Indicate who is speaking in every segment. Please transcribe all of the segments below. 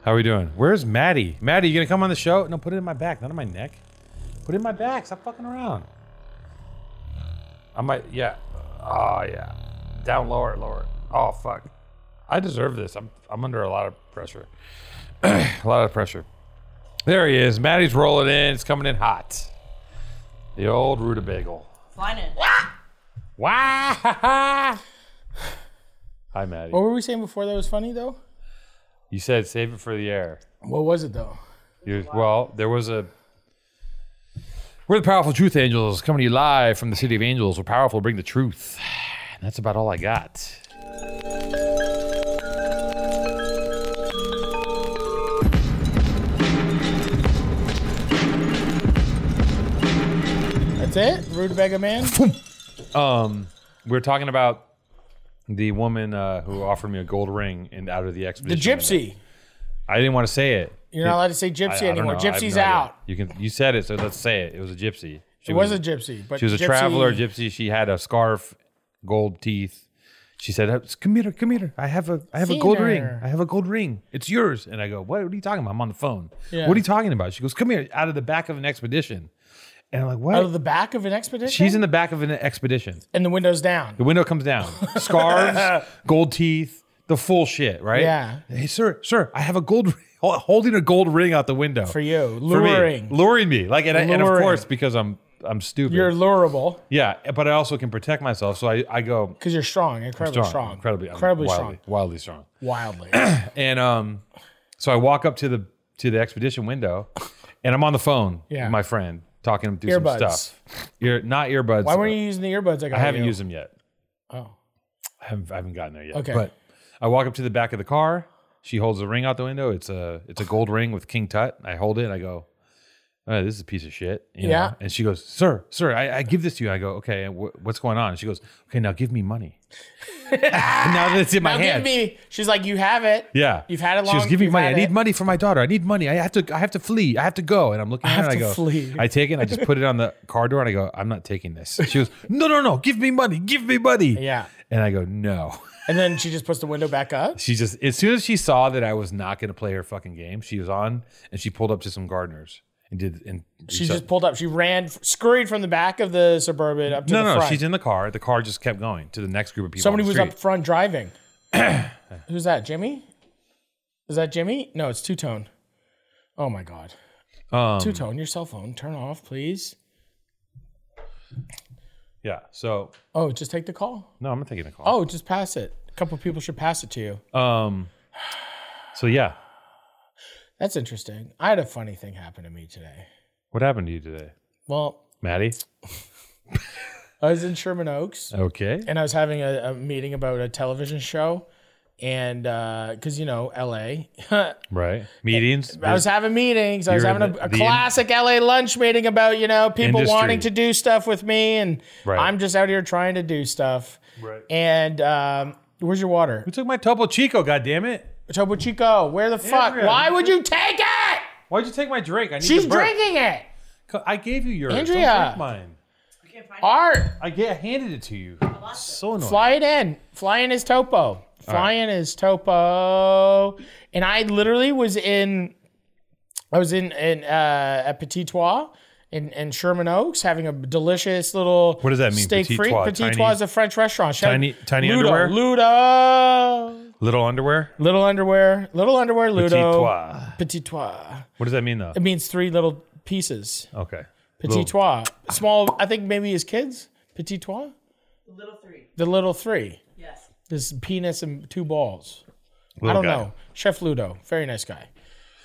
Speaker 1: How are we doing? Where's Maddie? Maddie, you gonna come on the show? No, put it in my back, not in my neck. Put it in my back. Stop fucking around. I might. Yeah. Oh yeah. Down lower, lower. Oh fuck. I deserve this. I'm I'm under a lot of pressure. a lot of pressure. There he is. Maddie's rolling in. It's coming in hot. The old rutabagal.
Speaker 2: Fine. it.
Speaker 1: Wow. Hi, Maddie.
Speaker 3: What were we saying before that was funny though?
Speaker 1: You said save it for the air.
Speaker 3: What was it though?
Speaker 1: You- well, there was a. We're the powerful truth angels coming to you live from the city of angels. We're powerful, bring the truth. And that's about all I got.
Speaker 3: That's it. Rutabaga man.
Speaker 1: Um, we were talking about the woman uh, who offered me a gold ring in out of the
Speaker 3: The
Speaker 1: expedition.
Speaker 3: gypsy.
Speaker 1: I didn't want to say it.
Speaker 3: You're not allowed to say
Speaker 1: I
Speaker 3: gypsy
Speaker 1: don't
Speaker 3: anymore.
Speaker 1: know. I have
Speaker 3: Gypsy's
Speaker 1: no idea.
Speaker 3: out.
Speaker 1: You can you said it, so let's say it. It was a gypsy. She
Speaker 3: It was a gypsy, but
Speaker 1: She was a
Speaker 3: gypsy-
Speaker 1: traveler gypsy. She had a scarf, gold teeth. She said, "Come here, come here. I have a, I have a gold ring.
Speaker 3: Theater.
Speaker 1: I have a gold ring. It's yours." And I go, "What, what are you talking about? I'm on the phone.
Speaker 3: Yeah.
Speaker 1: What are you talking about?" She goes, "Come here, out of the back of an expedition." And I'm like,
Speaker 3: out of
Speaker 1: "What?"
Speaker 3: the back of an expedition.
Speaker 1: She's in the back of an expedition.
Speaker 3: and the windows down.
Speaker 1: The window comes down. Scarves, gold teeth, the full shit, right?
Speaker 3: Yeah.
Speaker 1: Hey, sir, sir, I have a gold ring, holding a gold ring out the window
Speaker 3: For you,
Speaker 1: for me,
Speaker 3: luring.
Speaker 1: luring me. Like, and, I, and of
Speaker 3: Luring.
Speaker 1: course, because I'm I'm stupid.
Speaker 3: You're lureable
Speaker 1: yeah, but I also can protect myself. So I I go
Speaker 3: because you're strong, incredibly
Speaker 1: strong,
Speaker 3: strong,
Speaker 1: incredibly, I'm
Speaker 3: incredibly
Speaker 1: wildly, wildly strong.
Speaker 3: strong, wildly.
Speaker 1: And um, so I walk up to the to the expedition window, and I'm on the phone
Speaker 3: Yeah.
Speaker 1: with my friend talking him through
Speaker 3: Earbuds.
Speaker 1: some stuff. Ear, not earbuds.
Speaker 3: Why weren't you using the earbuds? got
Speaker 1: I haven't
Speaker 3: you?
Speaker 1: used them yet.
Speaker 3: Oh.
Speaker 1: I haven't, I haven't gotten there yet.
Speaker 3: Okay.
Speaker 1: But I walk up to the back of the car. She holds a ring out the window. It's a it's a gold ring with King Tut. I hold it. and I go, oh, this is a piece of shit. you
Speaker 3: Yeah.
Speaker 1: know? And she goes, sir, sir, I, I give this to you. I go, okay, and wh- what's going on? And she goes, okay, now give me money. now that it's in my
Speaker 3: Now
Speaker 1: hand.
Speaker 3: give me. She's like, you have it.
Speaker 1: yeah.
Speaker 3: You've had it
Speaker 1: She goes,
Speaker 3: long,
Speaker 1: give me
Speaker 3: you've
Speaker 1: money. I
Speaker 3: had
Speaker 1: need
Speaker 3: it."
Speaker 1: money for my daughter. I need money. I have to I have to flee. I have to go. And I'm looking at her
Speaker 3: have
Speaker 1: and I
Speaker 3: to
Speaker 1: go,
Speaker 3: flee.
Speaker 1: I take it and I just put it on the car door and I go, I'm not taking this. She goes, no, no, no, give me money. Give me money.
Speaker 3: Yeah.
Speaker 1: And I go, no.
Speaker 3: And then she just puts the window back up.
Speaker 1: She just as soon as she saw that I was not going to play her fucking game, she was on and she pulled up to some gardeners and did and
Speaker 3: She just pulled up. She ran, scurried from the back of the suburban up to
Speaker 1: no
Speaker 3: the
Speaker 1: no
Speaker 3: front.
Speaker 1: she's in the car. The car just kept going to the next group of people.
Speaker 3: Somebody
Speaker 1: on the
Speaker 3: was
Speaker 1: street.
Speaker 3: up front driving. Who's that? Jimmy? Is that Jimmy? No, it's Two Tone. Oh my God.
Speaker 1: Um,
Speaker 3: Two Tone, your cell phone. Turn off, please.
Speaker 1: Yeah. So
Speaker 3: Oh, just take the call.
Speaker 1: no, I'm not taking a call.
Speaker 3: Oh, just pass it. A couple people should pass it to you.
Speaker 1: Um. So yeah,
Speaker 3: That's interesting. I had a funny thing happen to me today.
Speaker 1: what happened to you today,
Speaker 3: Well,
Speaker 1: Maddie?
Speaker 3: I was in Sherman Oaks.
Speaker 1: Okay.
Speaker 3: and I was having a, a meeting about a television show, and because you know L.A.,
Speaker 1: Right. Meetings.
Speaker 3: I was having meetings. I was
Speaker 1: You're in
Speaker 3: having a,
Speaker 1: the-
Speaker 3: a
Speaker 1: the in-
Speaker 3: classic L.A. lunch meeting about you know people
Speaker 1: Industry.
Speaker 3: wanting to do stuff with me, and
Speaker 1: Right.
Speaker 3: I'm just out here trying to do stuff.
Speaker 1: Right.
Speaker 3: And um, where's your water,
Speaker 1: Who took my Topo Chico? God damn it!
Speaker 3: Topo Chico? Where the fuck?
Speaker 1: Andrea,
Speaker 3: Why
Speaker 1: you
Speaker 3: would you take it?
Speaker 1: Why'd you take my drink? I need
Speaker 3: She's
Speaker 1: to burp.
Speaker 3: drinking it.
Speaker 1: Co- I gave you yours.
Speaker 3: Andrea.
Speaker 1: Don't drink mine.
Speaker 2: We can't find it.
Speaker 3: Art,
Speaker 1: I get handed it to you. So annoying.
Speaker 3: fly it in. Fly in is Topo. Fly in is Topo. And I literally was in, I was in in uh, at Petit Trois in, in Sherman Oaks having a delicious little
Speaker 1: What does that mean,
Speaker 3: steak
Speaker 1: Petit
Speaker 3: frites.
Speaker 1: Trois?
Speaker 3: Petit
Speaker 1: Tiny-
Speaker 3: Trois is a French restaurant. Shout-
Speaker 1: Tiny- tiny
Speaker 3: Ludo,
Speaker 1: underwear?
Speaker 3: Ludo.
Speaker 1: Little underwear.
Speaker 3: Little underwear. Little underwear. Ludo.
Speaker 1: Petit trois.
Speaker 3: Petit Trois.
Speaker 1: What does that mean though?
Speaker 3: It means three little pieces.
Speaker 1: Okay.
Speaker 3: Petit
Speaker 1: Little-
Speaker 3: Trois. Small. I think maybe his kids. Petit Trois.
Speaker 2: The Little three.
Speaker 3: The little three.
Speaker 2: Yes.
Speaker 3: This penis and two balls. I
Speaker 1: little
Speaker 3: don't
Speaker 1: guy.
Speaker 3: know. Chef Ludo, very nice guy.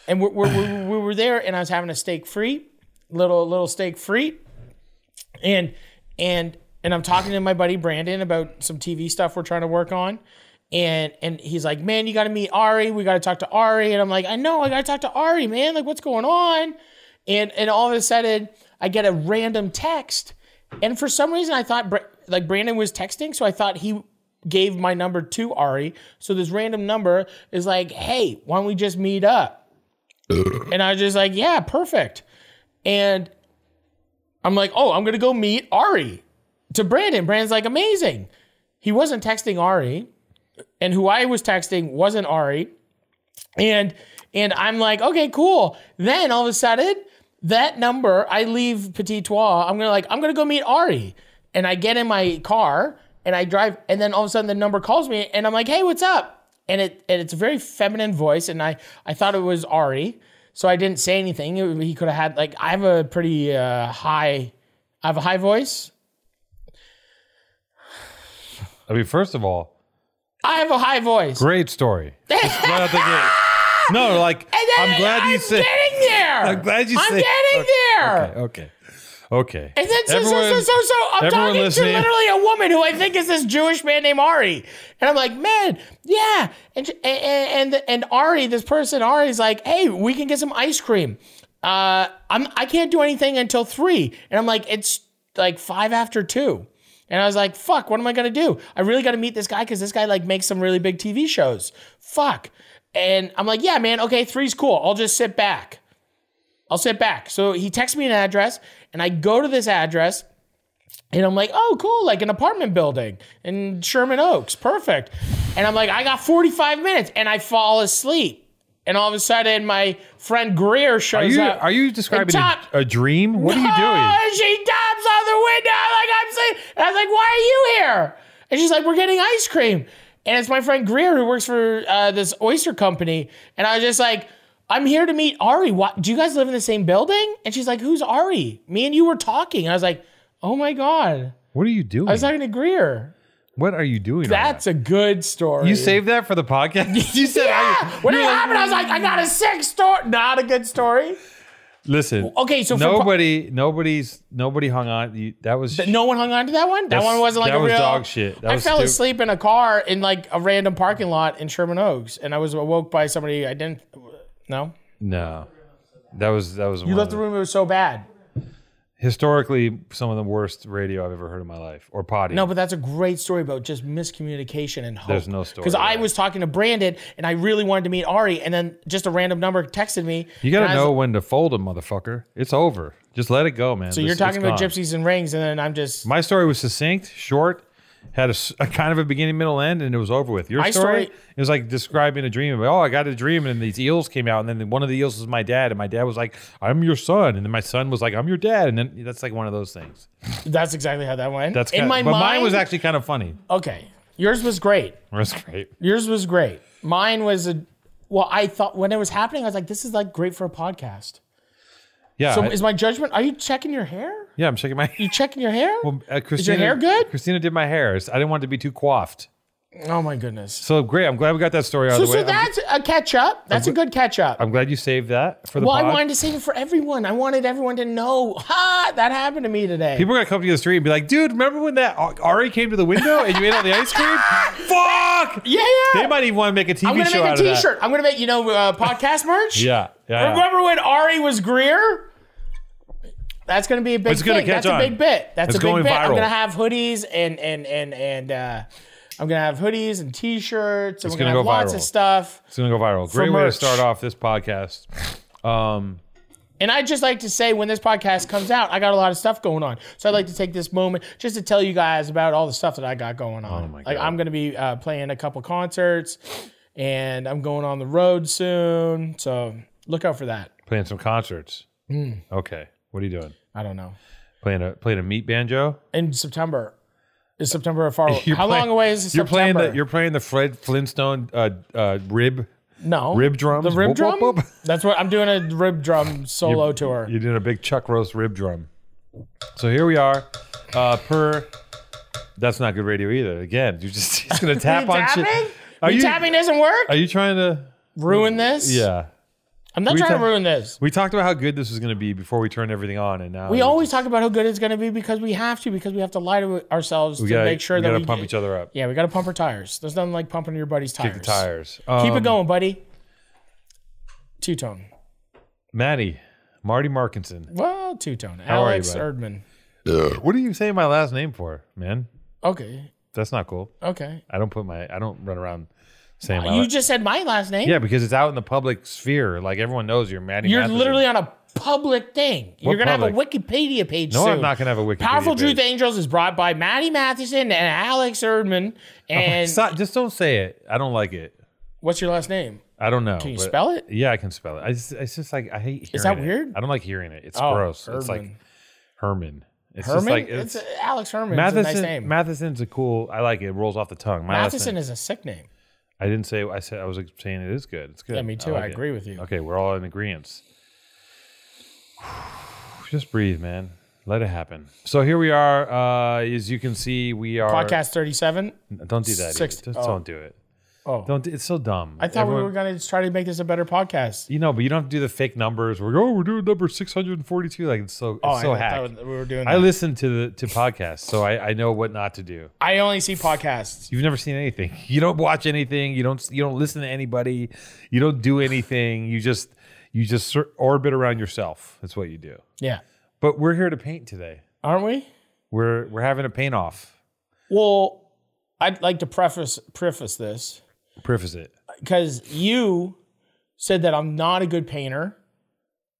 Speaker 3: And we're, we're, we're, we were there, and I was having a steak free, little little steak free, and and and I'm talking to my buddy Brandon about some TV stuff we're trying to work on, and and he's like, "Man, you got to meet Ari. We got to talk to Ari." And I'm like, "I know. I got to talk to Ari, man. Like, what's going on?" And and all of a sudden, I get a random text, and for some reason, I thought Bra- like Brandon was texting, so I thought he gave my number to Ari. So this random number is like, hey, why don't we just meet up? and I was just like, yeah, perfect. And I'm like, oh, I'm gonna go meet Ari to Brandon. Brandon's like, amazing. He wasn't texting Ari, and who I was texting wasn't Ari. And And I'm like, okay, cool. Then all of a sudden, that number, I leave Petit Trois. I'm gonna like, I'm gonna go meet Ari. And I get in my car and I drive, and then all of a sudden the number calls me and I'm like, hey, what's up? And it and it's a very feminine voice, and I I thought it was Ari. So I didn't say anything. It- he could have had like I have a pretty uh, high, I have a high voice.
Speaker 1: I mean, first of all,
Speaker 3: I have a high voice.
Speaker 1: great story. Just right out the gate. No, like
Speaker 3: And then
Speaker 1: I'm glad you
Speaker 3: I'm
Speaker 1: said.
Speaker 3: getting there.
Speaker 1: I'm glad you
Speaker 3: I'm
Speaker 1: said-
Speaker 3: getting there.
Speaker 1: Okay, okay, okay.
Speaker 3: And then so, so, so, so, so, I'm
Speaker 1: everyone
Speaker 3: talking
Speaker 1: listening-
Speaker 3: to literally a woman who I think is this Jewish man named Ari. And I'm like, man, yeah. And, and, and, and Ari, this person, Ari's like, hey, we can get some ice cream. Uh, I'm, I can't do anything until three. And I'm like, it's like five after two. And I was like, fuck, what am I going to do? I really got to meet this guy because this guy like makes some really big TV shows. Fuck. And I'm like, yeah, man, okay, three's cool. I'll just sit back. I'll sit back. So he texts me an address, and I go to this address, and I'm like, oh, cool, like an apartment building in Sherman Oaks. Perfect. And I'm like, I got 45 minutes, and I fall asleep. And all of a sudden, my friend Greer
Speaker 1: are
Speaker 3: shows
Speaker 1: you
Speaker 3: up.
Speaker 1: are you describing a,
Speaker 3: top-
Speaker 1: a dream? What are you doing?
Speaker 3: Oh, she taps on the window like I'm saying. And I was like, why are you here? And she's like, we're getting ice cream. And it's my friend Greer who works for uh, this oyster company. And I was just like, I'm here to meet Ari. Why, do you guys live in the same building? And she's like, who's Ari? Me and you were talking. And I was like, oh my God.
Speaker 1: What are you doing?
Speaker 3: I was talking to Greer.
Speaker 1: what are you doing? on
Speaker 3: That's a good story.
Speaker 1: that? you saved that for the podcast. you said,
Speaker 3: yeah.
Speaker 1: I,
Speaker 3: When it
Speaker 1: you're like,
Speaker 3: happened, I was like, I got a sick story. Not a good story.
Speaker 1: "Listen,
Speaker 3: Okay, so for pro-
Speaker 1: nobody, nobody's, nobody hung on. You, that was
Speaker 3: No one hung on to that one. That
Speaker 1: That's-
Speaker 3: one wasn't like
Speaker 1: that
Speaker 3: a
Speaker 1: was
Speaker 3: real
Speaker 1: dog shit. That
Speaker 3: I
Speaker 1: was
Speaker 3: fell
Speaker 1: stu-
Speaker 3: asleep in a car in like a random parking lot in Sherman Oaks, and I was awoke by somebody I didn't. No,
Speaker 1: no. That was that was
Speaker 3: you left the room. It was so bad.
Speaker 1: historically some of the worst radio I've ever heard in my life or potty.
Speaker 3: No, but that's a great story about just miscommunication and hope.
Speaker 1: There's no story,
Speaker 3: because I
Speaker 1: right.
Speaker 3: was talking to Brandon and I really wanted to meet Ari, and then just a random number texted me.
Speaker 1: you
Speaker 3: and
Speaker 1: gotta
Speaker 3: I was-
Speaker 1: know when to fold them, motherfucker. It's over. Just let it go, man.
Speaker 3: So you're talking about gypsies and rings, and then I'm just
Speaker 1: My story was succinct, short, had a, s- a kind of a beginning, middle, end, and it was over with. Your
Speaker 3: My
Speaker 1: story,
Speaker 3: story-
Speaker 1: it was like describing a dream. About, oh, I got a dream, and these eels came out, and then one of the eels was my dad, and my dad was like, "I'm your son," and then my son was like, "I'm your dad," and then that's like one of those things.
Speaker 3: that's exactly how that went.
Speaker 1: That's
Speaker 3: in
Speaker 1: kinda-
Speaker 3: my
Speaker 1: but
Speaker 3: mind.
Speaker 1: mine was actually kind of funny.
Speaker 3: okay. Yours was great.
Speaker 1: That's great.
Speaker 3: Yours was great. Mine was a well, I thought when it was happening, I was like, this is like great for a podcast.
Speaker 1: Yeah,
Speaker 3: So
Speaker 1: I-
Speaker 3: is my judgment are you checking your hair?
Speaker 1: yeah. I'm shaking my.
Speaker 3: You checking your hair?
Speaker 1: Well, uh, Christina,
Speaker 3: hair good?
Speaker 1: Christina did my hair. I didn't want it to be too coiffed.
Speaker 3: oh my goodness.
Speaker 1: So great. I'm glad we got that story out
Speaker 3: So,
Speaker 1: of the way. I'm-
Speaker 3: so that's a catch up. That's a good catch up.
Speaker 1: I'm glad you saved that for the
Speaker 3: Well, I
Speaker 1: pod.
Speaker 3: wanted to save it for everyone. I wanted everyone to know, ha, that happened to me today.
Speaker 1: People are gonna come to the street and be like, "Dude, remember when that Ari came to the window and you ate all the ice cream? Fuck!
Speaker 3: yeah, yeah.
Speaker 1: They might even want to make a TV
Speaker 3: I'm gonna
Speaker 1: show
Speaker 3: make
Speaker 1: out
Speaker 3: a
Speaker 1: of that.
Speaker 3: T-shirt. I'm gonna make you know uh, podcast merch.
Speaker 1: Yeah, yeah. yeah.
Speaker 3: Remember when Ari was Greer? That's gonna be a big.
Speaker 1: It's gonna
Speaker 3: thing.
Speaker 1: catch
Speaker 3: That's
Speaker 1: on.
Speaker 3: a big bit. That's
Speaker 1: It's
Speaker 3: a big
Speaker 1: going
Speaker 3: bit. I'm
Speaker 1: viral.
Speaker 3: gonna have hoodies and and and and uh, I'm gonna have hoodies and T-shirts. And we're gonna,
Speaker 1: gonna
Speaker 3: have
Speaker 1: go
Speaker 3: lots
Speaker 1: viral.
Speaker 3: of stuff.
Speaker 1: It's gonna go viral. Great way to
Speaker 3: merch.
Speaker 1: start off this podcast. Um,
Speaker 3: And I'd just like to say when this podcast comes out, I got a lot of stuff going on. So I'd like to take this moment just to tell you guys about all the stuff that I got going on.
Speaker 1: Oh my
Speaker 3: Like
Speaker 1: God.
Speaker 3: I'm gonna be uh, playing a couple concerts, and I'm going on the road soon. So look out for that.
Speaker 1: playing some concerts.
Speaker 3: Hmm.
Speaker 1: Okay, what are you doing?
Speaker 3: I don't know.
Speaker 1: Playing a playing a meat banjo.
Speaker 3: in September. Is September a far?
Speaker 1: You're
Speaker 3: How
Speaker 1: playing-
Speaker 3: long away is this
Speaker 1: You're playing
Speaker 3: September?
Speaker 1: the you're playing the Fred Flintstone uh, uh, rib
Speaker 3: no
Speaker 1: rib drums.
Speaker 3: The rib
Speaker 1: Whoop,
Speaker 3: drum.
Speaker 1: whoop, whoop.
Speaker 3: That's what I'm doing a rib drum solo tour.
Speaker 1: You did a big chuck roast rib drum. So here we are. Uh, per that's not good radio either. Again, you're just, just gonna tap
Speaker 3: you
Speaker 1: on
Speaker 3: tapping?
Speaker 1: shit. Are
Speaker 3: you, tapping doesn't work.
Speaker 1: Are you trying to?
Speaker 3: ruin this.
Speaker 1: Yeah.
Speaker 3: I'm not trying
Speaker 1: tap-
Speaker 3: to ruin this.
Speaker 1: We talked about how good this was gonna be before we turned everything on, and now
Speaker 3: We always talk about how good it's going to be because we have to because we have to lie to ourselves
Speaker 1: we
Speaker 3: to
Speaker 1: gotta,
Speaker 3: make sure
Speaker 1: we
Speaker 3: that
Speaker 1: gotta
Speaker 3: we
Speaker 1: pump each other up.
Speaker 3: Yeah, we got to pump our tires. There's nothing like pumping your buddy's tires.
Speaker 1: Kick the tires.
Speaker 3: Keep
Speaker 1: Um,
Speaker 3: it going, buddy. Two tone.
Speaker 1: Maddie. Marty Markinson.
Speaker 3: Well, two tone.
Speaker 1: are you,
Speaker 3: Alex
Speaker 1: bud?
Speaker 3: Erdman.
Speaker 1: What are you saying my last name for, man?
Speaker 3: Okay.
Speaker 1: That's not cool.
Speaker 3: Okay.
Speaker 1: I don't put my I don't run around saying my
Speaker 3: Uh, You
Speaker 1: la-
Speaker 3: just said my last name.
Speaker 1: yeah because it's out in the public sphere. Like everyone knows you're Maddie.
Speaker 3: You're
Speaker 1: Matheson.
Speaker 3: literally on a public thing.
Speaker 1: What
Speaker 3: You're gonna have a Wikipedia page.
Speaker 1: No,
Speaker 3: soon.
Speaker 1: I'm not gonna have a Wikipedia
Speaker 3: Powerful
Speaker 1: page.
Speaker 3: Truth Angels is brought by Maddie Matheson and Alex Erdman. And
Speaker 1: Oh, Stop, just don't say it. I don't like it.
Speaker 3: what's your last name?
Speaker 1: I don't know.
Speaker 4: Can you
Speaker 1: but-
Speaker 4: spell it?
Speaker 1: Yeah, I can spell it. I just, it's just like I hate. Hearing
Speaker 4: Is that
Speaker 1: it.
Speaker 4: weird?
Speaker 1: I don't like hearing it. It's
Speaker 4: Oh,
Speaker 1: gross. It's like
Speaker 4: Herman.
Speaker 1: Herman. It's
Speaker 4: Herman.
Speaker 1: just like
Speaker 4: it's, uh,
Speaker 1: it's,
Speaker 4: Alex Herman.
Speaker 1: Matheson.
Speaker 4: is a nice name.
Speaker 1: Matheson's a cool. I like it. It rolls off the tongue. My last
Speaker 4: Matheson
Speaker 1: name-
Speaker 4: is a sick name.
Speaker 1: I didn't say. I said I was like, saying it is good. It's good.
Speaker 4: Yeah, me too. I,
Speaker 1: like it.
Speaker 4: agree with you.
Speaker 1: Okay, we're all in agreement. Just breathe, man. Let it happen. So here we are. Uh, as you can see, we are
Speaker 4: Podcast thirty-seven.
Speaker 1: Don't do that.
Speaker 4: Six-
Speaker 1: either. Just
Speaker 4: oh.
Speaker 1: don't do it.
Speaker 4: Oh,
Speaker 1: Don't. do- It's so dumb.
Speaker 4: I thought we were gonna try to make this a better podcast.
Speaker 1: You know, but you don't have to do the fake numbers. We're oh, we're doing number six hundred and forty-two. Like it's so, it's
Speaker 4: Oh,
Speaker 1: so
Speaker 4: I
Speaker 1: hack.
Speaker 4: thought we were doing.
Speaker 1: I
Speaker 4: that.
Speaker 1: listen to the to podcasts, so I, I know what not to do.
Speaker 4: I only see podcasts.
Speaker 1: You've never seen anything. You don't watch anything. You don't you don't listen to anybody. You don't do anything. You just you just sor- orbit around yourself. That's what you do.
Speaker 4: Yeah,
Speaker 1: But we're here to paint today.
Speaker 4: aren't we?
Speaker 1: We're we're having a paint off.
Speaker 4: Well, I'd like to preface preface this
Speaker 1: Preface it.
Speaker 4: because you said that I'm not a good painter,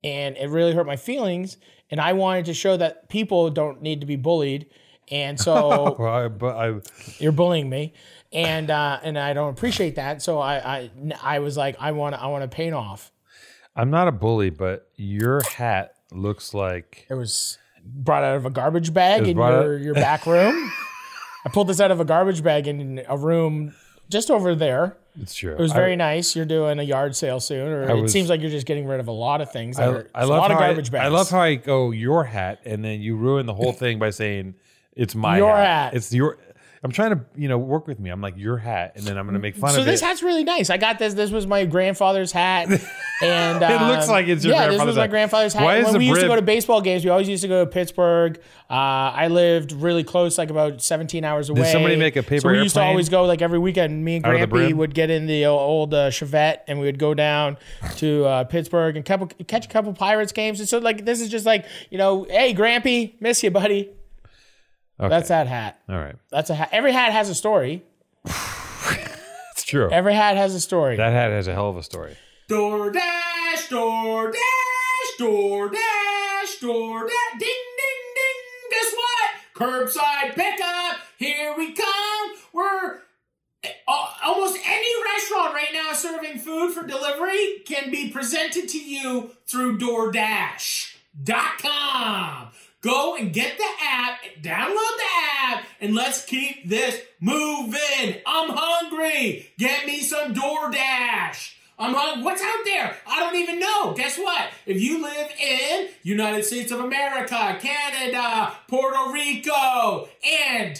Speaker 4: and it really hurt my feelings. And I wanted to show that people don't need to be bullied, and so
Speaker 1: Well, I, but I
Speaker 4: you're bullying me and uh and i don't appreciate that so i i i was like i want to i want to paint off
Speaker 1: I'm not a bully, but your hat looks like
Speaker 4: it was brought out of a garbage bag
Speaker 1: was
Speaker 4: in
Speaker 1: brought
Speaker 4: your, your back room i pulled this out of a garbage bag in a room just over there
Speaker 1: it's true.
Speaker 4: it was very nice you're doing a yard sale soon or it
Speaker 1: was-
Speaker 4: seems like you're just getting rid of a lot of things that
Speaker 1: I,
Speaker 4: are,
Speaker 1: I love
Speaker 4: it's a lot of
Speaker 1: how I-
Speaker 4: garbage
Speaker 1: I,
Speaker 4: bags
Speaker 1: love how I go your hat, and then you ruin the whole thing by saying it's my
Speaker 4: Your hat.
Speaker 1: It's your. I'm trying to you know work with me. I'm like your hat, and then I'm gonna make fun
Speaker 4: so
Speaker 1: of
Speaker 4: this
Speaker 1: it.
Speaker 4: hat's really nice. I got this. This was my grandfather's hat, and
Speaker 1: It looks
Speaker 4: um,
Speaker 1: like it's your
Speaker 4: yeah. this
Speaker 1: grandfather's
Speaker 4: was my
Speaker 1: hat.
Speaker 4: grandfather's hat.
Speaker 1: Why
Speaker 4: And
Speaker 1: is
Speaker 4: when
Speaker 1: the
Speaker 4: we used to
Speaker 1: brim-
Speaker 4: go to baseball games, we always used to go to Pittsburgh. Uh, I lived really close, like about 17 hours away.
Speaker 1: somebody make a paper
Speaker 4: So we used to
Speaker 1: airplane
Speaker 4: always go like every weekend. Me and
Speaker 1: out of the
Speaker 4: Grampy
Speaker 1: brim?
Speaker 4: would get in the old uh, Chevette, and we would go down to uh, Pittsburgh and couple, catch a couple Pirates games. And so like this is just like you know, hey Grampy, miss you, buddy.
Speaker 1: Okay.
Speaker 4: That's that hat.
Speaker 1: All right,
Speaker 4: That's a hat. Every hat has a story.
Speaker 1: it's true.
Speaker 4: Every hat has a story.
Speaker 1: that hat has a hell of a story.
Speaker 3: DoorDash, DoorDash, DoorDash, DoorDash. Ding, ding, ding. Guess what? Curbside pickup. Here we come. We're uh, almost any restaurant right now serving food for delivery can be presented to you through DoorDash.com. Go and get the app, download the app, and let's keep this moving. I'm hungry. Get me some DoorDash. I'm hungry. What's out there? I don't even know. Guess what? If you live in United States of America, Canada, Puerto Rico, and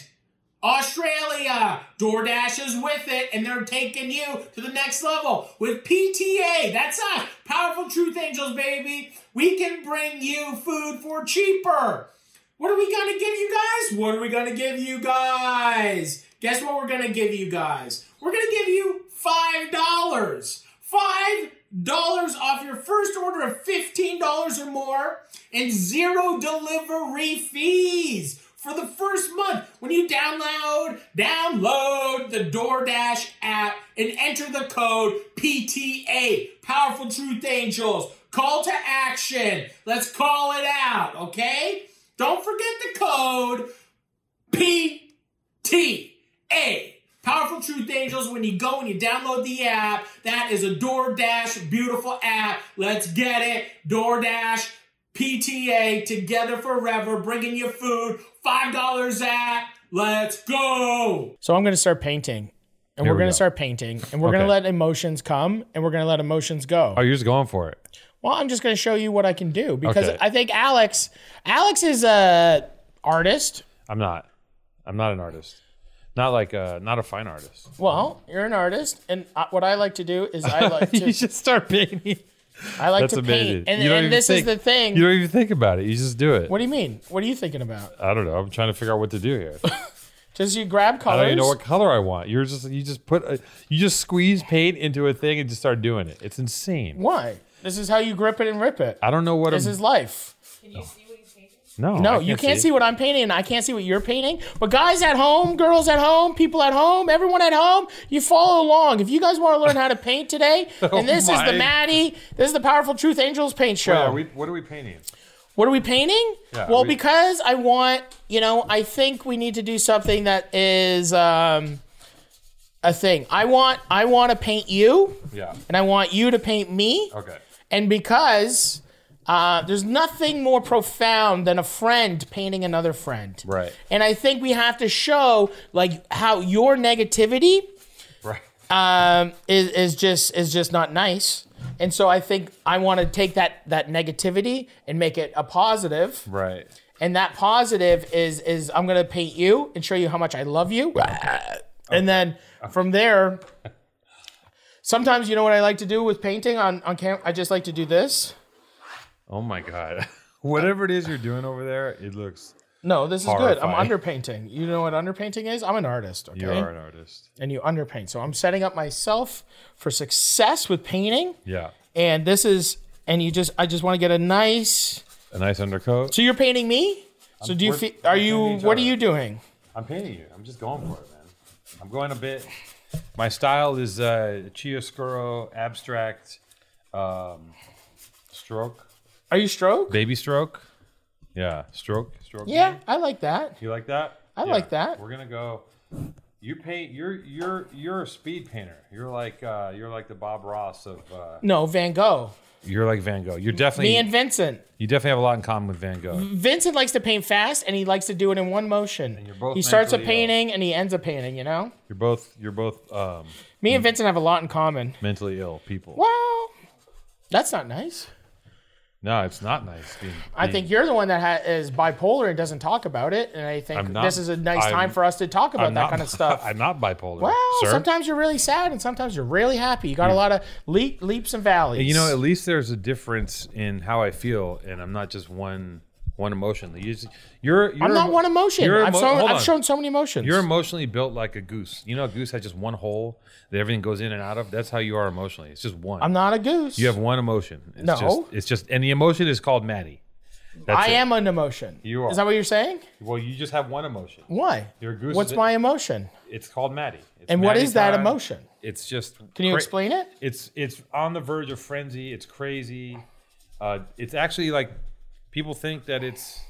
Speaker 3: Australia, DoorDash is with it, and they're taking you to the next level with PTA. That's us, Powerful Truth Angels, baby. We can bring you food for cheaper. What are we gonna give you guys? What are we gonna give you guys? Guess what we're gonna give you guys? We're gonna give you five dollars. Five dollars off your first order of fifteen dollars or more, and zero delivery fees for the first month when you download download the DoorDash app and enter the code PTA Powerful Truth Angels. Call to action. Let's call it out, okay? Don't forget the code PTA. Powerful Truth Angels, when you go and you download the app, that is a DoorDash beautiful app. Let's get it. DoorDash, PTA, together forever, bringing you food. $5 app. Let's go.
Speaker 4: So I'm going to start painting. And
Speaker 1: Here
Speaker 4: we're
Speaker 1: we
Speaker 4: going
Speaker 1: go.
Speaker 4: to start painting. And we're going
Speaker 1: Okay.
Speaker 4: to let emotions come and we're going to let emotions go.
Speaker 1: Oh, you're just going for it.
Speaker 4: well, I'm just going to show you what I can do because
Speaker 1: Okay.
Speaker 4: I think Alex Alex is a artist.
Speaker 1: I'm not. I'm not an artist. Not like a not a fine artist.
Speaker 4: Well, you're an artist and I, what I like to do is I like to
Speaker 1: should start painting.
Speaker 4: I like
Speaker 1: That's
Speaker 4: to
Speaker 1: amazing.
Speaker 4: paint. And,
Speaker 1: You don't even
Speaker 4: and this
Speaker 1: think-
Speaker 4: is the thing.
Speaker 1: You don't Uh, even think about it. You just do it.
Speaker 4: what do you mean? What are you thinking about?
Speaker 1: I don't know. I'm trying to figure out what to do here.
Speaker 4: Just you grab colors.
Speaker 1: I don't even Oh, know what color I want. You're just you just put a, you just squeeze paint into a thing and just start doing it. It's insane.
Speaker 4: Why? This is how you grip it and rip it.
Speaker 1: I don't know what
Speaker 4: This
Speaker 1: I'm,
Speaker 4: is life.
Speaker 5: Can you see what he's painting?
Speaker 1: no.
Speaker 4: No,
Speaker 1: Oh, I
Speaker 4: you can't see. what I'm painting, and I can't see what you're painting. But guys at home, girls at home, people at home, everyone at home, you follow along. If you guys want to learn how to paint today, and this is
Speaker 1: Oh my.
Speaker 4: the Maddie, this is the Powerful Truth Angels paint show.
Speaker 1: Wait, are we, what are we painting?
Speaker 4: what are we painting?
Speaker 1: Yeah,
Speaker 4: well,
Speaker 1: we-
Speaker 4: because I want, you know, I think we need to do something that is um, a thing. I want I want to paint you,
Speaker 1: Yeah.
Speaker 4: and I want you to paint me.
Speaker 1: Okay.
Speaker 4: And because uh, there's nothing more profound than a friend painting another friend.
Speaker 1: Right.
Speaker 4: And I think we have to show like how your negativity
Speaker 1: Right.
Speaker 4: um, is, is just is just not nice. And so I think I want to take that that negativity and make it a positive.
Speaker 1: Right.
Speaker 4: And that positive is is I'm gonna paint you and show you how much I love you. And then from there, sometimes you know what I like to do with painting on on camera. I just like to do this.
Speaker 1: Oh my god. Whatever it is you're doing over there, it looks
Speaker 4: No, this is good. I'm
Speaker 1: Horrifying.
Speaker 4: underpainting. You know what underpainting is? I'm an artist. Okay.
Speaker 1: you are an artist.
Speaker 4: And you underpaint. So I'm setting up myself for success with painting.
Speaker 1: Yeah.
Speaker 4: And this is and you just I just want to get a nice.
Speaker 1: A nice undercoat.
Speaker 4: So you're painting me. So do you
Speaker 1: we're-
Speaker 4: feel? Are
Speaker 1: we're
Speaker 4: you?
Speaker 1: painting each
Speaker 4: What are
Speaker 1: other.
Speaker 4: you doing?
Speaker 1: I'm painting you. I'm just going for it, man. I'm going a bit. My style is uh, chiaroscuro, abstract, um, stroke,
Speaker 4: Are you stroke?
Speaker 1: baby stroke. Yeah, stroke, stroke.
Speaker 4: Yeah, I like that.
Speaker 1: you like that?
Speaker 4: I like that.
Speaker 1: We're gonna go. You paint. You're you're you're a speed painter. You're like uh, you're like the Bob Ross of. Uh,
Speaker 4: No, Van Gogh.
Speaker 1: you're like Van Gogh. You're definitely
Speaker 4: Me and Vincent.
Speaker 1: you definitely have a lot in common with Van Gogh.
Speaker 4: Vincent likes to paint fast and he likes to do it in one motion.
Speaker 1: you're both
Speaker 4: he starts a
Speaker 1: mentally ill.
Speaker 4: painting and he ends a painting, you know?
Speaker 1: You're both you're both um,
Speaker 4: Me and Vincent have a lot in common.
Speaker 1: mentally ill people.
Speaker 4: Well, that's not nice.
Speaker 1: No, it's not nice. Being,
Speaker 4: I think you're the one that ha- is bipolar and doesn't talk about it. And I think
Speaker 1: I'm not-
Speaker 4: this is a nice time
Speaker 1: I'm-
Speaker 4: for us to talk about
Speaker 1: I'm
Speaker 4: that
Speaker 1: not-
Speaker 4: kind of stuff.
Speaker 1: I'm not bipolar.
Speaker 4: well,
Speaker 1: sir. Hmm.
Speaker 4: sometimes you're really sad and sometimes you're really happy. You got a lot of leap, leaps and valleys.
Speaker 1: You know, at least there's a difference in how I feel, and I'm not just one one emotion. You just- You're, you're
Speaker 4: I'm not one emotion.
Speaker 1: you're
Speaker 4: I've,
Speaker 1: emo-
Speaker 4: shown,
Speaker 1: hold
Speaker 4: I've
Speaker 1: on.
Speaker 4: shown so many emotions.
Speaker 1: You're emotionally built like a goose. You know, a goose has just one hole that everything goes in and out of. That's how you are emotionally. It's just one.
Speaker 4: I'm not a goose.
Speaker 1: you have one emotion. It's
Speaker 4: No.
Speaker 1: Just, it's just, and the emotion is called Maddie. That's
Speaker 4: I
Speaker 1: it.
Speaker 4: am an emotion.
Speaker 1: You are.
Speaker 4: Is that what you're saying?
Speaker 1: Well, you just have one emotion.
Speaker 4: Why?
Speaker 1: You're a goose.
Speaker 4: What's
Speaker 1: Is it-
Speaker 4: my emotion?
Speaker 1: It's called Maddie. It's
Speaker 4: And what
Speaker 1: Maddie
Speaker 4: is that
Speaker 1: time.
Speaker 4: emotion?
Speaker 1: It's just.
Speaker 4: Can you explain it?
Speaker 1: it's it's on the verge of frenzy. It's crazy. Uh, it's actually like people think that it's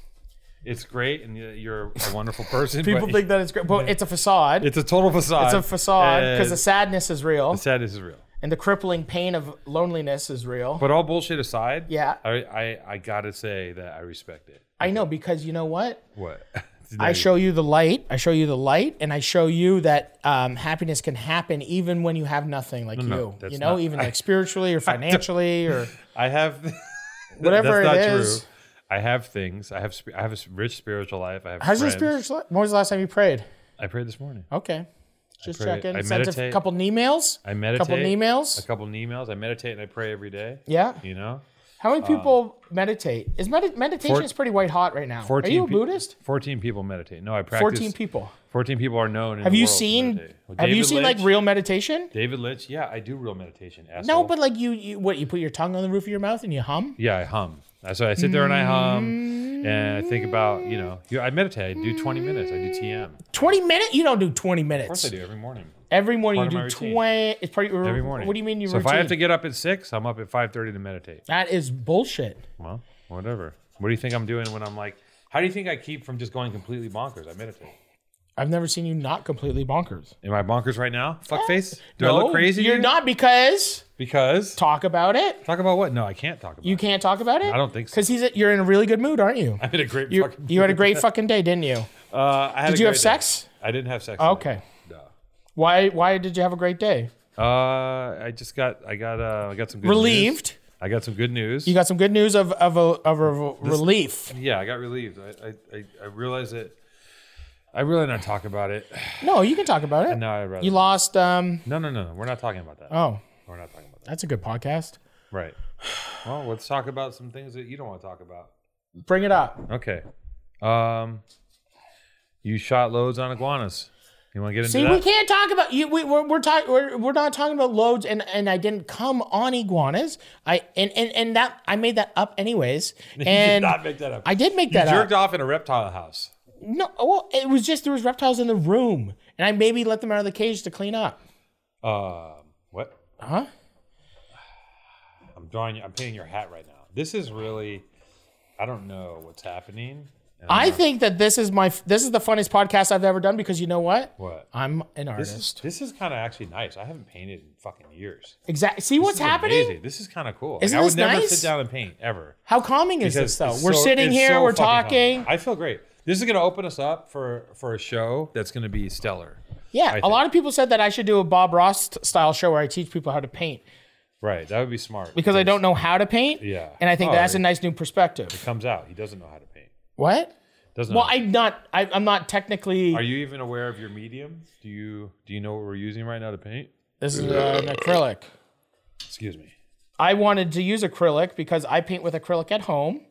Speaker 1: it's great and you- you're a wonderful person.
Speaker 4: People
Speaker 1: but
Speaker 4: think that it's great, but it's a facade.
Speaker 1: it's
Speaker 4: It's,
Speaker 1: uh, a total facade.
Speaker 4: a facade
Speaker 1: And
Speaker 4: because the sadness is real
Speaker 1: sadness is real.
Speaker 4: and the crippling pain of loneliness is real.
Speaker 1: But all bullshit aside,
Speaker 4: Yeah.
Speaker 1: I I, I gotta say that I respect it.
Speaker 4: I know because you know what?
Speaker 1: What?
Speaker 4: I show you the light. I show you the light, and I show you that um, happiness can happen even when you have nothing, like
Speaker 1: no,
Speaker 4: you.
Speaker 1: that's
Speaker 4: you know,
Speaker 1: not-
Speaker 4: even like spiritually or financially or
Speaker 1: I have
Speaker 4: whatever
Speaker 1: that's
Speaker 4: it
Speaker 1: not
Speaker 4: is.
Speaker 1: true. I have things. I have sp- I have a s- rich spiritual life. I have.
Speaker 4: How's your
Speaker 1: friends.
Speaker 4: spiritual? li- When was the last time you prayed?
Speaker 1: I prayed this morning.
Speaker 4: Okay, just
Speaker 1: pray-
Speaker 4: checking.
Speaker 1: I
Speaker 4: Sent a
Speaker 1: meditate.
Speaker 4: couple emails.
Speaker 1: I meditate.
Speaker 4: Couple E emails?
Speaker 1: A couple emails. I meditate and I pray every day.
Speaker 4: Yeah.
Speaker 1: You know.
Speaker 4: How many people meditate? Is medi- meditation
Speaker 1: uh, Four-
Speaker 4: is pretty white hot right now. Are
Speaker 1: 14
Speaker 4: you a
Speaker 1: pe-
Speaker 4: Buddhist?
Speaker 1: 14 people meditate. No, I practice.
Speaker 4: 14
Speaker 1: 14
Speaker 4: people.
Speaker 1: people are known. In
Speaker 4: Have
Speaker 1: the
Speaker 4: you
Speaker 1: world to
Speaker 4: seen
Speaker 1: meditate. Well,
Speaker 4: Have you
Speaker 1: David
Speaker 4: seen like
Speaker 1: Lynch-
Speaker 4: real meditation?
Speaker 1: David Lynch? Yeah, I do real meditation.
Speaker 4: No,
Speaker 1: asshole.
Speaker 4: but like you, you what you put your tongue on the roof of your mouth and you hum?
Speaker 1: yeah, I hum. So I sit there and I hum, and I think about you know. you- I meditate. I do 20 minutes. I do TM. Of
Speaker 4: 20 minutes? You don't do 20
Speaker 1: course,
Speaker 4: minutes.
Speaker 1: I do every morning.
Speaker 4: Every morning
Speaker 1: Part of
Speaker 4: you
Speaker 1: my
Speaker 4: do
Speaker 1: routine.
Speaker 4: 20 it's part of your-
Speaker 1: Every morning.
Speaker 4: What do you mean you
Speaker 1: So
Speaker 4: routine? Ah.
Speaker 1: if I have to get up at six, I'm up at 5:30 to meditate.
Speaker 4: That is bullshit.
Speaker 1: Well, whatever. What do you think I'm doing when I'm like? How do you think I keep from just going completely bonkers? I meditate.
Speaker 4: I've never seen you not completely bonkers.
Speaker 1: Am I bonkers right now? Fuck face. Do I look
Speaker 4: No,
Speaker 1: crazy? to
Speaker 4: You're
Speaker 1: you?
Speaker 4: not because
Speaker 1: Because
Speaker 4: talk about it.
Speaker 1: talk about what? No, I can't talk about.
Speaker 4: You
Speaker 1: it.
Speaker 4: can't talk about it?
Speaker 1: I don't think so.
Speaker 4: Cuz he's a, you're in a really good mood, aren't you?
Speaker 1: I had a great
Speaker 4: You,
Speaker 1: fucking.
Speaker 4: you had a great fucking day, didn't you?
Speaker 1: Uh, I had
Speaker 4: Did
Speaker 1: a
Speaker 4: you have
Speaker 1: great day.
Speaker 4: sex?
Speaker 1: I didn't have sex.
Speaker 4: Okay. Why why did you have a great day?
Speaker 1: No. Uh, I just got I got uh, I got some good
Speaker 4: Relieved.
Speaker 1: News. I got some good news.
Speaker 4: You got some good news of of a, of a relief.
Speaker 1: yeah, I got relieved. I I, I, I realized that I really not talk about it.
Speaker 4: No, you can talk about it.
Speaker 1: No, I rather
Speaker 4: You lost. Um,
Speaker 1: No, no, no, no. We're not talking about that.
Speaker 4: oh,
Speaker 1: We're not talking about that.
Speaker 4: that's a good podcast.
Speaker 1: Right. Well, let's talk about some things that you don't want to talk about.
Speaker 4: Bring it up.
Speaker 1: Okay. Um, you shot loads on iguanas. You want to get into
Speaker 4: See,
Speaker 1: that?
Speaker 4: we can't talk about you. We, we're we're, talk, we're we're not talking about loads, and and I didn't come on iguanas. I and and, and that I made that up anyways. And
Speaker 1: you did not make that up.
Speaker 4: I did make
Speaker 1: you
Speaker 4: that
Speaker 1: jerked
Speaker 4: up.
Speaker 1: off in a reptile house.
Speaker 4: No, well, it was just there was reptiles in the room, and I maybe let them out of the cage to clean up.
Speaker 1: Um, what?
Speaker 4: Huh?
Speaker 1: I'm drawing. I'm painting your hat right now. This is really. I don't know what's happening.
Speaker 4: I think that this is my this is the funnest podcast I've ever done because you know what?
Speaker 1: What?
Speaker 4: I'm an
Speaker 1: This is,
Speaker 4: artist.
Speaker 1: this is kind of actually nice. I haven't painted in fucking years.
Speaker 4: Exactly. See what's
Speaker 1: This is
Speaker 4: happening?
Speaker 1: amazing. This is kind of cool. Like,
Speaker 4: Isn't
Speaker 1: I would
Speaker 4: this
Speaker 1: never
Speaker 4: nice?
Speaker 1: sit down and paint ever.
Speaker 4: How calming is
Speaker 1: because
Speaker 4: this though?
Speaker 1: it's
Speaker 4: We're
Speaker 1: so-
Speaker 4: sitting
Speaker 1: it's
Speaker 4: here,
Speaker 1: so
Speaker 4: we're
Speaker 1: fucking hot.
Speaker 4: talking.
Speaker 1: I feel great. This is going to open us up for for a show that's going to be stellar.
Speaker 4: yeah, a
Speaker 1: think.
Speaker 4: lot of people said that I should do a Bob Ross t- style show where I teach people how to paint
Speaker 1: Right. That would be smart.
Speaker 4: because I don't know how to paint.
Speaker 1: Yeah.
Speaker 4: And I think
Speaker 1: Oh,
Speaker 4: that's
Speaker 1: it-
Speaker 4: a nice new perspective.
Speaker 1: comes out. He doesn't know how to paint.
Speaker 4: What?
Speaker 1: Doesn't
Speaker 4: Well,
Speaker 1: know.
Speaker 4: I'm not. I, I'm not technically.
Speaker 1: Are you even aware of your medium? Do you do you know what we're using right now to paint?
Speaker 4: this is uh, an acrylic.
Speaker 1: Excuse me.
Speaker 4: I wanted to use acrylic because I paint with acrylic at home,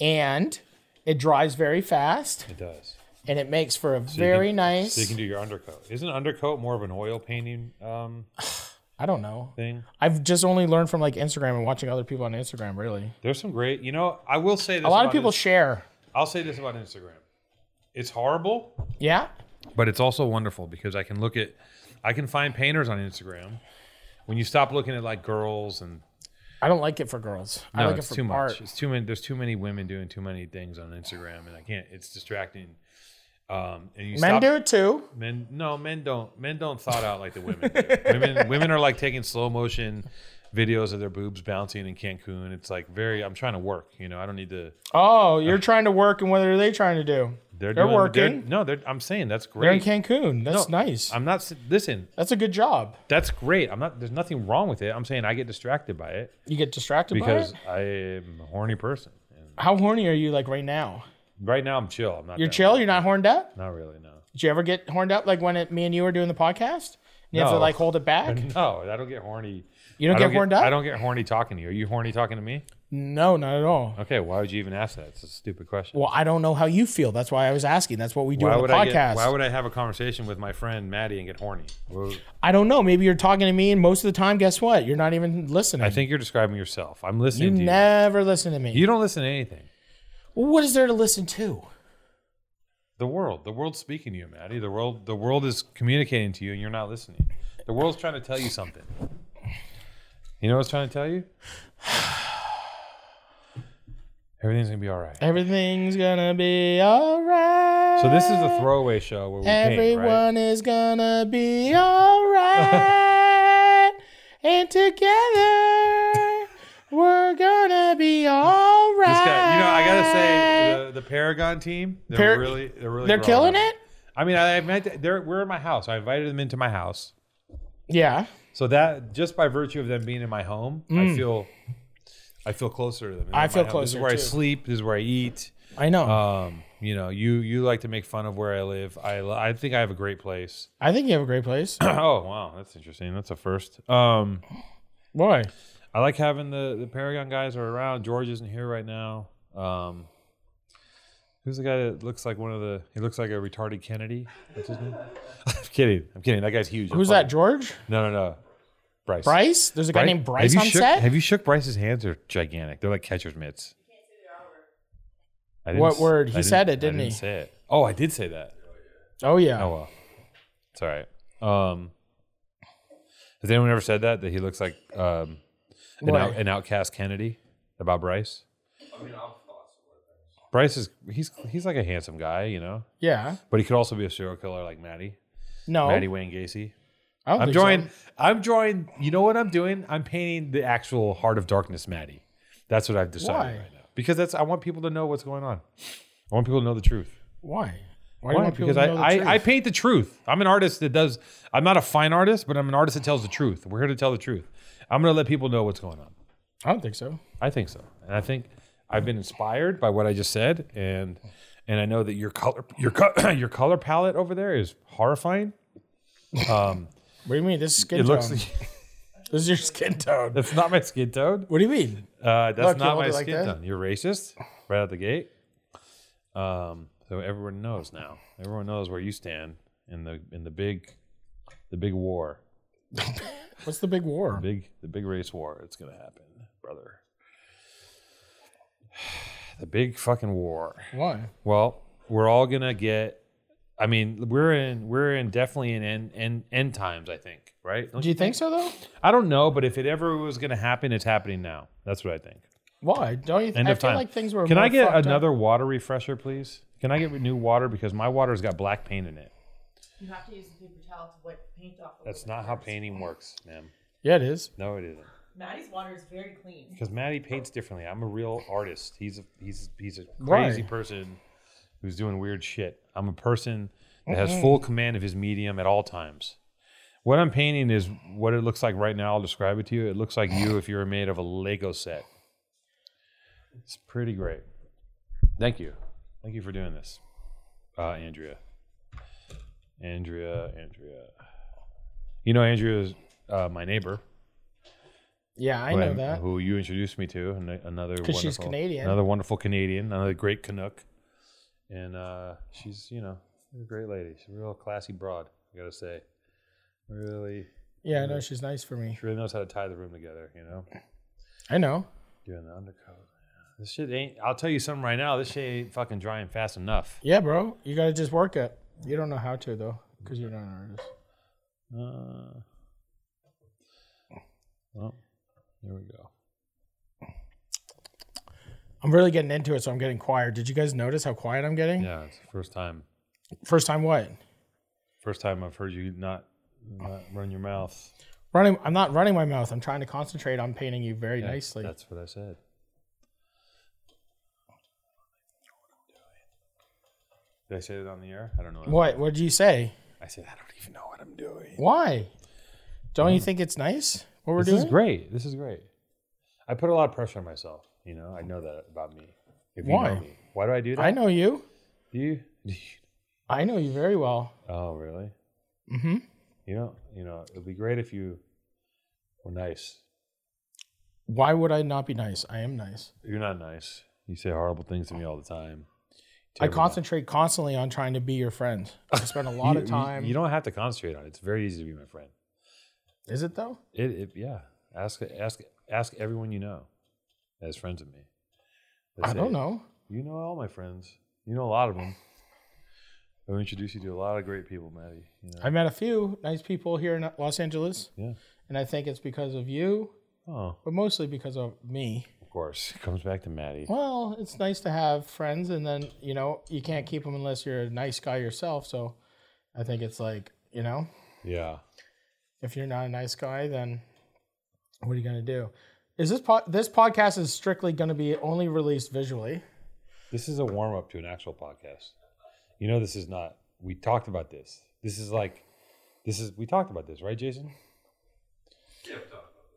Speaker 4: and it dries very fast,
Speaker 1: It does.
Speaker 4: and it makes for a
Speaker 1: So you can-
Speaker 4: very nice.
Speaker 1: So you can do your undercoat. Isn't undercoat more of an oil painting um,
Speaker 4: I don't know.
Speaker 1: thing?
Speaker 4: I've just only learned from like Instagram and watching other people on Instagram. Really,
Speaker 1: There's some great. You know, I will say this.
Speaker 4: a lot of
Speaker 1: about
Speaker 4: people
Speaker 1: Ins-
Speaker 4: share.
Speaker 1: I'll say this about Instagram. It's horrible,
Speaker 4: Yeah.
Speaker 1: but it's also wonderful because I can look at, I can find painters on Instagram. When you stop looking at like girls and
Speaker 4: I don't like it for girls. I
Speaker 1: no,
Speaker 4: like it
Speaker 1: it's
Speaker 4: for
Speaker 1: too much.
Speaker 4: art.
Speaker 1: It's too many. There's too many women doing too many things on Instagram, and I can't. It's distracting. Um, and you
Speaker 4: Men
Speaker 1: stop,
Speaker 4: do it too.
Speaker 1: Men, no, men don't. Men don't thought out like the women. do. women, women are like taking slow motion videos of their boobs bouncing in Cancun. It's like very. I'm trying to work. You know, I don't need to.
Speaker 4: Oh, you're trying to work, and what are they trying to do?
Speaker 1: They're,
Speaker 4: They're
Speaker 1: doing,
Speaker 4: working.
Speaker 1: no, they're, I'm saying that's
Speaker 4: They're in
Speaker 1: great.
Speaker 4: Cancun. That's nice.
Speaker 1: I'm not. s- Listen,
Speaker 4: That's a good job.
Speaker 1: that's great. I'm not. There's nothing wrong with it. I'm saying I get distracted by it
Speaker 4: You get distracted
Speaker 1: because I
Speaker 4: by it.
Speaker 1: am a horny person. And
Speaker 4: How horny are you like right now?
Speaker 1: right now, I'm chill. I'm not.
Speaker 4: You're
Speaker 1: that-
Speaker 4: chill. You're not horned up.
Speaker 1: Not really. No.
Speaker 4: Did you ever get horned up like when it, me and you were doing the podcast? And you have to
Speaker 1: No.
Speaker 4: like hold it back.
Speaker 1: No, I don't Oh, get horny.
Speaker 4: You don't,
Speaker 1: I
Speaker 4: get horned up.
Speaker 1: I don't get horny talking to you. Are you horny talking to me?
Speaker 4: No, not at all.
Speaker 1: Okay, why would you even ask that? It's a stupid question.
Speaker 4: Well, I don't know how you feel. That's why I was asking. That's what we do
Speaker 1: why
Speaker 4: on
Speaker 1: would
Speaker 4: the
Speaker 1: I
Speaker 4: podcast.
Speaker 1: get, Why would I have a conversation with my friend Maddie and get horny? Well,
Speaker 4: I don't know. Maybe you're talking to me, and most of the time, guess what? You're not even listening.
Speaker 1: I think you're describing yourself. I'm
Speaker 4: you
Speaker 1: listening to
Speaker 4: never listen to me.
Speaker 1: you. You don't listen to anything.
Speaker 4: well, what is there to listen to?
Speaker 1: The world, the world's speaking to you, Maddie. The world, the world is communicating to you, and you're not listening. The world's trying to tell you something. You know what it's trying to tell you? Everything's gonna be all right.
Speaker 4: Everything's gonna be all right.
Speaker 1: So this is the throwaway show where we paint,
Speaker 4: Everyone
Speaker 1: right?
Speaker 4: is gonna be all right, and together we're gonna be all right.
Speaker 1: This guy, you know, I gotta say, uh, the, the Paragon team, they're
Speaker 4: Par-
Speaker 1: really, they're really,
Speaker 4: they're
Speaker 1: growing
Speaker 4: killing
Speaker 1: on me.
Speaker 4: it.
Speaker 1: I mean, I, I meant they're we're in my house. I invited them into my house,
Speaker 4: Yeah.
Speaker 1: so that just by virtue of them being in my home, I feel, I feel closer to them.
Speaker 4: Mm. I
Speaker 1: They're
Speaker 4: feel
Speaker 1: my home. This is
Speaker 4: closer,
Speaker 1: where I
Speaker 4: too.
Speaker 1: sleep. This is where I eat.
Speaker 4: I know.
Speaker 1: Um, you know, you you like to make fun of where I live. I li- I think I have a great place.
Speaker 4: I think you have a great place.
Speaker 1: oh wow, that's interesting. That's a first. Um,
Speaker 4: Why?
Speaker 1: I like having the the Paragon guys are around. George isn't here right now. Um, who's the guy that looks like one of the? He looks like a retarded Kennedy. What's his name? I'm kidding. I'm kidding. That guy's huge. I'm
Speaker 4: Who's
Speaker 1: funny.
Speaker 4: that? George?
Speaker 1: No, no, no. Bryce.
Speaker 4: Bryce? There's a guy
Speaker 1: Bryce-
Speaker 4: named Bryce
Speaker 1: have
Speaker 4: on
Speaker 1: you shook,
Speaker 4: set.
Speaker 1: Have you shook Bryce's hands? They're gigantic. They're like catcher's mitts. I didn't
Speaker 4: What
Speaker 1: s-
Speaker 4: word?
Speaker 1: I
Speaker 4: He said it,
Speaker 1: I
Speaker 4: didn't he?
Speaker 1: Say it. Oh, I did say that.
Speaker 4: oh yeah.
Speaker 1: Oh well, it's all right. Um, has anyone ever said that that he looks like um, an,
Speaker 4: What?
Speaker 1: out, an outcast Kennedy about Bryce? I mean, I've thought Bryce is he's he's like a handsome guy, you know,
Speaker 4: Yeah.
Speaker 1: but he could also be a serial killer like Maddie,
Speaker 4: No.
Speaker 1: Maddie Wayne Gacy.
Speaker 4: I don't
Speaker 1: I'm
Speaker 4: think so.
Speaker 1: drawing. I'm drawing. You know what I'm doing? I'm painting the actual Heart of Darkness, Maddie. That's what I've decided
Speaker 4: Why?
Speaker 1: right now because that's I want people to know what's going on. I want people to know the truth.
Speaker 4: Why? Why,
Speaker 1: Why?
Speaker 4: want people
Speaker 1: Because
Speaker 4: to
Speaker 1: I,
Speaker 4: know the
Speaker 1: I, I
Speaker 4: truth?
Speaker 1: paint the truth. I'm an artist that does. I'm not a fine artist, but I'm an artist that tells the truth. We're here to tell the truth. I'm going to let people know what's going on.
Speaker 4: I don't think so.
Speaker 1: I think so, and I think I've been inspired by what I just said, and and I know that your color your co- your color palette over there is horrifying.
Speaker 4: What do you mean? This is skin
Speaker 1: It
Speaker 4: tone.
Speaker 1: looks.
Speaker 4: this is your skin tone.
Speaker 1: that's not my skin tone.
Speaker 4: What do you mean?
Speaker 1: Uh, that's
Speaker 4: Look, you
Speaker 1: not
Speaker 4: hold
Speaker 1: my
Speaker 4: it like
Speaker 1: skin
Speaker 4: that.
Speaker 1: tone. You're racist right out the gate. Um, so everyone knows now. Everyone knows where you stand in the in the big the big war.
Speaker 4: What's the big war?
Speaker 1: big the big race war it's gonna happen brother the big fucking war
Speaker 4: Why?
Speaker 1: well we're all gonna get i mean we're in we're in definitely in end end, end times i think right Don't
Speaker 4: Do you think so though?
Speaker 1: i don't know but if it ever was gonna happen it's happening now that's what i think
Speaker 4: Why don't you?
Speaker 1: End
Speaker 4: I
Speaker 1: of
Speaker 4: feel
Speaker 1: time.
Speaker 4: like things were.
Speaker 1: Can I
Speaker 4: more
Speaker 1: get
Speaker 4: fucked up.
Speaker 1: another water refresher, please? Can I get new water because my water's got black paint in it.
Speaker 5: You have to use the paper towel to wipe the paint off. a
Speaker 1: That's
Speaker 5: little
Speaker 1: not
Speaker 5: bit
Speaker 1: how
Speaker 5: first.
Speaker 1: painting works, ma'am.
Speaker 4: Yeah, it is.
Speaker 1: No, it isn't.
Speaker 5: Maddie's water is very clean.
Speaker 1: Because Maddie paints differently. I'm a real artist. He's a he's he's a
Speaker 4: Right.
Speaker 1: crazy person who's doing weird shit. I'm a person that has full command of his medium at all times. What I'm painting is what it looks like right now. I'll describe it to you. It looks like you if you were made of a Lego set. It's pretty great. Thank you. Thank you for doing this, uh, Andrea. Andrea, Andrea. You know, Andrea is uh, my neighbor
Speaker 4: Yeah, I
Speaker 1: who
Speaker 4: know
Speaker 1: I'm-
Speaker 4: that.
Speaker 1: Who you introduced me to, and another
Speaker 4: 'Cause she's
Speaker 1: wonderful-
Speaker 4: Canadian.
Speaker 1: another wonderful Canadian, another great Canuck, and uh, she's you know she's a great lady. She's a real classy broad, I gotta say. Really,
Speaker 4: Yeah, I know she's nice for me.
Speaker 1: she really knows how to tie the room together. You know,
Speaker 4: I know.
Speaker 1: doing the undercoat. This shit ain't. I'll tell you something right now. This shit ain't fucking drying fast enough.
Speaker 4: Yeah, bro, you gotta just work it. You don't know how to though, because you're not an artist.
Speaker 1: Uh, well, there we go.
Speaker 4: I'm really getting into it, so I'm getting quiet. Did you guys notice how quiet I'm getting?
Speaker 1: Yeah, it's the first time.
Speaker 4: First time what?
Speaker 1: First time I've heard you not, not run your mouth.
Speaker 4: Running. I'm not running my mouth. I'm trying to concentrate on painting you very
Speaker 1: Yeah,
Speaker 4: nicely.
Speaker 1: That's what I said. Did I say it on the air? I don't know.
Speaker 4: What? What did you say?
Speaker 1: I said I don't even know what I'm doing.
Speaker 4: Why? Don't you think it's nice what we're
Speaker 1: Mm. This
Speaker 4: doing?
Speaker 1: is great. This is great. I put a lot of pressure on myself. You know, I know that about me. If you
Speaker 4: Why?
Speaker 1: know me, why do I do that?
Speaker 4: I know you.
Speaker 1: Do you? do you-
Speaker 4: I know you very well.
Speaker 1: Oh, really?
Speaker 4: Mm-hmm.
Speaker 1: You know, you know, it'd be great if you were nice.
Speaker 4: Why would I not be nice? I am nice.
Speaker 1: You're not nice. You say horrible things to me all the time.
Speaker 4: I
Speaker 1: Terrible-
Speaker 4: concentrate constantly on trying to be your friend. I spend a lot
Speaker 1: You-
Speaker 4: of
Speaker 1: you-
Speaker 4: time.
Speaker 1: you don't have to concentrate on it. It's very easy to be my friend.
Speaker 4: is it though?
Speaker 1: It, it yeah. Ask ask ask everyone you know as friends of me. They
Speaker 4: I
Speaker 1: say,
Speaker 4: don't know.
Speaker 1: You know all my friends. You know a lot of them. I'll introduce you to a lot of great people, Maddie. You know?
Speaker 4: I met a few nice people here in Los Angeles,
Speaker 1: yeah.
Speaker 4: and I think it's because of you,
Speaker 1: Oh,
Speaker 4: but mostly because of me.
Speaker 1: of course. It comes back to Maddie.
Speaker 4: Well, it's nice to have friends, and then you know you can't keep them unless you're a nice guy yourself. So, I think it's like you know,
Speaker 1: Yeah.
Speaker 4: if you're not a nice guy, then what are you gonna do? Is this po- this podcast is strictly gonna be only released visually?
Speaker 1: This is a warm up to an actual podcast. You know this is not. We talked about this. This is like this is we talked about this, right, Jason?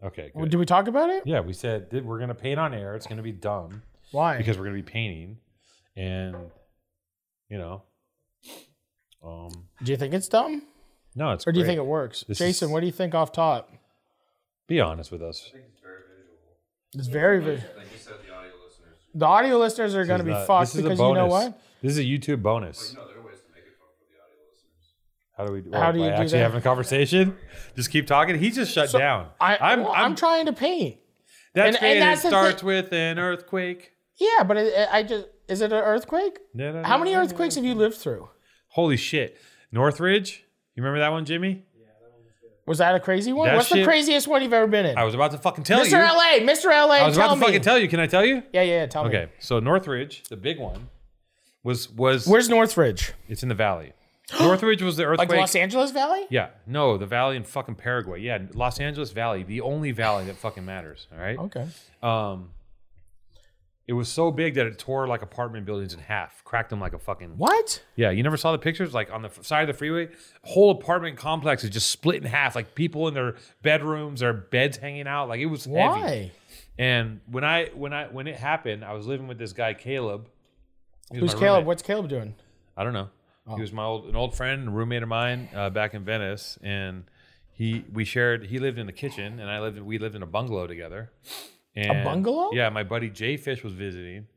Speaker 1: Okay.
Speaker 4: Well,
Speaker 1: Good.
Speaker 4: Did we talk about it?
Speaker 1: yeah, we said that we're gonna paint on air. It's gonna be dumb.
Speaker 4: Why?
Speaker 1: because we're going to be painting and you know um
Speaker 4: do you think it's dumb,
Speaker 1: no it's
Speaker 4: or do you
Speaker 1: great.
Speaker 4: think it works,
Speaker 1: This
Speaker 4: Jason?
Speaker 1: is-
Speaker 4: What do you think off top?
Speaker 1: be honest with us
Speaker 4: It's very visual. The audio listeners are going to be
Speaker 1: Not-
Speaker 4: fucked
Speaker 1: this is a
Speaker 4: because you know
Speaker 1: bonus.
Speaker 4: what?
Speaker 1: this is a youtube bonus how do we do,
Speaker 4: How do you
Speaker 1: by
Speaker 4: do
Speaker 1: actually
Speaker 4: that?
Speaker 1: having a conversation just keep talking he just shut
Speaker 4: So,
Speaker 1: down
Speaker 4: I,
Speaker 1: i'm
Speaker 4: well,
Speaker 1: i'm,
Speaker 4: I'm trying to paint.
Speaker 1: that's
Speaker 4: and-
Speaker 1: great
Speaker 4: and that's
Speaker 1: it
Speaker 4: the
Speaker 1: starts with an earthquake
Speaker 4: Yeah, but it, I just is it an earthquake?
Speaker 1: No, no,
Speaker 4: How
Speaker 1: no,
Speaker 4: many
Speaker 1: no, no.
Speaker 4: earthquakes have you lived through?
Speaker 1: holy shit northridge you remember that one jimmy
Speaker 4: Was that a crazy one?
Speaker 1: That
Speaker 4: What's the
Speaker 1: shit-
Speaker 4: craziest one you've ever been in?
Speaker 1: i was about to fucking tell
Speaker 4: Mr.
Speaker 1: you
Speaker 4: LA, Mr. LA,
Speaker 1: i was
Speaker 4: tell
Speaker 1: about to
Speaker 4: me.
Speaker 1: fucking tell you can i tell you
Speaker 4: yeah, yeah, yeah, tell me.
Speaker 1: okay so northridge the big one was was
Speaker 4: Where's Northridge?
Speaker 1: It's in the valley. Northridge was the earthquake.
Speaker 4: Like Los Angeles Valley?
Speaker 1: yeah, no, the valley in fucking Paraguay. Yeah, Los Angeles Valley, the only valley that fucking matters. All right.
Speaker 4: Okay.
Speaker 1: Um, it was so big that it tore like apartment buildings in half, cracked them like a fucking.
Speaker 4: What?
Speaker 1: Yeah, you never saw the pictures like on the f- side of the freeway. Whole apartment complex is just split in half, like people in their bedrooms, their beds hanging out. Like it was
Speaker 4: Why?
Speaker 1: heavy. And when I when I when it happened, I was living with this guy Caleb. He was my
Speaker 4: Who's Caleb? Oh.
Speaker 1: roommate.
Speaker 4: What's Caleb doing?
Speaker 1: I don't know. He was my old an old friend, a roommate of mine uh, back in Venice, and he we shared. He lived in the kitchen, and I lived. We lived in a bungalow together. And
Speaker 4: bungalow?
Speaker 1: Yeah, my buddy Jay Fish was visiting.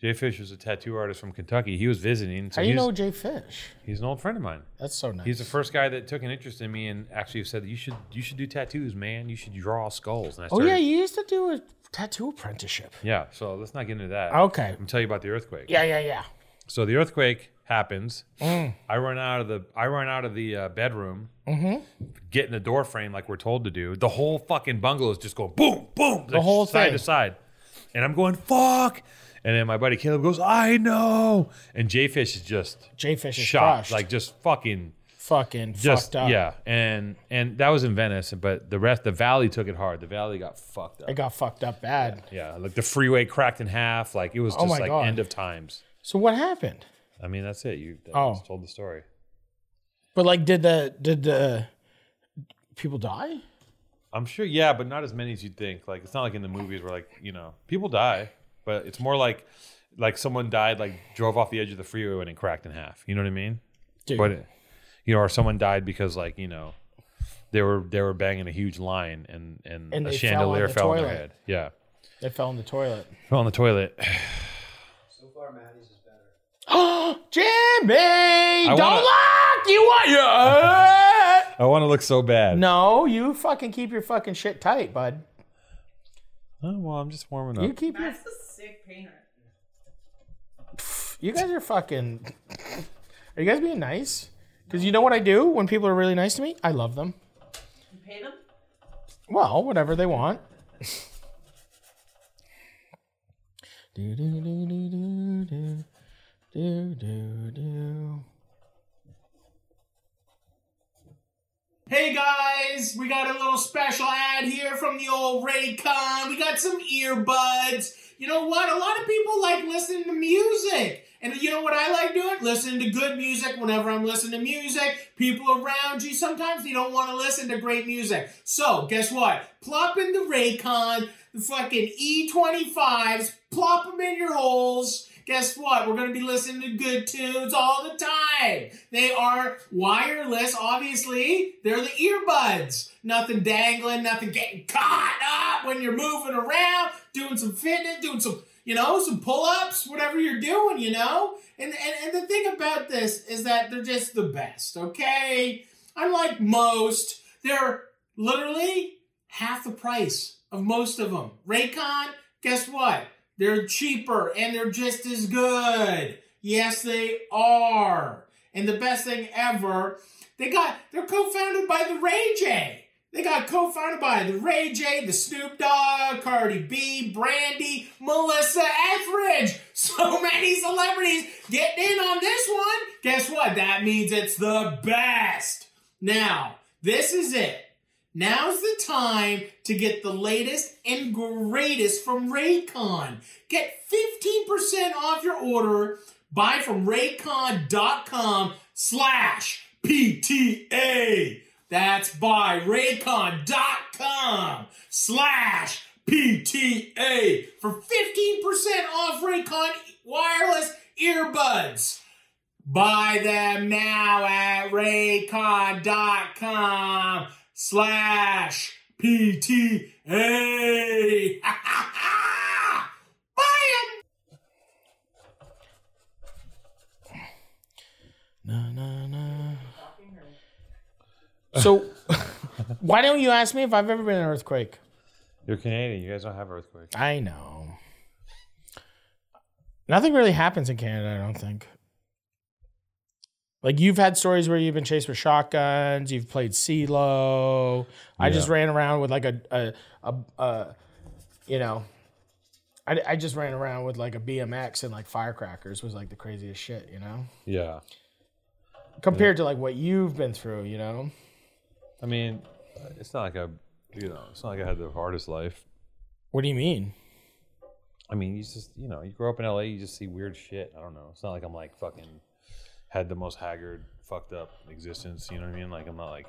Speaker 1: Jay Fish was a tattoo artist from Kentucky. He was visiting. So
Speaker 4: How do you
Speaker 1: he's,
Speaker 4: know Jay Fish?
Speaker 1: he's an old friend of mine.
Speaker 4: That's so nice.
Speaker 1: He's the first guy that took an interest in me and actually said, "You should you should do tattoos, man. You should draw skulls." And I
Speaker 4: oh
Speaker 1: started,
Speaker 4: yeah, you used to do a tattoo apprenticeship.
Speaker 1: yeah. So let's not get into that.
Speaker 4: Okay.
Speaker 1: I'm gonna tell you about the earthquake.
Speaker 4: Yeah, yeah, yeah.
Speaker 1: So the earthquake happens.
Speaker 4: Mm.
Speaker 1: I run out of the I run out of the uh, bedroom,
Speaker 4: Mm-hmm.
Speaker 1: get in the door frame like we're told to do. The whole fucking bungalow is just going boom, boom, the
Speaker 4: whole
Speaker 1: side
Speaker 4: thing.
Speaker 1: to side. And I'm going, fuck. And then my buddy Caleb goes, I know. And Jay Fish is just
Speaker 4: Jay Fish is
Speaker 1: shot,
Speaker 4: crushed.
Speaker 1: like just fucking
Speaker 4: fucking
Speaker 1: just
Speaker 4: fucked up.
Speaker 1: yeah. And and that was in Venice, but the rest, the Valley took it hard. The Valley got fucked up.
Speaker 4: It got fucked up bad.
Speaker 1: yeah, like the freeway cracked in half. Like it was just
Speaker 4: Oh my
Speaker 1: like
Speaker 4: God.
Speaker 1: end of times.
Speaker 4: So what happened?
Speaker 1: I mean, that's it. You that
Speaker 4: Oh.
Speaker 1: just told the story.
Speaker 4: But like, did the did the people die?
Speaker 1: I'm sure, yeah, but not as many as you'd think. Like it's not like in the movies where like you know people die, but it's more like like someone died, like drove off the edge of the freeway and it cracked in half. You know what I mean?
Speaker 4: Dude,
Speaker 1: But it- you know, or someone died because like you know they were they were banging a huge line and and,
Speaker 4: And
Speaker 1: a
Speaker 4: they fell on
Speaker 1: chandelier
Speaker 4: the
Speaker 1: fell on, their
Speaker 4: toilet.
Speaker 1: head. Yeah,
Speaker 4: they fell in the toilet.
Speaker 1: fell on the toilet.
Speaker 6: So far, Maddie's is better.
Speaker 4: Jimmy, don't
Speaker 1: wanna-
Speaker 4: look. You want your
Speaker 1: I want to look so bad.
Speaker 4: no. You fucking keep your fucking shit tight, bud.
Speaker 1: Oh, well, I'm just warming
Speaker 4: You
Speaker 1: up.
Speaker 4: keep your.
Speaker 5: Matt's a sick painter.
Speaker 4: You guys are fucking. Are you guys being nice? Because you know what I do when people are really nice to me? I love them.
Speaker 5: You pay them?
Speaker 4: Well, whatever they want. do, do, do, do, do, do. Do, do, do.
Speaker 3: Hey guys, we got a little special ad here from the old Raycon. We got some earbuds. You know what? A lot of people like listening to music. And you know what I like doing? Listening to good music whenever I'm listening to music. People around you, sometimes they don't want to listen to great music. So, guess what? Plop in the Raycon, the fucking E25s, plop them in your holes. Guess what? We're going to be listening to good tunes all the time. They are wireless, obviously. They're the earbuds. Nothing dangling, nothing getting caught up when you're moving around, doing some fitness, doing some, you know, some pull ups, whatever you're doing, you know? And, and, and the thing about this is that they're just the best, okay? Unlike most, they're literally half the price of most of them. Raycon, guess what? They're cheaper and they're just as good. Yes, they are. And the best thing ever, they got they're co-founded by the Ray J. They got co-founded by the Ray J, the Snoop Dogg, Cardi B, Brandy, Melissa Etheridge. So many celebrities getting in on this one. Guess what? That means it's the best. Now, this is it. Now's the time to get the latest and greatest from Raycon. Get 15% off your order. Buy from raycon.com slash PTA. That's by raycon.com slash PTA for 15% off Raycon wireless earbuds. Buy them now at raycon.com slash PTA. Buy 'em!
Speaker 4: Na, na, na. So, why don't you ask me if I've ever been in an earthquake?
Speaker 1: You're Canadian. You guys don't have earthquakes.
Speaker 4: I know. Nothing really happens in Canada, I don't think. Like you've had stories where you've been chased with shotguns, you've played CeeLo. I just
Speaker 1: Yeah.
Speaker 4: ran around with like a a, a, a you know, I, I just ran around with like a BMX and like firecrackers was like the craziest shit, you know?
Speaker 1: Yeah.
Speaker 4: Compared to like what you've been through, you know?
Speaker 1: I mean, it's not like I, you know, it's not like I had the hardest life.
Speaker 4: What do you mean?
Speaker 1: I mean, you just, you know, you grow up in LA, you just see weird shit. I don't know. It's not like I'm like fucking had the most haggard, fucked up existence. You know what I mean? Like I'm not like.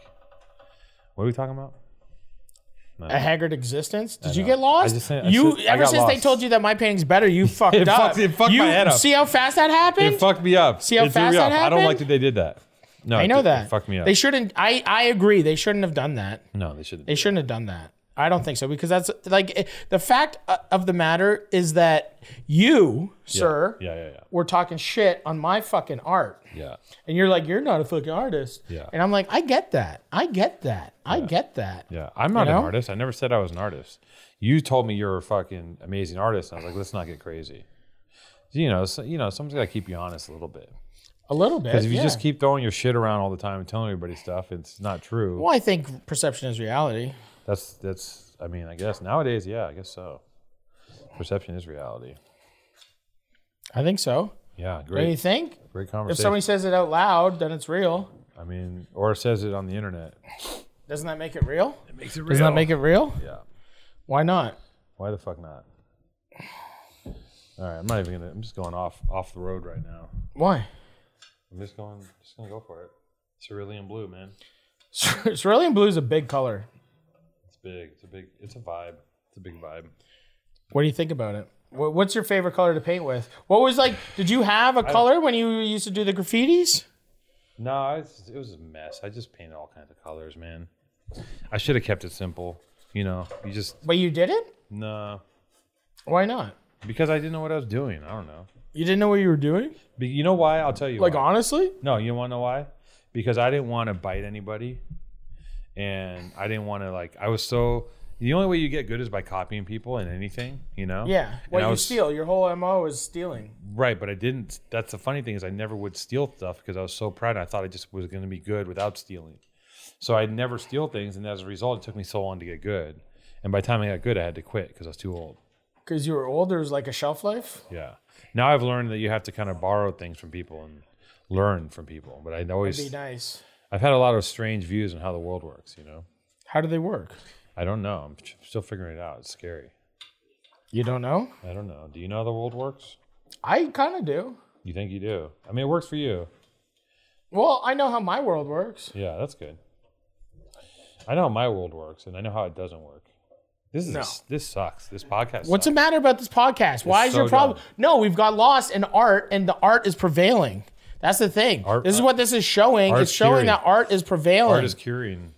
Speaker 1: What are we talking about? No.
Speaker 4: A haggard existence? Did you
Speaker 1: know.
Speaker 4: get lost?
Speaker 1: I just said- I
Speaker 4: you
Speaker 1: said- I
Speaker 4: ever
Speaker 1: got
Speaker 4: since they
Speaker 1: lost.
Speaker 4: told you that my painting's better, you fucked
Speaker 1: It
Speaker 4: up.
Speaker 1: fucked- it fucked my
Speaker 4: you,
Speaker 1: head up.
Speaker 4: See how fast that happened?
Speaker 1: It fucked me up.
Speaker 4: See how
Speaker 1: It threw me
Speaker 4: fast
Speaker 1: off.
Speaker 4: that
Speaker 1: I don't
Speaker 4: happened?
Speaker 1: like that they did that. No,
Speaker 4: I
Speaker 1: it
Speaker 4: know
Speaker 1: did- it
Speaker 4: that.
Speaker 1: fucked me up.
Speaker 4: They shouldn't. I I agree. They shouldn't have done that.
Speaker 1: no, they shouldn't.
Speaker 4: They shouldn't have done that. I don't think so because that's like eh, the fact o- of the matter is that you, sir,
Speaker 1: Yeah, yeah,
Speaker 4: were talking shit on my fucking art.
Speaker 1: yeah, yeah.
Speaker 4: And you're like, you're not a fucking artist.
Speaker 1: Yeah.
Speaker 4: And I'm like, I get that. I get that. I get that.
Speaker 1: Yeah, I'm not
Speaker 4: know?
Speaker 1: an artist. I never said I was an artist. You told me you're a fucking amazing artist, and I was like, let's not get crazy. You know, so, you know, someone's got to keep you honest a little bit.
Speaker 4: A little bit.
Speaker 1: Because if you just
Speaker 4: yeah.
Speaker 1: keep throwing your shit around all the time and telling everybody stuff, it's not true.
Speaker 4: Well, I think perception is reality.
Speaker 1: That's that's. I mean, I guess nowadays, yeah, I guess so. Perception is reality.
Speaker 4: I think so.
Speaker 1: Yeah,
Speaker 4: Don't you
Speaker 1: great,
Speaker 4: think?
Speaker 1: great
Speaker 4: If
Speaker 1: conversation.
Speaker 4: somebody says it out loud, then it's real.
Speaker 1: I mean, or says it on the internet.
Speaker 4: Doesn't that make it real?
Speaker 1: It makes it real.
Speaker 4: Doesn't that make it real?
Speaker 1: Yeah.
Speaker 4: Why not?
Speaker 1: Why the fuck not? All right, I'm not even gonna. I'm just going off off the road right now.
Speaker 4: Why?
Speaker 1: I'm just going. Just gonna go for it. Cerulean blue, man.
Speaker 4: Cerulean blue is a big color.
Speaker 1: It's big. It's a big. It's a vibe. It's a big vibe.
Speaker 4: What do you think about it? Wha- What's your favorite color to paint with? What was like? Did you have a color when you used to do the graffitis?
Speaker 1: No, it's, it was a mess. I just painted all kinds of colors, man. I should have kept it simple. You know, you just
Speaker 4: But you didn't.
Speaker 1: no,
Speaker 4: Why not?
Speaker 1: because I didn't know what I was doing. I don't know.
Speaker 4: You didn't know what you were doing.
Speaker 1: But you know why? I'll tell you.
Speaker 4: Like
Speaker 1: why.
Speaker 4: honestly,
Speaker 1: No, you want to know why? Because I didn't want to bite anybody, and I didn't want to like. I was so. The only way you get good is by copying people in anything, you know.
Speaker 4: yeah.
Speaker 1: And
Speaker 4: What
Speaker 1: I
Speaker 4: you
Speaker 1: was-
Speaker 4: steal? Your whole mo is stealing.
Speaker 1: Right, but I didn't. That's the funny thing is I never would steal stuff because I was so proud. And I thought I just was going to be good without stealing. So I'd never steal things, and as a result, it took me so long to get good. And by the time I got good, I had to quit because I was too old.
Speaker 4: Because you were old, there was like a shelf life.
Speaker 1: Yeah. Now I've learned that you have to kind of borrow things from people and learn from people. But I
Speaker 4: Be
Speaker 1: always,
Speaker 4: nice.
Speaker 1: I've had a lot of strange views on how the world works. You know,
Speaker 4: How do they work?
Speaker 1: I don't know. I'm ch- still figuring it out. It's scary.
Speaker 4: You don't know?
Speaker 1: I don't know. Do you know how the world works?
Speaker 4: I kind of do.
Speaker 1: You think you do? I mean, it works for you.
Speaker 4: Well, I know how my world works.
Speaker 1: Yeah, that's good. I know how my world works, and I know how it doesn't work. This is
Speaker 4: No.
Speaker 1: this sucks. This podcast.
Speaker 4: What's the
Speaker 1: sucks.
Speaker 4: matter about this podcast? Why is
Speaker 1: so
Speaker 4: your problem?
Speaker 1: dumb.
Speaker 4: No, we've got lost in art, and the art is prevailing. That's the thing.
Speaker 1: Art-
Speaker 4: this is what this is showing.
Speaker 1: Art's
Speaker 4: It's
Speaker 1: theory.
Speaker 4: showing that art is prevailing.
Speaker 1: Art is curing,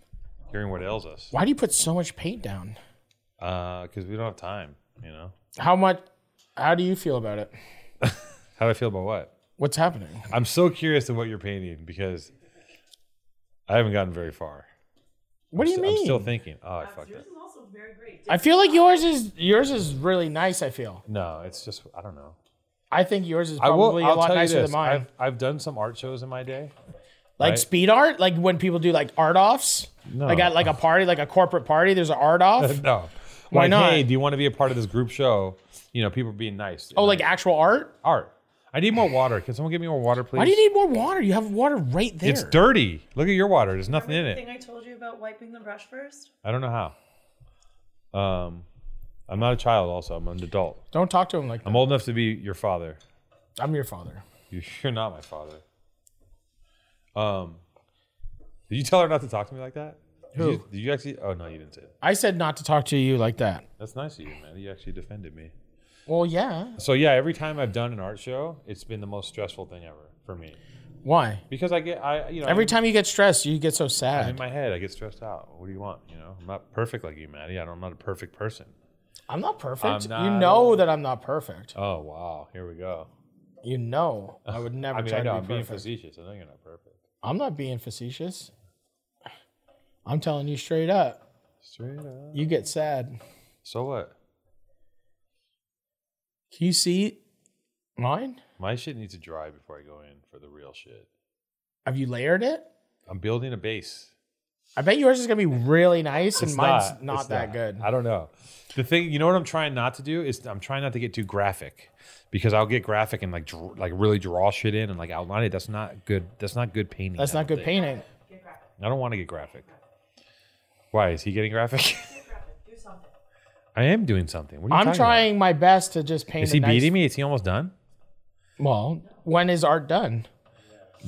Speaker 1: curing what ails us.
Speaker 4: Why do you put so much paint down?
Speaker 1: Because we don't have time. You know
Speaker 4: How much? How do you feel about it?
Speaker 1: how do I feel about what?
Speaker 4: What's happening?
Speaker 1: I'm so curious of what you're painting because I haven't gotten very far.
Speaker 4: What do you mean?
Speaker 1: I'm still thinking. Oh, I fucked
Speaker 5: Yours
Speaker 1: up.
Speaker 5: is also very great.
Speaker 4: I feel like yours is yours is really nice. I feel.
Speaker 1: No, it's just I don't know.
Speaker 4: I think yours is
Speaker 1: I will.
Speaker 4: probably a
Speaker 1: I'll
Speaker 4: lot
Speaker 1: tell you
Speaker 4: nicer
Speaker 1: this.
Speaker 4: than mine.
Speaker 1: I've I've done some art shows in my day.
Speaker 4: like
Speaker 1: right?
Speaker 4: speed art, like when people do like art offs.
Speaker 1: No.
Speaker 4: Like at like a party, like a corporate party, there's an art off.
Speaker 1: No.
Speaker 4: Why
Speaker 1: like,
Speaker 4: not?
Speaker 1: Hey, do you want to be a part of this group show? You know, people being nice.
Speaker 4: Oh, like actual art.
Speaker 1: art. I need more water. Can someone give me more water, please?
Speaker 4: Why do you need more water? You have water right there.
Speaker 1: It's dirty. Look at your water. There's nothing in
Speaker 5: Remember the
Speaker 1: it.
Speaker 5: thing I told you about wiping the brush first?
Speaker 1: I don't know how. Um, I'm not a child. Also, I'm an adult.
Speaker 4: Don't talk to him like that.
Speaker 1: I'm old enough to be your father.
Speaker 4: I'm your father.
Speaker 1: You- You're not my father. Um, did you tell her not to talk to me like that? Did
Speaker 4: Who?
Speaker 1: you, did you actually? Oh no, you didn't say that.
Speaker 4: I said not to talk to you like that.
Speaker 1: That's nice of you, man. You actually defended me.
Speaker 4: Well, yeah.
Speaker 1: So yeah, every time I've done an art show, it's been the most stressful thing ever for me
Speaker 4: Why?
Speaker 1: because I get I you know
Speaker 4: Every
Speaker 1: time.
Speaker 4: time you get stressed, you get so
Speaker 1: in
Speaker 4: sad.
Speaker 1: my head, I get stressed out. What do you want? You know, I'm not perfect like you, Maddie. I don't, I'm not a perfect person.
Speaker 4: I'm not perfect.
Speaker 1: I'm not-
Speaker 4: you know that I'm not perfect.
Speaker 1: Oh wow, here we go.
Speaker 4: You know I would never
Speaker 1: I mean,
Speaker 4: try
Speaker 1: I know
Speaker 4: to
Speaker 1: I'm
Speaker 4: be
Speaker 1: being
Speaker 4: perfect.
Speaker 1: facetious. I know you're not perfect.
Speaker 4: I'm not being facetious. I'm telling you straight up.
Speaker 1: Straight up.
Speaker 4: You get sad.
Speaker 1: So what?
Speaker 4: Can you see mine?
Speaker 1: My shit needs to dry before I go in for the real shit.
Speaker 4: Have you layered it?
Speaker 1: I'm building a base.
Speaker 4: I bet yours is gonna be really nice, and
Speaker 1: It's
Speaker 4: mine's not,
Speaker 1: it's
Speaker 4: that good.
Speaker 1: I don't know. The thing, you know what I'm trying not to do is I'm trying not to get too graphic because I'll get graphic and like dr- like really draw shit in and like outline it. That's not good. That's not good painting.
Speaker 4: That's
Speaker 1: I
Speaker 4: not
Speaker 1: don't
Speaker 4: good
Speaker 1: think.
Speaker 4: painting.
Speaker 5: Get graphic.
Speaker 1: I don't want to get graphic. Why is he getting graphic?
Speaker 5: Get graphic. Do something.
Speaker 1: I am doing something. What are you
Speaker 4: I'm
Speaker 1: talking
Speaker 4: trying my best to just
Speaker 1: About?
Speaker 4: paint.
Speaker 1: Is he
Speaker 4: a nice-
Speaker 1: beating me? Is he almost done?
Speaker 4: Well, when is art done?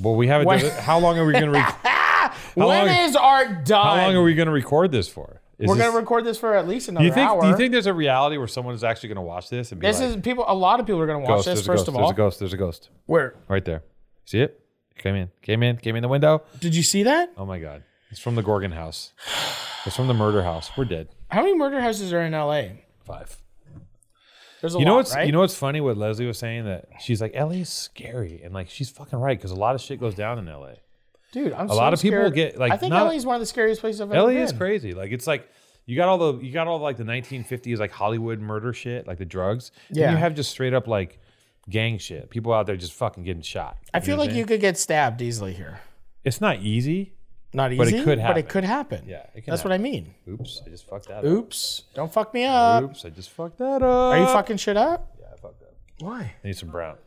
Speaker 1: Well, we haven't.
Speaker 4: When-
Speaker 1: done it- How long are we going to? Re-
Speaker 4: When is
Speaker 1: long-
Speaker 4: art done?
Speaker 1: how long Ah! are we going to record this for? Is
Speaker 4: We're
Speaker 1: this-
Speaker 4: gonna record this for at least another
Speaker 1: Do you think?
Speaker 4: hour.
Speaker 1: Do you think there's a reality where someone is actually going to watch this and be
Speaker 4: this
Speaker 1: like,
Speaker 4: is people? A lot of people are gonna watch
Speaker 1: "Ghost,
Speaker 4: this.
Speaker 1: there's a
Speaker 4: First
Speaker 1: ghost,
Speaker 4: of
Speaker 1: there's
Speaker 4: all,
Speaker 1: a ghost. There's a ghost
Speaker 4: where
Speaker 1: right there. See it? Came in. Came in. Came in the window.
Speaker 4: did you see that?
Speaker 1: Oh my god! It's from the Gorgon house. It's from the murder house. We're dead.
Speaker 4: How many murder houses are in L.A.?
Speaker 1: Five.
Speaker 4: There's a
Speaker 1: You
Speaker 4: lot,
Speaker 1: know what's
Speaker 4: right?
Speaker 1: you know what's funny? What Leslie was saying that she's like LA is scary and like she's fucking right because a lot of shit goes down in LA.
Speaker 4: dude, I'm
Speaker 1: a lot of people get, like,
Speaker 4: I think
Speaker 1: not-
Speaker 4: L.A. is one of the scariest places I've ever
Speaker 1: LA
Speaker 4: been.
Speaker 1: is crazy. Like it's like you got all the you got all like the 1950s like Hollywood murder shit, like the drugs.
Speaker 4: Yeah.
Speaker 1: And you have just straight up like gang shit. People out there just fucking getting shot.
Speaker 4: I
Speaker 1: know
Speaker 4: feel
Speaker 1: what
Speaker 4: like
Speaker 1: I'm
Speaker 4: you
Speaker 1: saying?
Speaker 4: could get stabbed easily here.
Speaker 1: It's not easy.
Speaker 4: Not easy,
Speaker 1: But it could
Speaker 4: But
Speaker 1: happen.
Speaker 4: it could happen.
Speaker 1: Yeah, it can
Speaker 4: That's what I mean.
Speaker 1: Oops, I just fucked that
Speaker 4: Oops! Don't fuck me
Speaker 1: up.
Speaker 4: up.
Speaker 1: Oops, I just fucked that up.
Speaker 4: Are you fucking shit up?
Speaker 1: Yeah, I fucked up.
Speaker 4: Why?
Speaker 1: I need some brown.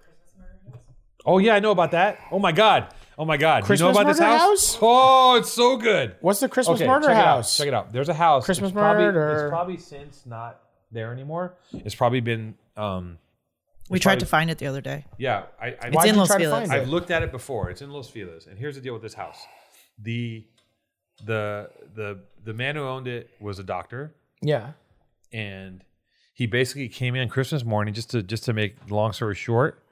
Speaker 1: Oh yeah, I know about that. Oh my god. Oh my god. Do you know
Speaker 4: Christmas
Speaker 1: about this
Speaker 4: murder
Speaker 1: house?
Speaker 4: house?
Speaker 1: Oh, it's so good.
Speaker 4: What's the Christmas
Speaker 1: okay,
Speaker 4: murder
Speaker 1: check
Speaker 4: house?
Speaker 1: It out. Check it out. There's a house.
Speaker 4: Christmas
Speaker 1: it's probably,
Speaker 4: murder.
Speaker 1: It's probably since not there anymore. It's probably been. um
Speaker 2: We
Speaker 1: It's
Speaker 2: tried
Speaker 1: probably-
Speaker 2: to find it the other day.
Speaker 1: Yeah, I. I
Speaker 2: It's in
Speaker 4: you
Speaker 2: Los
Speaker 4: try to
Speaker 2: Feliz.
Speaker 4: find it?
Speaker 1: I've looked at it before. It's in Los Feliz, and here's the deal with this house: the the the the man who owned it was a doctor,
Speaker 4: Yeah.
Speaker 1: and he basically came in Christmas morning just to just to make the long story short,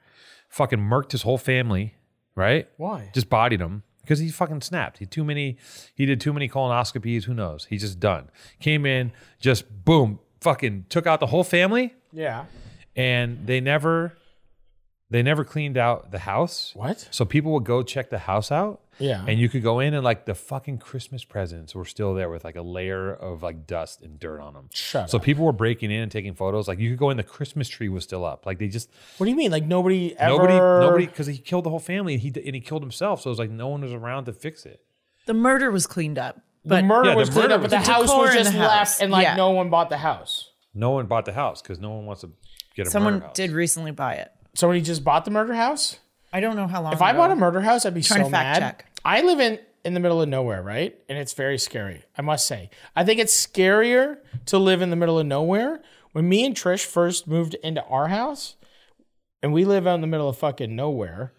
Speaker 1: fucking murked his whole family, right?
Speaker 4: Why?
Speaker 1: Just bodied him because he fucking snapped. He too many. He did too many colonoscopies. Who knows? He's just done. Came in, just boom, fucking took out the whole family,
Speaker 4: Yeah.
Speaker 1: and they never, they never cleaned out the house.
Speaker 4: What?
Speaker 1: So people would go check the house out.
Speaker 4: Yeah.
Speaker 1: And you could go in and like the fucking Christmas presents were still there with like a layer of like dust and dirt on them.
Speaker 4: Shut
Speaker 1: so
Speaker 4: up.
Speaker 1: people were breaking in and taking photos. Like you could go in, the Christmas tree was still up. Like they just
Speaker 4: What do you mean? Like nobody ever?
Speaker 1: nobody nobody because he killed the whole family and he and he killed himself. So it was like no one was around to fix it.
Speaker 2: The murder was cleaned up,
Speaker 4: The
Speaker 2: but
Speaker 4: murder
Speaker 1: Yeah, the
Speaker 4: was cleaned
Speaker 1: murder
Speaker 4: up, but
Speaker 1: was-
Speaker 4: the
Speaker 2: The
Speaker 4: house
Speaker 2: decor
Speaker 4: was
Speaker 2: in
Speaker 4: just
Speaker 2: the house.
Speaker 4: left, and like
Speaker 2: Yeah.
Speaker 4: no one bought the house.
Speaker 1: No one bought the house because no one wants to get a
Speaker 2: someone
Speaker 1: murder house.
Speaker 2: did recently buy it.
Speaker 4: Somebody just bought the murder house.
Speaker 2: I don't know how long.
Speaker 4: If I bought a murder house, I'd be
Speaker 2: Trying
Speaker 4: so
Speaker 2: to fact
Speaker 4: mad.
Speaker 2: check.
Speaker 4: I live in in the middle of nowhere, right? And it's very scary. I must say, I think it's scarier to live in the middle of nowhere. When me and Trish first moved into our house, and we live out in the middle of fucking nowhere,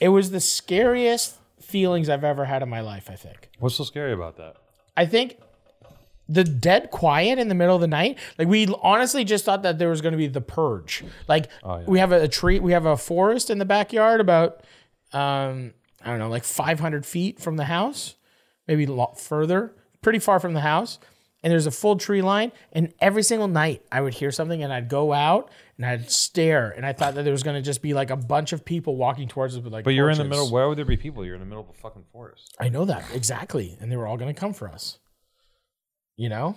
Speaker 4: it was the scariest feelings I've ever had in my life. I think.
Speaker 1: What's so scary about that?
Speaker 4: I think the dead quiet in the middle of the night. Like we honestly just thought that there was going to be the purge. Like
Speaker 1: Oh,
Speaker 4: we have a tree, we have a forest in the backyard about um I don't know, like 500 feet from the house, maybe a lot further, pretty far from the house. And there's a full tree line, and every single night I would hear something, and I'd go out and I'd stare, and I thought that there was gonna just be like a bunch of people walking towards us with like.
Speaker 1: But you're in the
Speaker 4: torches.
Speaker 1: middle. Where would there be people? You're in the middle of a fucking forest.
Speaker 4: I know that exactly, and they were all going to come for us. You know,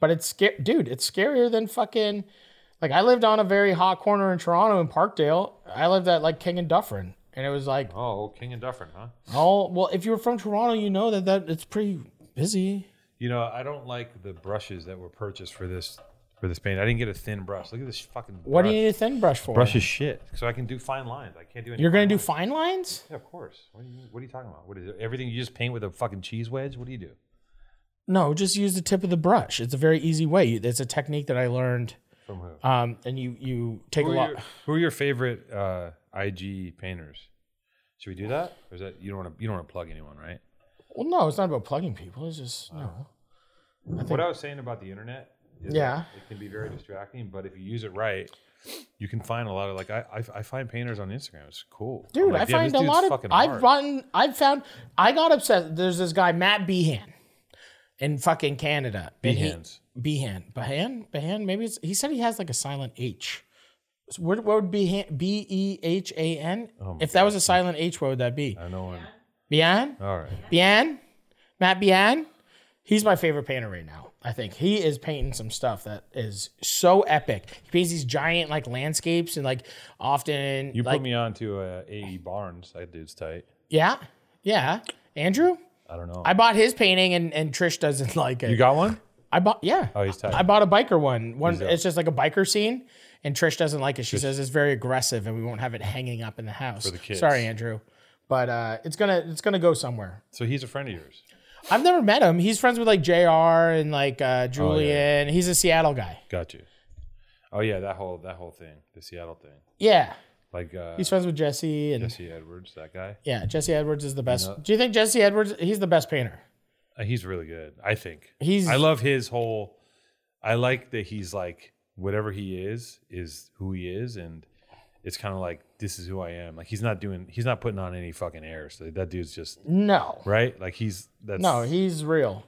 Speaker 4: but it's scary, dude. It's scarier than fucking. Like I lived on a very hot corner in Toronto in Parkdale. I lived at like King and Dufferin, and it was like
Speaker 1: Oh, King and Dufferin, huh?
Speaker 4: all well. If you were from Toronto, you know that that it's pretty busy.
Speaker 1: You know, I don't like the brushes that were purchased for this for this paint. I didn't get a thin brush. Look at this fucking.
Speaker 4: What
Speaker 1: brush.
Speaker 4: do you need a thin brush for?
Speaker 1: Brush is shit. So I can do fine lines. I can't do. Any
Speaker 4: You're gonna
Speaker 1: fine
Speaker 4: do
Speaker 1: lines.
Speaker 4: fine lines?
Speaker 1: Yeah, of course. What are you What are you talking about? What is it? Everything you just paint with a fucking cheese wedge? What do you do?
Speaker 4: No, just use the tip of the brush. It's a very easy way. It's a technique that I learned.
Speaker 1: From who?
Speaker 4: Um, and you you take
Speaker 1: who,
Speaker 4: a
Speaker 1: are
Speaker 4: lot.
Speaker 1: your, who are your favorite uh, IG painters? Should we do that? Or is that you don't want to you don't want to plug anyone, right?
Speaker 4: Well, no, it's not about plugging people. It's just no.
Speaker 1: what I was saying about the internet is
Speaker 4: Yeah.
Speaker 1: that it can be very distracting, but if you use it right, you can find a lot of like I I, I find painters on Instagram. It's cool. I'm
Speaker 4: Dude,
Speaker 1: like,
Speaker 4: I
Speaker 1: "Damn, this
Speaker 4: find a
Speaker 1: dude's
Speaker 4: lot of.
Speaker 1: fucking
Speaker 4: I've
Speaker 1: hard."
Speaker 4: gotten. I've found. I got obsessed. There's this guy Matt Behan, in fucking Canada. And he-
Speaker 1: Behans.
Speaker 4: Behan. Behan. Behan. Maybe it's. He said he has like a silent H. So what, what would be B E H A N?
Speaker 1: Oh
Speaker 4: If that was a silent H, what would that be?
Speaker 1: I know him.
Speaker 4: Behan.
Speaker 1: All right.
Speaker 4: Bian, Matt Bian, he's my favorite painter right now. I think he is painting some stuff that is so epic. He paints these giant like landscapes and like often
Speaker 1: You
Speaker 4: like
Speaker 1: put me on to uh, A.E. Barnes. That dude's tight.
Speaker 4: yeah yeah. Andrew,
Speaker 1: I don't know.
Speaker 4: I bought his painting and and Trish doesn't like it.
Speaker 1: you got one?
Speaker 4: I bought yeah.
Speaker 1: Oh, he's tight.
Speaker 4: I bought a biker one. One
Speaker 1: out.
Speaker 4: it's just like a biker scene, and Trish doesn't like it. She says it's very aggressive, and we won't have it hanging up in the house. For
Speaker 1: the kids.
Speaker 4: Sorry, Andrew, but uh, it's gonna it's gonna go somewhere.
Speaker 1: So he's a friend of yours.
Speaker 4: I've never met him. He's friends with like JR and like
Speaker 1: Oh,
Speaker 4: uh, Julian. He's a Seattle guy.
Speaker 1: Got you. Oh yeah, that whole that whole thing, the Seattle thing.
Speaker 4: Yeah.
Speaker 1: Like uh,
Speaker 4: He's friends with Jesse and
Speaker 1: Jesse Edwards, that guy.
Speaker 4: yeah, Jesse Edwards is the best. Do you think Jesse Edwards he's the best painter?
Speaker 1: Uh, he's really good. I think.
Speaker 4: He's-
Speaker 1: I love his whole. I like that he's like whatever he is is who he is, and it's kind of like this is who I am. Like he's not doing. He's not putting on any fucking airs. Like, that dude's just
Speaker 4: No.
Speaker 1: right. Like he's that's
Speaker 4: No, he's real.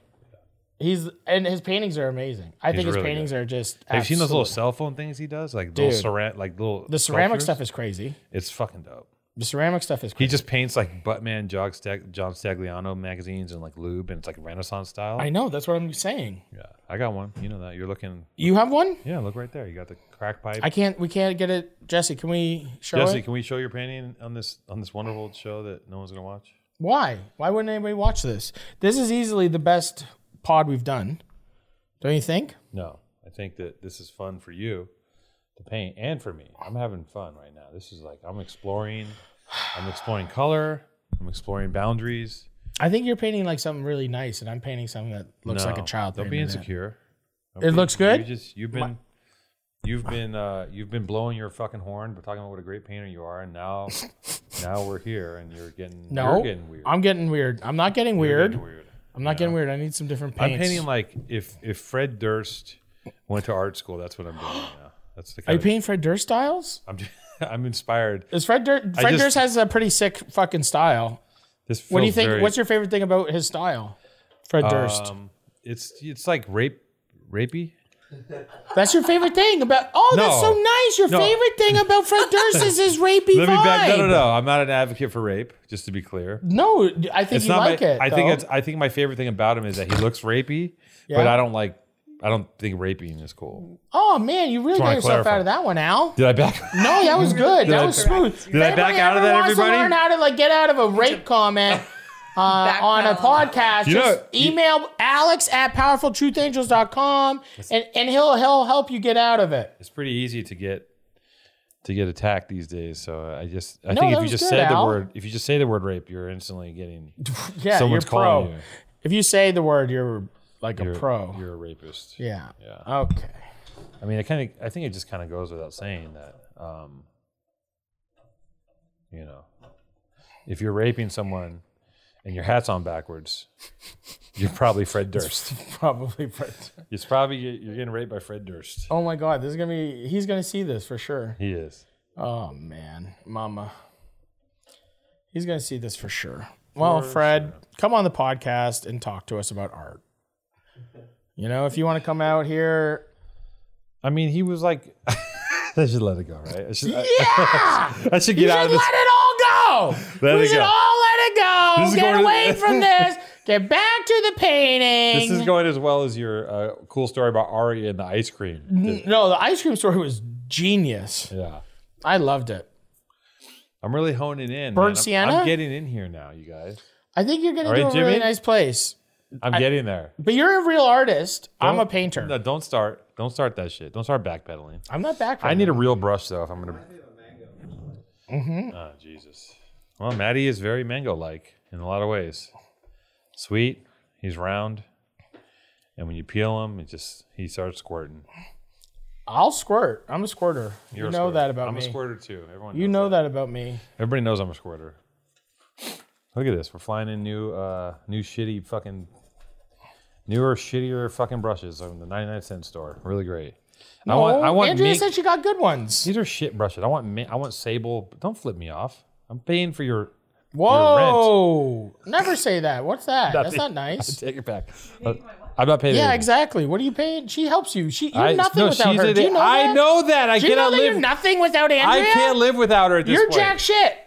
Speaker 4: He's and his paintings are amazing. I think his
Speaker 1: really
Speaker 4: paintings are just
Speaker 1: Have you seen those little
Speaker 4: absolute-
Speaker 1: cell phone things he does? Like little
Speaker 4: Dude.
Speaker 1: ceramic, like little
Speaker 4: the ceramic
Speaker 1: sculptures?
Speaker 4: stuff is crazy.
Speaker 1: It's fucking dope.
Speaker 4: The ceramic stuff is
Speaker 1: He
Speaker 4: crazy.
Speaker 1: just paints like Buttman, Jog Stag- John Stagliano magazines, and like lube, and it's like Renaissance style.
Speaker 4: I know, that's what I'm saying.
Speaker 1: yeah, I got one. You know that you're looking.
Speaker 4: You have one?
Speaker 1: Yeah, look right there. You got the crack pipe.
Speaker 4: I can't we can't get it. Jesse, can we show
Speaker 1: Jesse,
Speaker 4: it?
Speaker 1: can we show your painting on this on this wonderful show that no one's gonna watch?
Speaker 4: Why? Why wouldn't anybody watch this? This is easily the best pod we've done. Don't you think?
Speaker 1: No, I think that this is fun for you to paint and for me. I'm having fun right now. This is like I'm exploring. I'm exploring color. I'm exploring boundaries.
Speaker 4: I think you're painting like something really nice, and I'm painting something that looks like a
Speaker 1: No,
Speaker 4: child.
Speaker 1: Don't be
Speaker 4: painted it.
Speaker 1: insecure. Don't
Speaker 4: It
Speaker 1: be-
Speaker 4: looks good?
Speaker 1: You just you've been you've been uh, you've been blowing your fucking horn, but talking about what a great painter you are, and now now we're here, and you're getting
Speaker 4: No,
Speaker 1: you're getting weird.
Speaker 4: I'm getting weird. I'm not getting weird.
Speaker 1: Getting weird.
Speaker 4: I'm not getting weird. I need some different
Speaker 1: I'm
Speaker 4: paints.
Speaker 1: painting like if if Fred Durst went to art school. That's what I'm doing right now. That's the
Speaker 4: Are
Speaker 1: kind
Speaker 4: you
Speaker 1: of,
Speaker 4: painting Fred Durst styles?
Speaker 1: I'm I'm inspired.
Speaker 4: Is Fred Durst?
Speaker 1: I
Speaker 4: Fred
Speaker 1: just-
Speaker 4: Durst has a pretty sick fucking style.
Speaker 1: This
Speaker 4: What do you
Speaker 1: feels
Speaker 4: think?
Speaker 1: very-
Speaker 4: What's your favorite thing about his style, Fred Durst?
Speaker 1: Um, it's it's like rape, rapey.
Speaker 4: that's your favorite thing about. Oh, that's
Speaker 1: No.
Speaker 4: so nice. Your
Speaker 1: No.
Speaker 4: favorite thing about Fred Durst is his rapey
Speaker 1: Let
Speaker 4: vibe.
Speaker 1: me back. No, no, no. I'm not an advocate for rape. Just to be clear,
Speaker 4: no. I think you like
Speaker 1: my,
Speaker 4: it.
Speaker 1: I think
Speaker 4: though.
Speaker 1: it's. I think my favorite thing about him is that he looks rapey, but
Speaker 4: Yeah.
Speaker 1: I don't like. I don't think raping is cool.
Speaker 4: Oh man, you really
Speaker 1: Just
Speaker 4: got
Speaker 1: wanna
Speaker 4: yourself
Speaker 1: clarify.
Speaker 4: out of that one, Al.
Speaker 1: Did I back?
Speaker 4: No, that was good. that
Speaker 1: I-
Speaker 4: was smooth.
Speaker 1: Did I back out of that,
Speaker 4: Wants to learn
Speaker 1: everybody?
Speaker 4: how to like get out of a rape comment uh, on a podcast,
Speaker 1: You
Speaker 4: just
Speaker 1: know- you-
Speaker 4: email Alex at powerfultruthangels.com and, and he'll he'll help you get out of it.
Speaker 1: It's pretty easy to get to get attacked these days. So I just. I
Speaker 4: No,
Speaker 1: think if
Speaker 4: that
Speaker 1: you
Speaker 4: was
Speaker 1: just
Speaker 4: good,
Speaker 1: said
Speaker 4: Al.
Speaker 1: the word, if you just say the word rape, you're instantly getting
Speaker 4: Yeah,
Speaker 1: someone's
Speaker 4: you're pro.
Speaker 1: calling you.
Speaker 4: If you say the word, you're like
Speaker 1: You're
Speaker 4: a pro.
Speaker 1: You're a rapist.
Speaker 4: yeah.
Speaker 1: Yeah.
Speaker 4: Okay.
Speaker 1: I mean, I kind of, I think it just kind of goes without saying that, um, you know, if you're raping someone and your hat's on backwards, you're probably Fred Durst.
Speaker 4: Probably. Fred.
Speaker 1: It's probably you're getting raped by Fred Durst.
Speaker 4: Oh my God, this is gonna be. He's gonna see this for sure.
Speaker 1: He is.
Speaker 4: Oh man, Mama. He's gonna see this for sure. Well, Fred, come on the podcast and talk to us about art. You know, if you want to come out here,
Speaker 1: I mean, he was like, I should let it go, right? I should, I-
Speaker 4: yeah,
Speaker 1: I, should
Speaker 4: you
Speaker 1: get
Speaker 4: should
Speaker 1: out
Speaker 4: let
Speaker 1: of this.
Speaker 4: it all go.
Speaker 1: Let
Speaker 4: we
Speaker 1: it
Speaker 4: should
Speaker 1: go.
Speaker 4: all let it go.
Speaker 1: This is
Speaker 4: Get
Speaker 1: going to-
Speaker 4: away from this. Get back to the painting.
Speaker 1: This is going as well as your uh, cool story about Ari and the ice cream.
Speaker 4: no, the ice cream story was genius.
Speaker 1: Yeah.
Speaker 4: I loved it.
Speaker 1: I'm really honing in.
Speaker 4: Burnt
Speaker 1: man. I'm-
Speaker 4: sienna?
Speaker 1: I'm getting in here now, you guys.
Speaker 4: I think you're gonna
Speaker 1: All
Speaker 4: do
Speaker 1: right,
Speaker 4: a really
Speaker 1: Jimmy?
Speaker 4: nice place.
Speaker 1: I'm getting there.
Speaker 4: But you're a real artist. I'm a
Speaker 1: Don't-
Speaker 4: painter.
Speaker 1: No, don't start. Don't start that shit. Don't start backpedaling.
Speaker 4: I'm not back.
Speaker 1: I need a real brush though if I'm gonna. Oh Jesus. Well, Maddie is very mango-like in a lot of ways. Sweet. He's round, and when you peel him, it just he starts squirting.
Speaker 4: I'll squirt. I'm a squirter.
Speaker 1: You're
Speaker 4: you
Speaker 1: a
Speaker 4: know
Speaker 1: squirter.
Speaker 4: that about
Speaker 1: I'm
Speaker 4: me.
Speaker 1: a squirter too. Everyone.
Speaker 4: You
Speaker 1: knows
Speaker 4: know that about me.
Speaker 1: Everybody knows I'm a squirter. Look at this. We're flying in new, uh, new shitty fucking, newer shittier fucking brushes from the 99 cent store. Really great. I want. I want.
Speaker 4: Andrea
Speaker 1: mink-
Speaker 4: said she got good ones.
Speaker 1: These are shit brushes. I want ma- I want sable. Don't flip me off. I'm paying for your.
Speaker 4: Whoa! Never say that. What's that? That's not nice.
Speaker 1: Take it back. I'm not paying.
Speaker 4: Yeah,
Speaker 1: anything.
Speaker 4: exactly. What are you paying? She helps you. She you're
Speaker 1: I-
Speaker 4: nothing
Speaker 1: no,
Speaker 4: without
Speaker 1: she's
Speaker 4: her.
Speaker 1: a-
Speaker 4: Do you know
Speaker 1: I
Speaker 4: that?
Speaker 1: know that. I
Speaker 4: Do you know
Speaker 1: cannot
Speaker 4: that you're
Speaker 1: live.
Speaker 4: nothing without
Speaker 1: I
Speaker 4: Andrea?
Speaker 1: can't live without her at this
Speaker 4: You're
Speaker 1: point.
Speaker 4: jack shit.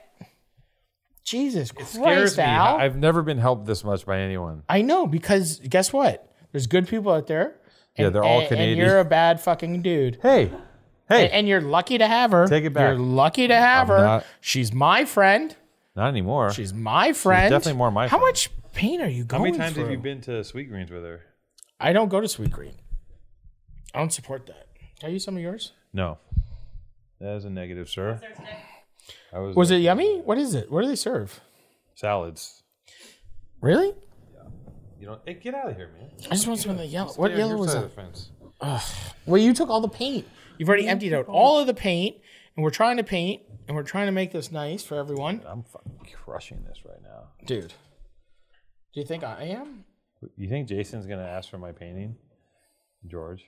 Speaker 4: Jesus
Speaker 1: Scares
Speaker 4: Christ,
Speaker 1: me.
Speaker 4: Al.
Speaker 1: I've never been helped this much by anyone.
Speaker 4: I know because guess what? There's good people out there.
Speaker 1: Yeah,
Speaker 4: and-
Speaker 1: they're all
Speaker 4: and-
Speaker 1: Canadian.
Speaker 4: And you're a bad fucking dude.
Speaker 1: Hey, hey,
Speaker 4: and you're lucky to have her.
Speaker 1: Take it back.
Speaker 4: You're lucky to have
Speaker 1: I'm
Speaker 4: her.
Speaker 1: not-
Speaker 4: She's my friend.
Speaker 1: not anymore.
Speaker 4: She's my friend.
Speaker 1: definitely more my
Speaker 4: How
Speaker 1: friend.
Speaker 4: much pain are you going
Speaker 1: How many times
Speaker 4: through?
Speaker 1: have you been to Sweet Greens with her?
Speaker 4: I don't go to Sweet Green. I don't support that. Can I use some of yours?
Speaker 1: No, that is a negative, sir.
Speaker 5: There today.
Speaker 1: I was,
Speaker 4: Was
Speaker 1: there.
Speaker 4: it yummy? What is it? What do they serve?
Speaker 1: salads?
Speaker 4: Really?
Speaker 1: You know, hey, get out of here, man.
Speaker 4: I just want some of the yellow. What
Speaker 1: Get on
Speaker 4: yellow
Speaker 1: your
Speaker 4: was
Speaker 1: side
Speaker 4: that?
Speaker 1: of the fence.
Speaker 4: Well, you took all the paint. You've already emptied out all of the paint, and we're trying to paint, and we're trying to make this nice for everyone.
Speaker 1: I'm fucking crushing this right now.
Speaker 4: Dude, do you think I am?
Speaker 1: You think Jason's gonna ask for my painting, George?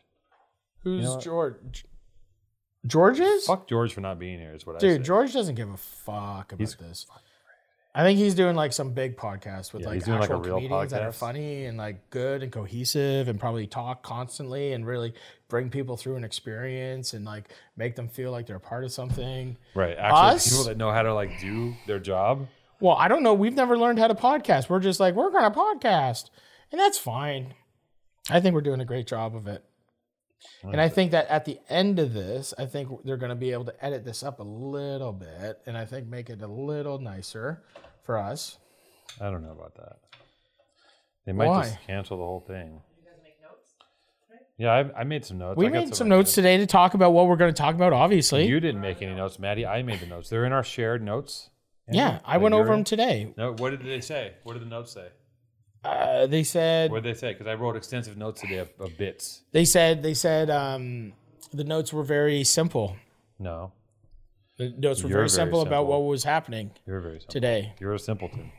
Speaker 4: Who's
Speaker 1: know what?
Speaker 4: George? George is?
Speaker 1: Fuck George for not being here. Is what I
Speaker 4: Dude,
Speaker 1: say.
Speaker 4: George doesn't give a fuck about this. I think he's doing like some big podcast with
Speaker 1: Yeah,
Speaker 4: like
Speaker 1: he's
Speaker 4: actual
Speaker 1: doing, like, a real
Speaker 4: comedians that are
Speaker 1: podcast.
Speaker 4: funny and like good and cohesive and probably talk constantly and really bring people through an experience and like make them feel like they're a part of something.
Speaker 1: right? Actually,
Speaker 4: Us?
Speaker 1: people that know how to like do their job.
Speaker 4: Well, I don't know. We've never learned how to podcast. We're just like we're going to podcast, and that's fine. I think we're doing a great job of it. And I think that at the end of this, I think they're going to be able to edit this up a little bit and I think make it a little nicer for us.
Speaker 1: I don't know about that. They might
Speaker 4: Why?
Speaker 1: just cancel the whole thing.
Speaker 5: You guys make notes?
Speaker 1: Yeah, I, I made some notes.
Speaker 4: We
Speaker 1: I got
Speaker 4: made some
Speaker 1: ideas.
Speaker 4: notes today to talk about what we're going to talk about, obviously.
Speaker 1: You didn't make any notes, Maddie. I made the notes. They're in our shared notes.
Speaker 4: yeah, I
Speaker 1: That
Speaker 4: went
Speaker 1: you're
Speaker 4: over
Speaker 1: in?
Speaker 4: them today.
Speaker 1: No, what did they say? What did the notes say?
Speaker 4: Uh, they said
Speaker 1: What did they say? Because I wrote extensive notes today of, of bits.
Speaker 4: they said they said um, the notes were very simple.
Speaker 1: No,
Speaker 4: The notes were
Speaker 1: You're
Speaker 4: very,
Speaker 1: very
Speaker 4: simple, about
Speaker 1: simple.
Speaker 4: what was happening
Speaker 1: you're very simple.
Speaker 4: today.
Speaker 1: You're a simpleton.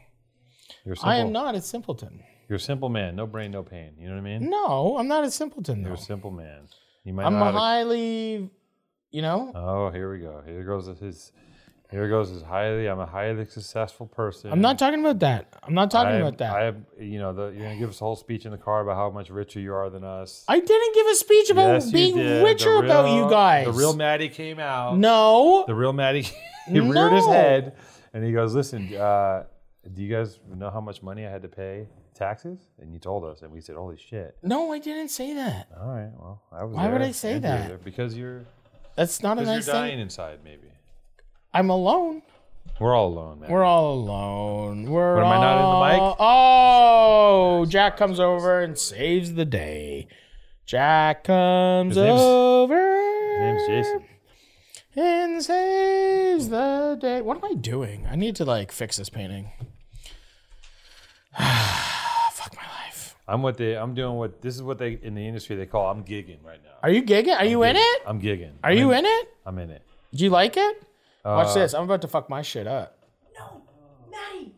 Speaker 1: You're simple.
Speaker 4: I am not a simpleton.
Speaker 1: You're a simple man. No brain, no pain. You know what I mean?
Speaker 4: No, I'm not a simpleton.
Speaker 1: You're
Speaker 4: Though.
Speaker 1: a simple man. You might
Speaker 4: I'm
Speaker 1: not
Speaker 4: a
Speaker 1: have a-
Speaker 4: highly, you know,
Speaker 1: Oh, here we go. Here goes his. Here goes his highly. I'm a highly successful person.
Speaker 4: I'm not talking about that. I'm not talking
Speaker 1: I'm-
Speaker 4: about that.
Speaker 1: I
Speaker 4: I,
Speaker 1: have, you know, the, you're gonna give us a whole speech in the car about how much richer you are than us.
Speaker 4: didn't give a speech about
Speaker 1: Yes, you
Speaker 4: being
Speaker 1: did. The
Speaker 4: richer about
Speaker 1: real-
Speaker 4: you guys.
Speaker 1: The real Maddie came out.
Speaker 4: no,
Speaker 1: The real Maddie. he reared his
Speaker 4: No.
Speaker 1: head, and he goes, "Listen, uh, do you guys know how much money I had to pay taxes?" And you told us, and we said, "Holy shit!"
Speaker 4: no, I didn't say that.
Speaker 1: All right, well, I was.
Speaker 4: Why would
Speaker 1: there,
Speaker 4: I say
Speaker 1: and you were
Speaker 4: that?
Speaker 1: there. Because you're
Speaker 4: That's not a
Speaker 1: because
Speaker 4: nice
Speaker 1: you're dying
Speaker 4: thing.
Speaker 1: inside. Maybe
Speaker 4: I'm alone.
Speaker 1: we're all alone, Maddie.
Speaker 4: We're all alone. We're
Speaker 1: What, am I not in the mic?
Speaker 4: all- Oh, Jack comes over and saves the day. Jack comes
Speaker 1: His name's-
Speaker 4: over.
Speaker 1: His name's Jason.
Speaker 4: And saves the day. What am I doing? I need to like fix this painting. Fuck my life.
Speaker 1: I'm what they. I'm doing what this is what they in the industry they call. I'm gigging right now.
Speaker 4: Are you gigging? Are you in it?
Speaker 1: I'm gigging.
Speaker 4: Are you in it?
Speaker 1: I'm in it.
Speaker 4: Do you like it? Watch
Speaker 1: Uh,
Speaker 4: this. I'm about to fuck my shit up.
Speaker 5: No. Maddie.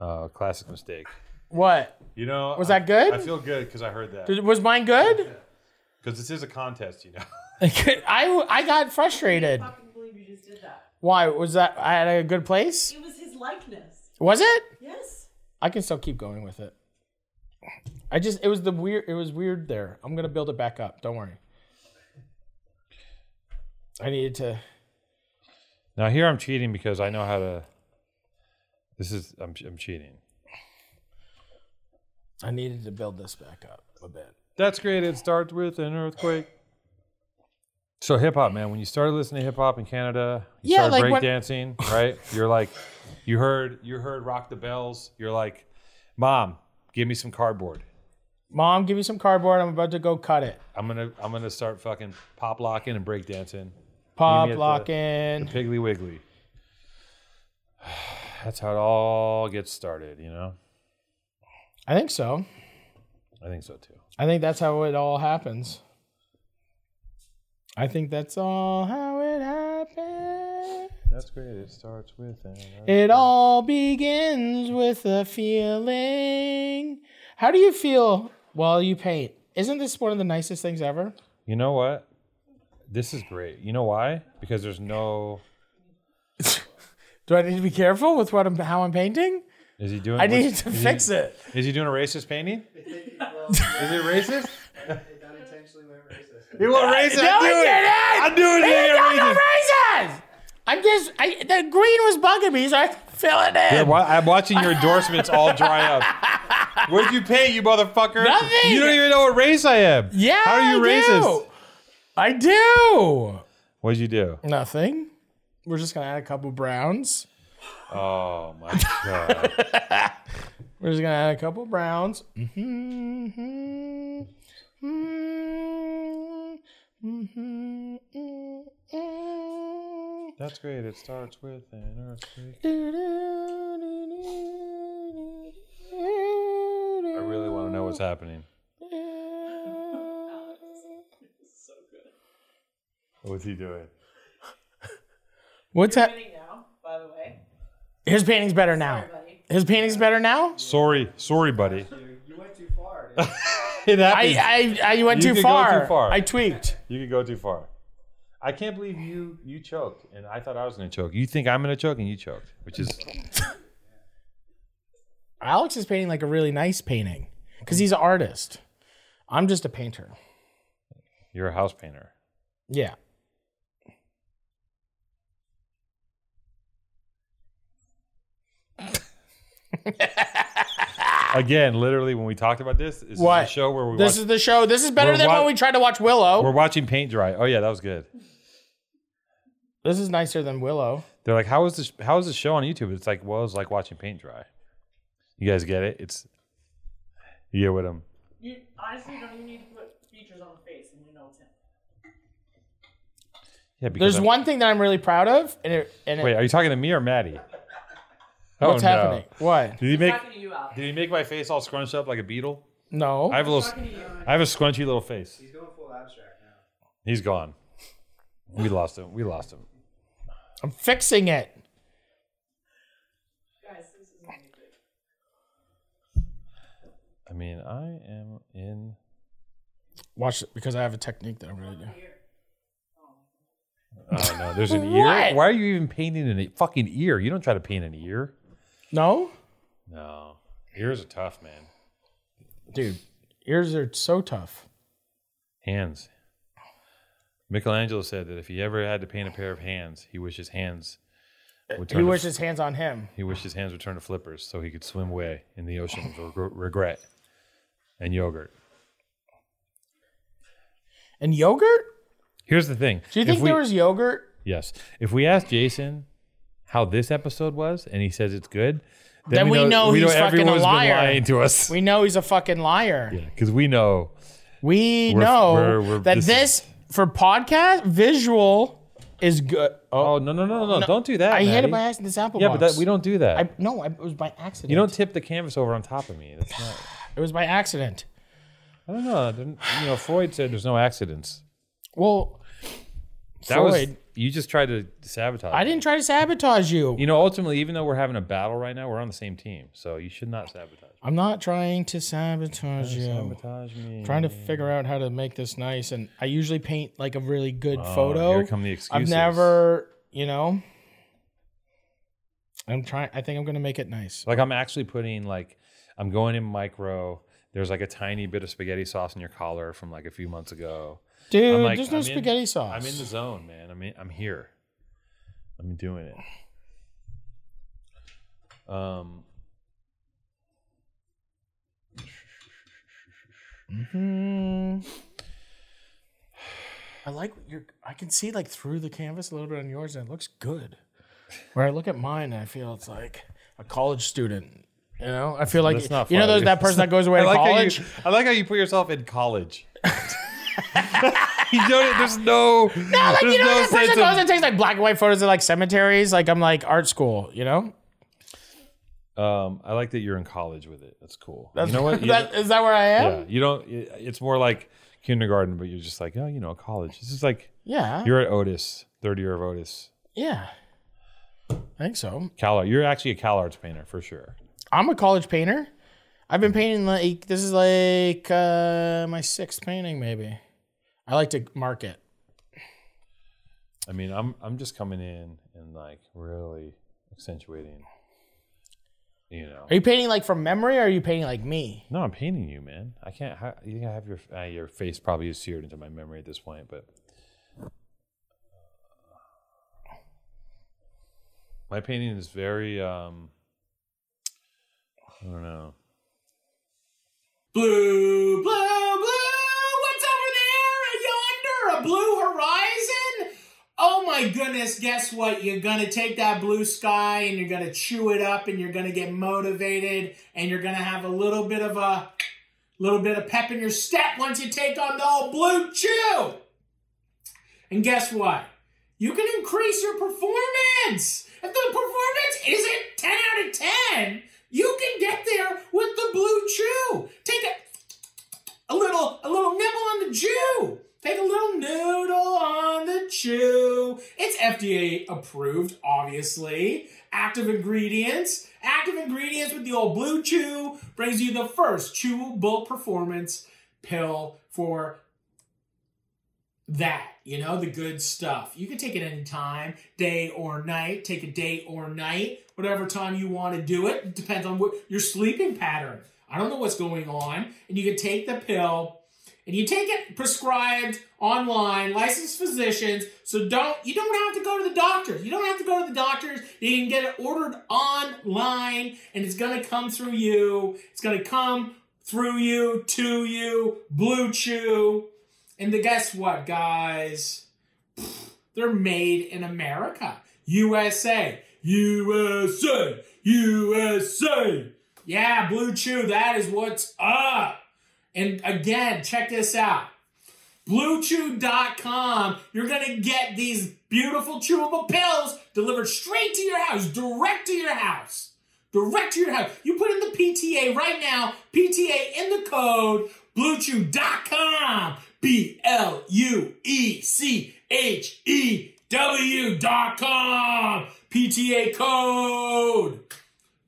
Speaker 1: Uh, classic mistake.
Speaker 4: What?
Speaker 1: You know,
Speaker 4: Was
Speaker 1: I-
Speaker 4: that good?
Speaker 1: I feel good because I heard that
Speaker 4: Did- Was mine good?
Speaker 1: because this is a contest, you know.
Speaker 4: I, I got frustrated.
Speaker 5: I fucking believe you just did that.
Speaker 4: Why? Was that I had a good place?
Speaker 5: It was his likeness.
Speaker 4: Was it?
Speaker 5: Yes.
Speaker 4: I can still keep going with it. I just it was the weird it was weird there. I'm gonna build it back up. Don't worry. I needed to
Speaker 1: Now here I'm cheating because I know how to. This is I'm I'm cheating.
Speaker 4: I needed to build this back up a bit.
Speaker 1: That's great. It starts with an earthquake. So hip hop, man. When you started listening to hip hop in Canada, you
Speaker 4: Yeah,
Speaker 1: started
Speaker 4: like when-
Speaker 1: breakdancing, right? You're like, you heard you heard Rock the Bells. You're like, Mom, give me some cardboard.
Speaker 4: Mom, give me some cardboard. I'm about to go cut it.
Speaker 1: I'm gonna I'm gonna start fucking pop locking and breakdancing.
Speaker 4: Pop
Speaker 1: at the-
Speaker 4: lock
Speaker 1: The
Speaker 4: in.
Speaker 1: Piggly Wiggly. That's how it all gets started, you know.
Speaker 4: I think so.
Speaker 1: I think so too.
Speaker 4: I think that's how it all happens. I think that's all how it happened.
Speaker 1: That's great. It starts with an
Speaker 4: It all begins with a feeling. How do you feel while you paint? Isn't this one of the nicest things ever?
Speaker 1: You know what? This is great. You know why? Because there's no.
Speaker 4: Do I need to be careful with what I'm, how I'm painting?
Speaker 1: Is he doing?
Speaker 4: I need to
Speaker 1: is
Speaker 4: fix
Speaker 1: he,
Speaker 4: it.
Speaker 1: Is he doing a racist painting?
Speaker 6: well,
Speaker 1: Is it racist?
Speaker 6: it unintentionally went racist.
Speaker 1: He went racist.
Speaker 4: No, I
Speaker 1: I
Speaker 4: didn't.
Speaker 1: knew it. He
Speaker 4: It's
Speaker 1: did
Speaker 4: not
Speaker 1: racist.
Speaker 4: the racist. I just I the green was bugging me, so I had to fill it in.
Speaker 1: Yeah, wa- I'm watching your endorsements all dry up. What'd you paint, you motherfucker?
Speaker 4: Nothing.
Speaker 1: You don't even know what race I am.
Speaker 4: Yeah,
Speaker 1: How are you
Speaker 4: I
Speaker 1: racist?
Speaker 4: Do. I do
Speaker 1: What'd you do?
Speaker 4: nothing. We're just gonna add a couple browns.
Speaker 1: Oh my god.
Speaker 4: We're just gonna add a couple browns. Mhm, mhm, mhm, mhm, mhm, mhm.
Speaker 1: That's great. It starts with an earthquake. I really want to know what's happening.
Speaker 5: So good.
Speaker 1: What's he doing?
Speaker 4: What's that?
Speaker 5: Winning now, by the way.
Speaker 4: His painting's better now.
Speaker 5: Everybody.
Speaker 4: His painting's better now.
Speaker 1: Sorry, sorry, buddy.
Speaker 6: You, you went too far. dude.
Speaker 1: It happens.
Speaker 4: I I, I went
Speaker 1: You
Speaker 4: too
Speaker 1: could go
Speaker 4: far.
Speaker 1: too far.
Speaker 4: I tweaked.
Speaker 1: You could go too far. I can't believe you you choked, and I thought I was going to choke. You think I'm going to choke, and you choked, which is
Speaker 4: Alex is painting like a really nice painting because he's an artist. I'm just a painter.
Speaker 1: you're a house painter.
Speaker 4: Yeah.
Speaker 1: Again, literally, when we talked about this, this is
Speaker 4: What?
Speaker 1: the show where we
Speaker 4: This
Speaker 1: watch,
Speaker 4: is the show. This is better
Speaker 1: We're
Speaker 4: than
Speaker 1: wa-
Speaker 4: when we tried to watch Willow.
Speaker 1: we're watching paint dry. Oh yeah, that was good.
Speaker 4: This is nicer than Willow.
Speaker 1: They're like, how is this? How is this show on YouTube? It's like, well, it's like watching paint dry. You guys get it? It's you're with him.
Speaker 5: You honestly don't even need to put features on the face and you know it's him.
Speaker 1: Yeah, because
Speaker 4: There's
Speaker 1: I'm-
Speaker 4: one thing that I'm really proud of, and it, and it,
Speaker 1: Wait, are you talking to me or Maddie?
Speaker 4: what's
Speaker 1: oh, no.
Speaker 4: happening? What?
Speaker 1: Did he
Speaker 5: I'm
Speaker 1: make
Speaker 5: talking to you, Al.
Speaker 1: Did he make my face all scrunched up like a beetle?
Speaker 4: No.
Speaker 1: I have a little
Speaker 5: talking to you.
Speaker 1: I have a scrunchy little face.
Speaker 6: He's going full abstract now.
Speaker 1: He's gone. We lost him. We lost him.
Speaker 4: I'm fixing it.
Speaker 5: Guys, this is gonna be big.
Speaker 1: I mean, I am in
Speaker 4: Watch it because I have a technique that I really do.
Speaker 1: Oh no, there's an ear.
Speaker 4: What?
Speaker 1: Why are you even painting an e- fucking ear? You don't try to paint an ear.
Speaker 4: No,
Speaker 1: No. Ears are tough, man.
Speaker 4: dude, ears are so tough.
Speaker 1: Hands. Michelangelo said that if he ever had to paint a pair of hands, he wished his hands would turn
Speaker 4: He
Speaker 1: to-
Speaker 4: wishes hands on him.
Speaker 1: He wished his hands would turn to flippers so he could swim away in the ocean with reg- regret and yogurt.
Speaker 4: And yogurt?
Speaker 1: Here's the thing.
Speaker 4: Do you
Speaker 1: If
Speaker 4: think
Speaker 1: we-
Speaker 4: there was yogurt?
Speaker 1: Yes. If we ask Jason how this episode was and he says it's good,
Speaker 4: Then we know he's fucking a
Speaker 1: everyone's been
Speaker 4: liar.
Speaker 1: lying to us.
Speaker 4: We know he's a fucking liar.
Speaker 1: Because we know
Speaker 4: We
Speaker 1: We're-
Speaker 4: know
Speaker 1: we're- we're-
Speaker 4: that
Speaker 1: this
Speaker 4: this,
Speaker 1: is-
Speaker 4: for podcast visual is good.
Speaker 1: Oh no no no no! Don't do that.
Speaker 4: I hit
Speaker 1: Maddie.
Speaker 4: it by accident. This apple
Speaker 1: Yeah,
Speaker 4: box.
Speaker 1: but that, we don't do that.
Speaker 4: I, no, I, it was by accident.
Speaker 1: you don't tip the canvas over on top of me. That's not.
Speaker 4: it was by accident.
Speaker 1: I don't know. I didn't- you know, Freud said there's no accidents.
Speaker 4: Well,
Speaker 1: That was
Speaker 4: Freud.
Speaker 1: you just tried to sabotage.
Speaker 4: I didn't try to sabotage you.
Speaker 1: You know, ultimately, even though we're having a battle right now, we're on the same team, so you should not sabotage.
Speaker 4: I'm not trying to sabotage you.
Speaker 1: Sabotage me.
Speaker 4: Trying to figure out how to make this nice, and I usually paint like a really good
Speaker 1: Oh,
Speaker 4: photo.
Speaker 1: Here come the
Speaker 4: I've
Speaker 1: excuses.
Speaker 4: never, you know. I'm trying. I think I'm gonna make it nice.
Speaker 1: Like I'm actually putting like I'm going in micro. There's like a tiny bit of spaghetti sauce in your collar from like a few months ago.
Speaker 4: Dude,
Speaker 1: I'm like,
Speaker 4: there's no
Speaker 1: I'm in-
Speaker 4: spaghetti sauce.
Speaker 1: I'm in the zone, man. I'm in, I'm here. I'm doing it. Um,
Speaker 4: Hmm. I like your. I can see like through the canvas a little bit on yours, and it looks good. Where I look at mine, I feel it's like a college student. You know, I feel like
Speaker 1: that's not
Speaker 4: you know
Speaker 1: funny.
Speaker 4: those, that person that goes away
Speaker 1: I
Speaker 4: to
Speaker 1: like
Speaker 4: college.
Speaker 1: how you I like how you put yourself in college. you don't, there's no,
Speaker 4: No, like
Speaker 1: there's
Speaker 4: you know,
Speaker 1: no
Speaker 4: that person
Speaker 1: sense
Speaker 4: goes
Speaker 1: of,
Speaker 4: and takes like black and white photos of like cemeteries. Like I'm like art school. You know,
Speaker 1: um, I like that you're in college with it. That's cool. you know what? You-
Speaker 4: that, is that where I
Speaker 1: yeah,
Speaker 4: am?
Speaker 1: you don't. it- It's more like kindergarten, but you're just like, oh, you know, college. This is like
Speaker 4: Yeah, yeah.
Speaker 1: you're at Otis, third year of Otis.
Speaker 4: I think so.
Speaker 1: Cal, Art- you're actually a Cal Arts painter for sure.
Speaker 4: I'm a college painter. I've been painting like this is like uh, my sixth painting maybe. I like to mark it.
Speaker 1: I mean, I'm I'm just coming in and like really accentuating. You know,
Speaker 4: Are you painting like from memory or are you painting like me?
Speaker 1: no, I'm painting you, man. I can't. ha- You gotta have your uh, your face probably is seared into my memory at this point, but my painting is very. um I don't know.
Speaker 3: Blue, blue, blue, what's over there yonder? A blue horizon? Oh my goodness, guess what? You're gonna take that blue sky and you're gonna chew it up and you're gonna get motivated and you're gonna have a little bit of a little bit of pep in your step once you take on the whole blue chew. And guess what? You can increase your performance. If the performance isn't 10 out of 10, you can get there with the blue chew. Take a, a little a little nibble on the chew. Take a little noodle on the chew. It's FDA approved, obviously. Active ingredients. Active ingredients with the old blue chew brings you the first chewable performance pill for that you know the good stuff you can take it any time day or night take a day or night whatever time you want to do it depends on what your sleeping pattern i don't know what's going on and you can take the pill and you take it prescribed online licensed physicians so don't you don't have to go to the doctors you don't have to go to the doctors you can get it ordered online and it's going to come through you it's going to come through you to you blue chew and the guess what, guys? Pfft, They're made in America. USA. USA. USA. Yeah, Blue Chew, that is what's up. And again, check this out. BlueChew.com, you're going to get these beautiful chewable pills delivered straight to your house, direct to your house. Direct to your house. You put in the PTA right now, PTA in the code, BlueChew.com, B L U E C H E W.com, PTA code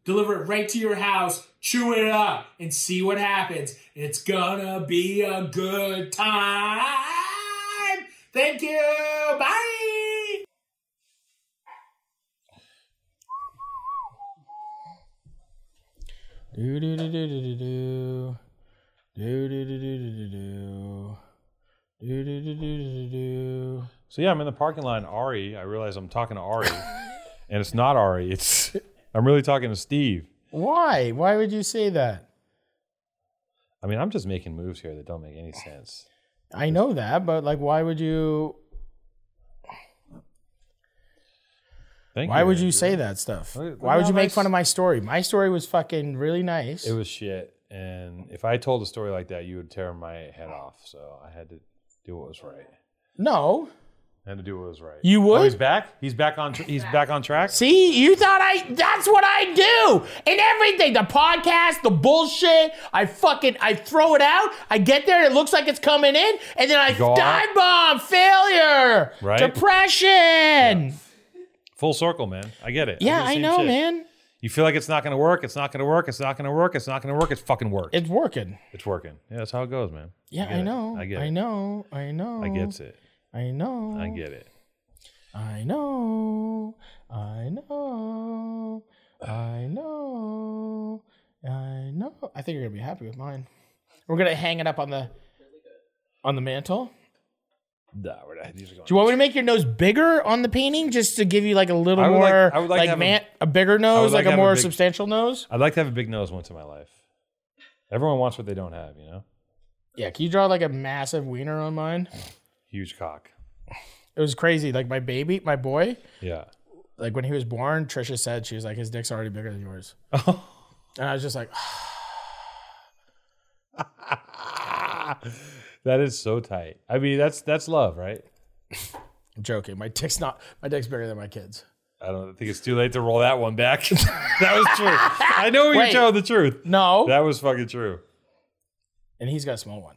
Speaker 3: deliver it right to your house, chew it up, and see what happens. It's gonna be a good time. Thank you. Bye.
Speaker 4: Do do do do do do do. Do do do do do do do. Do do do do do do do.
Speaker 1: So yeah, I'm in the parking lot. and Ari, I realize I'm talking to Ari, and it's not Ari. It's I'm really talking to Steve.
Speaker 4: Why? Why would you say that?
Speaker 1: I mean, I'm just making moves here that don't make any sense.
Speaker 4: I know that, but like, why would you?
Speaker 1: Thank
Speaker 4: Why would
Speaker 1: Andrew.
Speaker 4: you say that stuff?
Speaker 1: Look-
Speaker 4: Why would
Speaker 1: look
Speaker 4: you
Speaker 1: how
Speaker 4: make fun
Speaker 1: nice-
Speaker 4: of my story? My story was fucking really nice.
Speaker 1: It was shit. And if I told a story like that, you would tear my head off. So I had to do what was right.
Speaker 4: No.
Speaker 1: I had to do what was right.
Speaker 4: You
Speaker 1: Oh, he's
Speaker 4: would?
Speaker 1: back. He's back on. Tr- he's back on track.
Speaker 4: See, you thought I that's what I do. And everything, the podcast, the bullshit, I fucking I throw it out, I get there, it looks like it's coming in, and then I
Speaker 1: Go on.
Speaker 4: dive bomb, failure,
Speaker 1: Right.
Speaker 4: depression.
Speaker 1: Full circle, man. I get it. I do
Speaker 4: Yeah,
Speaker 1: the
Speaker 4: I
Speaker 1: same
Speaker 4: know,
Speaker 1: shit.
Speaker 4: man.
Speaker 1: You feel like it's not gonna work. It's not gonna work. It's not gonna work. It's not gonna work. It's fucking work.
Speaker 4: It's working.
Speaker 1: it's working. Yeah, that's how it goes, man.
Speaker 4: Yeah,
Speaker 1: get
Speaker 4: I
Speaker 1: it.
Speaker 4: know.
Speaker 1: I get
Speaker 4: I
Speaker 1: it.
Speaker 4: know. I know.
Speaker 1: I gets it.
Speaker 4: I know.
Speaker 1: I get it.
Speaker 4: I know, I know, I know, I know. I think you're gonna be happy with mine. We're gonna hang it up on the on the mantle.
Speaker 1: Nah, we're not- these are going-
Speaker 4: Do you want me to make your nose bigger on the painting, just to give you like a little
Speaker 1: I would
Speaker 4: more,
Speaker 1: like-
Speaker 4: like,
Speaker 1: I would like to have a-
Speaker 4: man, a, bigger nose,
Speaker 1: like
Speaker 4: like,
Speaker 1: to
Speaker 4: a
Speaker 1: have a
Speaker 4: more
Speaker 1: big-
Speaker 4: substantial nose?
Speaker 1: I'd like to have a big nose once in my life. Everyone wants what they don't have, you know.
Speaker 4: Yeah. Can you draw like a massive wiener on mine?
Speaker 1: Huge cock.
Speaker 4: It was crazy. Like my baby, my boy,
Speaker 1: Yeah.
Speaker 4: like when he was born, Trisha said she was like, his dick's already bigger than yours, and I was just like,
Speaker 1: that is so tight. I mean, that's that's love, right?
Speaker 4: I'm joking. My dick's not. My dick's bigger than my kids.
Speaker 1: I don't think it's too late to roll that one back. that was true. I know you're
Speaker 4: Wait.
Speaker 1: telling the truth.
Speaker 4: No.
Speaker 1: That was fucking true.
Speaker 4: and he's got a small one.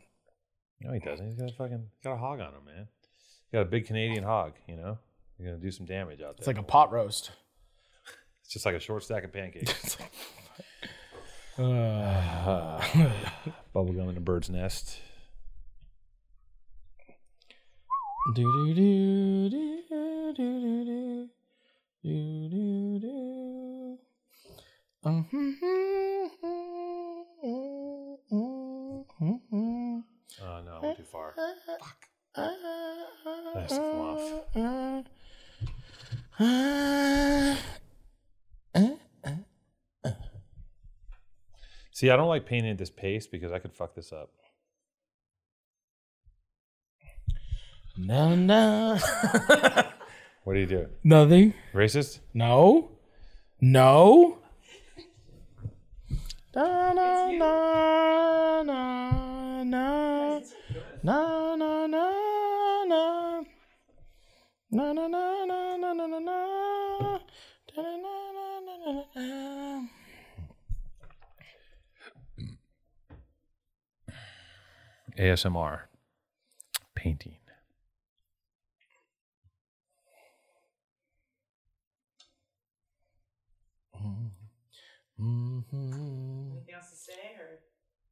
Speaker 1: No, he doesn't. He's got a fucking got a hog on him, man. He's got a big Canadian hog. You know, you're gonna do some damage out there.
Speaker 4: It's like a pot roast.
Speaker 1: It's just like a short stack of pancakes. uh, Bubblegum in a bird's nest.
Speaker 4: Do do do do do do do do do. Um, hmm, hmm,
Speaker 1: Oh no, I went too far. That's come off.
Speaker 4: Uh,
Speaker 1: See, I don't like painting at this pace because I could fuck this up.
Speaker 4: No, no.
Speaker 1: What do you do?
Speaker 4: Nothing.
Speaker 1: Racist?
Speaker 4: No. No. Na, na, na, na, na. Na, na, na, na. Na, na, na, na, na, na, na, na. Da, na, na, na, na, na, na, na.
Speaker 1: ASMR. Painting.
Speaker 4: Mm-hmm.
Speaker 5: Anything else to say or?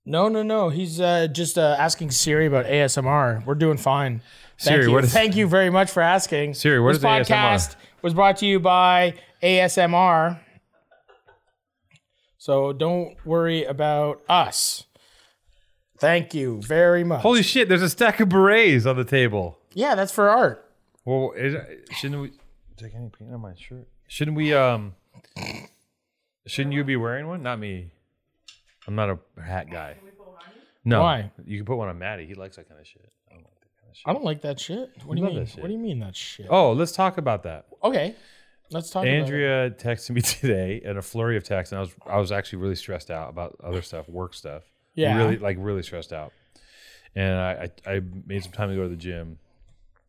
Speaker 4: No, no, no. He's uh, just uh, asking Siri about ASMR. We're doing fine. Thank
Speaker 1: Siri,
Speaker 4: you.
Speaker 1: what is-
Speaker 4: Thank you very much for asking.
Speaker 1: Siri, what
Speaker 4: this
Speaker 1: is ASMR?
Speaker 4: podcast was brought to you by ASMR. So don't worry about us. Thank you very much.
Speaker 1: Holy shit, there's a stack of berets on the table.
Speaker 4: yeah, that's for art.
Speaker 1: Well, is- shouldn't we take any paint on my shirt? Shouldn't we um shouldn't you be wearing one? Not me. I'm not a hat guy. No.
Speaker 4: Why?
Speaker 1: You can put one on Maddie. He likes that kind of shit. I don't like that kind of shit.
Speaker 4: I don't like that shit. What do you
Speaker 1: love
Speaker 4: mean?
Speaker 1: that shit.
Speaker 4: What do you mean that shit?
Speaker 1: Oh, let's talk about that.
Speaker 4: Okay. Let's talk about
Speaker 1: Andrea texted me today in a flurry of texts, and I was I was actually really stressed out about other stuff, work stuff.
Speaker 4: Yeah.
Speaker 1: really like really stressed out. And I I, I made some time to go to the gym.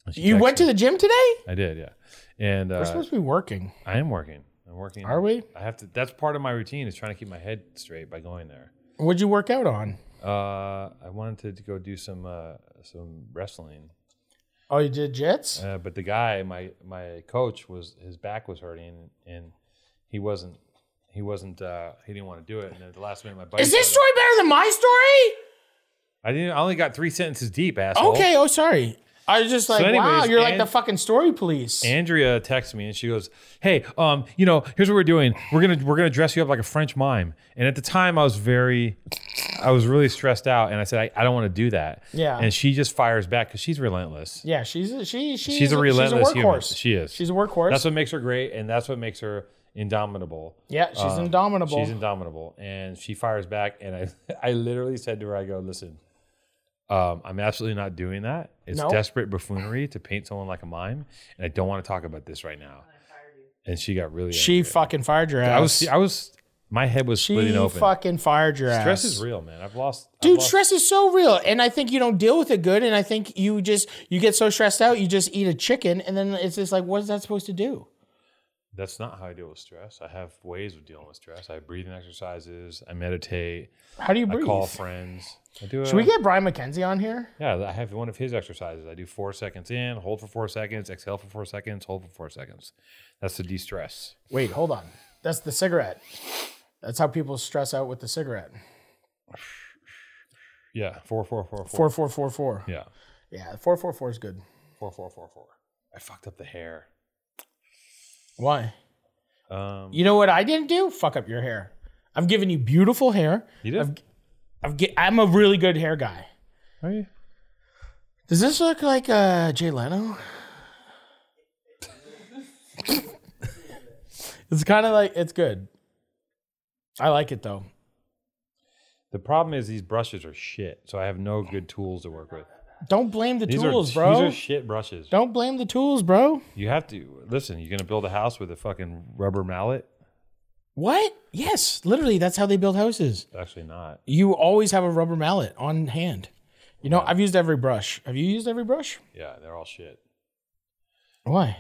Speaker 4: it. You went to the gym today?
Speaker 1: I did, yeah. And
Speaker 4: We're
Speaker 1: uh,
Speaker 4: supposed to be working.
Speaker 1: I am working. I'm working.
Speaker 4: Are we?
Speaker 1: I have to. That's part of my routine is trying to keep my head straight by going there.
Speaker 4: What'd you work out on?
Speaker 1: Uh, I wanted to go do some uh, some wrestling,
Speaker 4: Oh, you did jets?
Speaker 1: uh, but the guy, my my coach, was his back was hurting, and he wasn't he wasn't uh, he didn't want to do it. And at the last minute, my buddy
Speaker 4: Is this
Speaker 1: showed up.
Speaker 4: story better than my story?
Speaker 1: I didn't. I only got three sentences deep, asshole.
Speaker 4: Okay. Oh, sorry. I was just like, wow,
Speaker 1: anyways,
Speaker 4: you're like
Speaker 1: and-
Speaker 4: the fucking story police.
Speaker 1: Andrea texts me and she goes, "Hey, um, you know, here's what we're doing. We're gonna we're gonna dress you up like a French mime." And at the time, I was very, I was really stressed out, and I said, "I, I don't want to do that."
Speaker 4: Yeah.
Speaker 1: And she just fires back because she's relentless.
Speaker 4: yeah, she's a, she, she's,
Speaker 1: She's a relentless
Speaker 4: she's a
Speaker 1: human.
Speaker 4: workhorse.
Speaker 1: She is.
Speaker 4: She's a workhorse.
Speaker 1: That's what makes her great, and that's what makes her indomitable.
Speaker 4: yeah, she's
Speaker 1: Um,
Speaker 4: indomitable.
Speaker 1: She's indomitable, and she fires back. And I, I literally said to her, "I go, listen, um, I'm absolutely not doing that. It's
Speaker 4: No.
Speaker 1: desperate buffoonery to paint someone like a mime, and I don't want to talk about this right now." And she got really.
Speaker 4: she
Speaker 1: angry.
Speaker 4: fucking fired your ass.
Speaker 1: I was. I was. My head was
Speaker 4: she
Speaker 1: splitting open.
Speaker 4: fucking fired your ass.
Speaker 1: Stress is real, man. I've lost. I've
Speaker 4: Dude,
Speaker 1: lost-
Speaker 4: stress is so real, and I think you don't deal with it good. And I think you just you get so stressed out, you just eat a chicken, and then it's just like, what is that supposed to do?
Speaker 1: That's not how I deal with stress. I have ways of dealing with stress. I have breathing exercises. I meditate.
Speaker 4: How do you
Speaker 1: I
Speaker 4: breathe?
Speaker 1: call friends. I do.
Speaker 4: Should we
Speaker 1: a-
Speaker 4: get Brian McKenzie on here?
Speaker 1: Yeah, I have one of his exercises. I do four seconds in, hold for four seconds, exhale for four seconds, hold for four seconds. That's the de stress.
Speaker 4: Wait, hold on. That's the cigarette. That's how people stress out with the cigarette.
Speaker 1: Yeah, four, four, four, four.
Speaker 4: Four four four four.
Speaker 1: Yeah,
Speaker 4: Yeah, four four four is good.
Speaker 1: four, four, four, four. I fucked up the hair.
Speaker 4: Why?
Speaker 1: Um,
Speaker 4: You know what I didn't do? Fuck up your hair. I'm giving you beautiful hair.
Speaker 1: you did?
Speaker 4: I've ge- I'm a really good hair guy.
Speaker 1: Are you?
Speaker 4: Does this look like uh, Jay Leno? it's kind of like it's good. I like it though.
Speaker 1: The problem is these brushes are shit, so I have no good tools to work with.
Speaker 4: Don't blame the
Speaker 1: These
Speaker 4: tools,
Speaker 1: are these
Speaker 4: bro.
Speaker 1: are shit brushes.
Speaker 4: Don't blame the tools, bro.
Speaker 1: You have to listen. You're gonna build a house with a fucking rubber mallet?
Speaker 4: What? Yes, literally, that's how they build houses.
Speaker 1: Actually, not.
Speaker 4: You always have a rubber mallet on hand. You know, I've used every brush. Have you used every brush?
Speaker 1: Yeah, they're all shit.
Speaker 4: Why?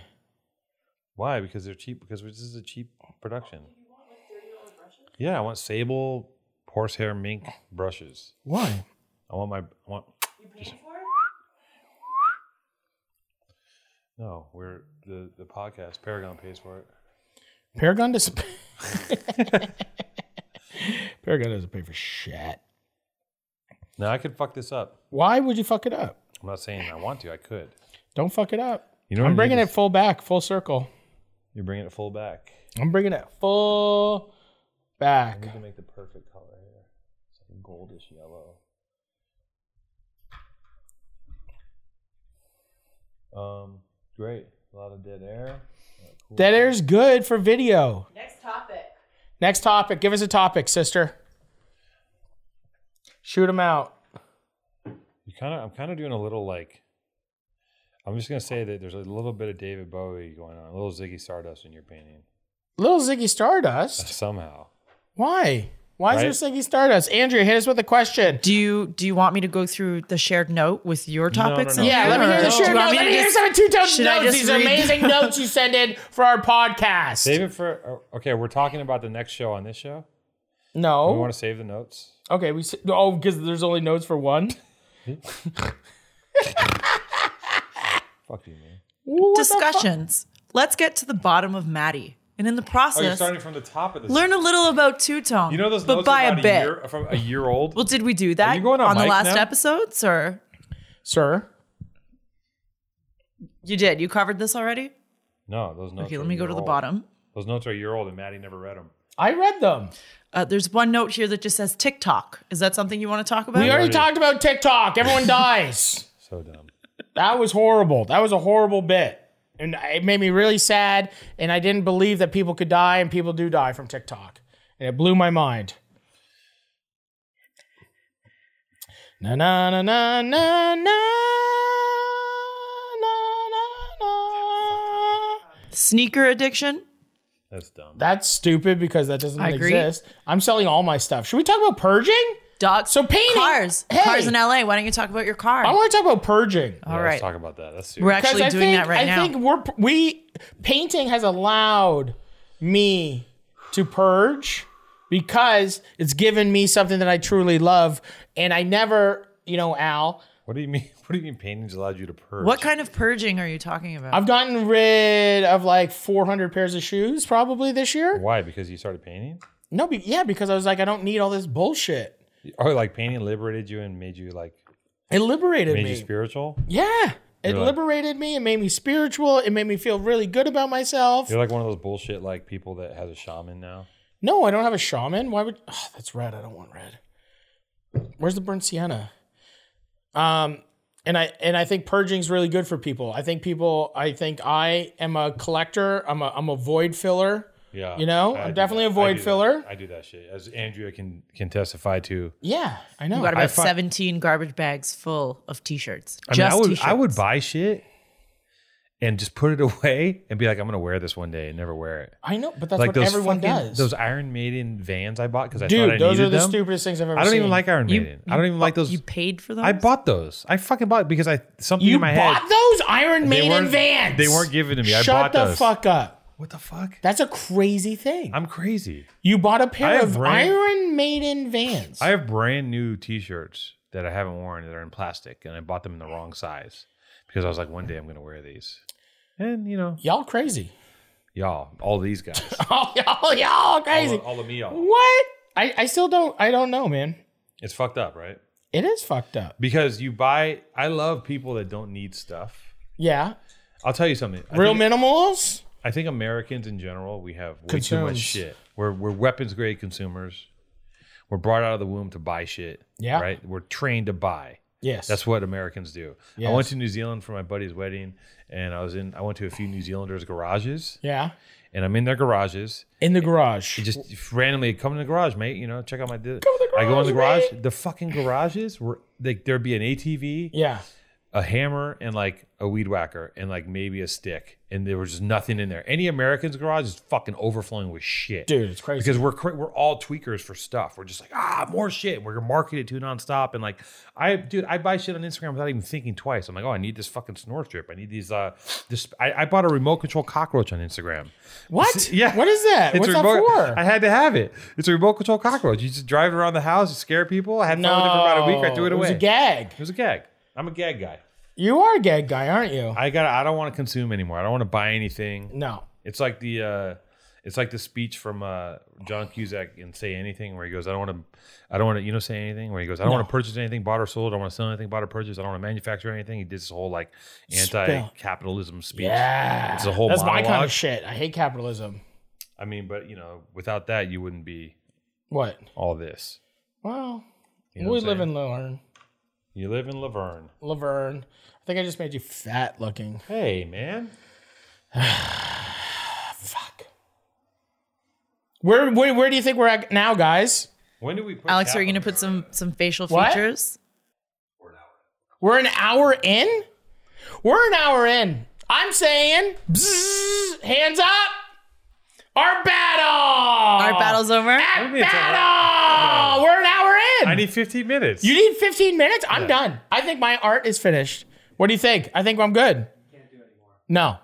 Speaker 1: Why? Because they're cheap. Because this is a cheap
Speaker 5: Oh,
Speaker 1: production. Yeah, I want sable horsehair mink brushes.
Speaker 4: Why?
Speaker 1: I want my I want.
Speaker 5: You paying for it?
Speaker 1: No, we're the the podcast Paragon pays for it.
Speaker 4: Paragon doesn't. Paragon doesn't pay for shit.
Speaker 1: Now I could fuck this up.
Speaker 4: Why would you fuck it up?
Speaker 1: I'm not saying I want to. I could.
Speaker 4: Don't fuck it up.
Speaker 1: You know, what I
Speaker 4: I'm
Speaker 1: need
Speaker 4: bringing it
Speaker 1: is-
Speaker 4: full back, full circle.
Speaker 1: You're bringing it full back.
Speaker 4: I'm bringing it full
Speaker 1: I
Speaker 4: back.
Speaker 1: need to make the perfect color here. It's like a goldish yellow. Um, great. A lot of dead air. Cool.
Speaker 4: That air's good for video.
Speaker 5: Next topic.
Speaker 4: Next topic. Give us a topic, sister. Shoot him out.
Speaker 1: You kind of, I'm kind of doing a little like, I'm just gonna say that there's a little bit of David Bowie going on, a little Ziggy Stardust in your painting
Speaker 4: Little Ziggy Stardust.
Speaker 1: somehow.
Speaker 4: Why? Why is there Ziggy Stardust? Andrew, hit us with a question.
Speaker 2: Do you do you want me to go through the shared note with your
Speaker 1: No, no,
Speaker 2: topics?
Speaker 1: no.
Speaker 2: and-
Speaker 4: Yeah, let me hear the
Speaker 2: Or do you
Speaker 4: show.
Speaker 2: want
Speaker 4: Let
Speaker 2: me
Speaker 4: me
Speaker 2: to
Speaker 4: hear
Speaker 2: just-
Speaker 4: some two-tone
Speaker 2: should I
Speaker 4: notes.
Speaker 2: just
Speaker 4: These
Speaker 2: read-
Speaker 4: amazing notes you send in for our podcast.
Speaker 1: Save it for uh, okay. We're talking about the next show on this show. We
Speaker 4: no.
Speaker 1: want to save the notes.
Speaker 4: Okay. We. s- Oh, because there's only notes for one.
Speaker 1: Fuck you, man.
Speaker 4: What the fuck?
Speaker 2: discussions. Let's get to the bottom of Maddie, and in the
Speaker 1: Oh, you're
Speaker 2: process,
Speaker 1: starting from the top of this.
Speaker 2: learn a little about two tone.
Speaker 1: You know those
Speaker 2: but
Speaker 1: notes
Speaker 2: by
Speaker 1: are
Speaker 2: a
Speaker 1: about
Speaker 2: bit.
Speaker 1: year, from a year old.
Speaker 2: Well, did we do that
Speaker 1: you going on
Speaker 2: the
Speaker 1: mic
Speaker 2: last
Speaker 1: now?
Speaker 2: episodes, or
Speaker 4: Sir.
Speaker 2: you did? You covered this already?
Speaker 1: No, those notes.
Speaker 2: Okay,
Speaker 1: are
Speaker 2: let
Speaker 1: a
Speaker 2: me go
Speaker 1: year
Speaker 2: to the
Speaker 1: old.
Speaker 2: bottom.
Speaker 1: Those notes are a year old, and Maddie never read them.
Speaker 4: I read them.
Speaker 2: Uh, there's one note here that just says TikTok. Is that something you want to talk about?
Speaker 4: We already
Speaker 1: already-
Speaker 4: talked about TikTok. Everyone dies.
Speaker 1: So dumb.
Speaker 4: That was horrible. That was a horrible bit. And it made me really sad. And I didn't believe that people could die, and people do die from TikTok. And it blew my mind. Na na na na na na na na na.
Speaker 2: Sneaker addiction?
Speaker 1: That's dumb.
Speaker 4: That's stupid because that doesn't
Speaker 2: I agree.
Speaker 4: exist. I'm selling all my stuff. Should we talk about purging?
Speaker 2: Dog.
Speaker 4: So painting-
Speaker 2: Cars.
Speaker 4: Hey.
Speaker 2: Cars in LA. Why don't you talk about your car?
Speaker 4: I want to talk about purging.
Speaker 2: All
Speaker 1: Yeah,
Speaker 2: right.
Speaker 1: Let's talk about that. That's
Speaker 2: We're
Speaker 1: serious.
Speaker 2: actually
Speaker 4: I
Speaker 2: doing
Speaker 4: think,
Speaker 2: that right
Speaker 4: I
Speaker 2: now.
Speaker 4: think we're we painting has allowed me to purge because it's given me something that I truly love, and I never, you know, Al,
Speaker 1: What do you mean? What do you mean paintings allowed you to purge?
Speaker 2: what kind of purging are you talking about?
Speaker 4: I've gotten rid of like 400 pairs of shoes probably this year.
Speaker 1: Why? Because you started painting?
Speaker 4: No, be, yeah, because I was like, I don't need all this bullshit.
Speaker 1: Or Oh, like painting liberated you and made you like
Speaker 4: It liberated
Speaker 1: made you
Speaker 4: me.
Speaker 1: spiritual?
Speaker 4: Yeah. It
Speaker 1: You're like-
Speaker 4: liberated me. It made me spiritual. It made me feel really good about myself.
Speaker 1: You're like one of those bullshit like people that has a shaman now.
Speaker 4: No, I don't have a shaman. Why would? Oh, that's red. I don't want red. Where's the burnt sienna? Um, and I and I think purging's really good for people. I think people. I think I am a collector. I'm a I'm a void filler.
Speaker 1: Yeah.
Speaker 4: You know,
Speaker 1: I
Speaker 4: I'm
Speaker 1: do
Speaker 4: definitely a
Speaker 1: that. I
Speaker 4: void
Speaker 1: do that.
Speaker 4: filler.
Speaker 1: I do that shit. As Andrea can can testify to.
Speaker 4: Yeah, I
Speaker 2: I've
Speaker 4: know.
Speaker 2: got
Speaker 1: I
Speaker 2: about
Speaker 1: fi-
Speaker 2: 17 garbage bags full of t-shirts.
Speaker 1: I mean,
Speaker 2: just
Speaker 1: I would
Speaker 2: t-shirts.
Speaker 1: I would buy shit and just put it away and be like, I'm gonna wear this one day and never wear it.
Speaker 4: I know, but that's
Speaker 1: like
Speaker 4: what
Speaker 1: those
Speaker 4: everyone
Speaker 1: fucking-
Speaker 4: does.
Speaker 1: Those Iron Maiden vans I bought because I thought I
Speaker 4: Dude, those
Speaker 1: needed
Speaker 4: are the
Speaker 1: them.
Speaker 4: stupidest things I've ever.
Speaker 1: I don't even
Speaker 4: seen.
Speaker 1: like Iron
Speaker 2: You-
Speaker 1: Maiden. I don't even like those.
Speaker 2: You paid for those?
Speaker 1: I bought those. I fucking bought it because I something
Speaker 4: You
Speaker 1: in my
Speaker 4: bought
Speaker 1: head.
Speaker 4: those Iron
Speaker 1: They
Speaker 4: Maiden
Speaker 1: weren't-
Speaker 4: vans.
Speaker 1: They weren't given to me.
Speaker 4: Shut
Speaker 1: I bought
Speaker 4: the
Speaker 1: those.
Speaker 4: fuck up.
Speaker 1: What the fuck?
Speaker 4: That's a crazy thing.
Speaker 1: I'm crazy.
Speaker 4: you bought a
Speaker 1: I
Speaker 4: pair
Speaker 1: have
Speaker 4: of
Speaker 1: brand-
Speaker 4: Iron Maiden vans.
Speaker 1: I have brand new T-shirts that I haven't worn that are in plastic, and I bought them in the wrong size because I was like, one day I'm gonna wear these. And you know,
Speaker 4: y'all crazy.
Speaker 1: y'all, all these guys,
Speaker 4: Oh, y'all, y'all
Speaker 1: all,
Speaker 4: crazy.
Speaker 1: of- all of me, y'all.
Speaker 4: What? I, I still don't I don't know, man.
Speaker 1: It's fucked up, right?
Speaker 4: It is fucked up.
Speaker 1: Because you buy. I love people that don't need stuff.
Speaker 4: Yeah.
Speaker 1: I'll tell you something. I
Speaker 4: Real
Speaker 1: think-
Speaker 4: minimals?
Speaker 1: I think Americans in general, we have way too
Speaker 4: Consumes.
Speaker 1: much shit. We're we're weapons grade consumers. We're brought out of the womb to buy shit.
Speaker 4: Yeah.
Speaker 1: Right? We're trained to buy.
Speaker 4: Yes.
Speaker 1: That's what Americans do. I
Speaker 4: Yes.
Speaker 1: went to New Zealand for my buddy's wedding and I was in I went to a few New Zealanders' garages
Speaker 4: yeah.
Speaker 1: and I'm in their garages.
Speaker 4: In the garage.
Speaker 1: It just randomly come in the garage, mate, you know, check out my di-
Speaker 4: to the
Speaker 1: I go in the garage.
Speaker 4: garage,
Speaker 1: The fucking garages were like there'd be an ATV,
Speaker 4: yeah.
Speaker 1: a hammer and like a weed whacker and like maybe a stick and there was just nothing in there. Any American's garage is fucking overflowing with shit.
Speaker 4: Dude, it's crazy.
Speaker 1: Because we're cra- we're all tweakers for stuff. We're just like ah more shit. We're marketed to nonstop and like I dude I buy shit on Instagram without even thinking twice. I'm like oh I need this fucking snore strip. I need these uh this I, I bought a remote control cockroach on Instagram.
Speaker 4: what?
Speaker 1: yeah.
Speaker 4: What is that?
Speaker 1: It's
Speaker 4: What's
Speaker 1: a
Speaker 4: that
Speaker 1: remote-
Speaker 4: for?
Speaker 1: I had to have it. It's a remote control cockroach. You just drive it around the house, you scare people. I had fun with it for about a week. I threw it away.
Speaker 4: was a gag.
Speaker 1: It was a gag. I'm a gag guy.
Speaker 4: You are a gag guy, aren't you?
Speaker 1: I got. I don't want to consume anymore. I don't want to buy anything.
Speaker 4: no.
Speaker 1: It's like the, uh, it's like the speech from uh, John Cusack in Say Anything, where he goes, "I don't want to, I don't want to, you know, say anything." Where he goes, "I don't want to purchase anything, bought or sold. I don't want to sell anything, bought or purchased. I don't want to manufacture anything." He did this whole like anti-capitalism speech.
Speaker 4: Yeah.
Speaker 1: It's a whole
Speaker 4: That's my kind
Speaker 1: monologue.
Speaker 4: of shit. I hate capitalism.
Speaker 1: I mean, but you know, without that, you wouldn't be
Speaker 4: What?
Speaker 1: all this.
Speaker 4: Well,
Speaker 1: You know
Speaker 4: we
Speaker 1: what I'm
Speaker 4: live
Speaker 1: saying?
Speaker 4: in Laverne.
Speaker 1: You live in Laverne.
Speaker 4: Laverne. I think I just made you fat looking.
Speaker 1: Hey, man.
Speaker 4: Fuck. Where, where where do you think we're at now, guys?
Speaker 1: When do we put
Speaker 2: Alex, are
Speaker 1: Catherine
Speaker 2: you going to put some some facial
Speaker 4: What?
Speaker 2: features?
Speaker 4: We're an hour in. We're an hour in. I'm saying, bzzz, hands up. Our battle.
Speaker 2: Our battle's over.
Speaker 1: in? What do you mean it's over?
Speaker 4: Battle. Ah, We're an hour in.
Speaker 1: I need 15 minutes.
Speaker 4: you need 15 minutes. I'm done. I think my art is finished. What do you think? I think I'm good. No.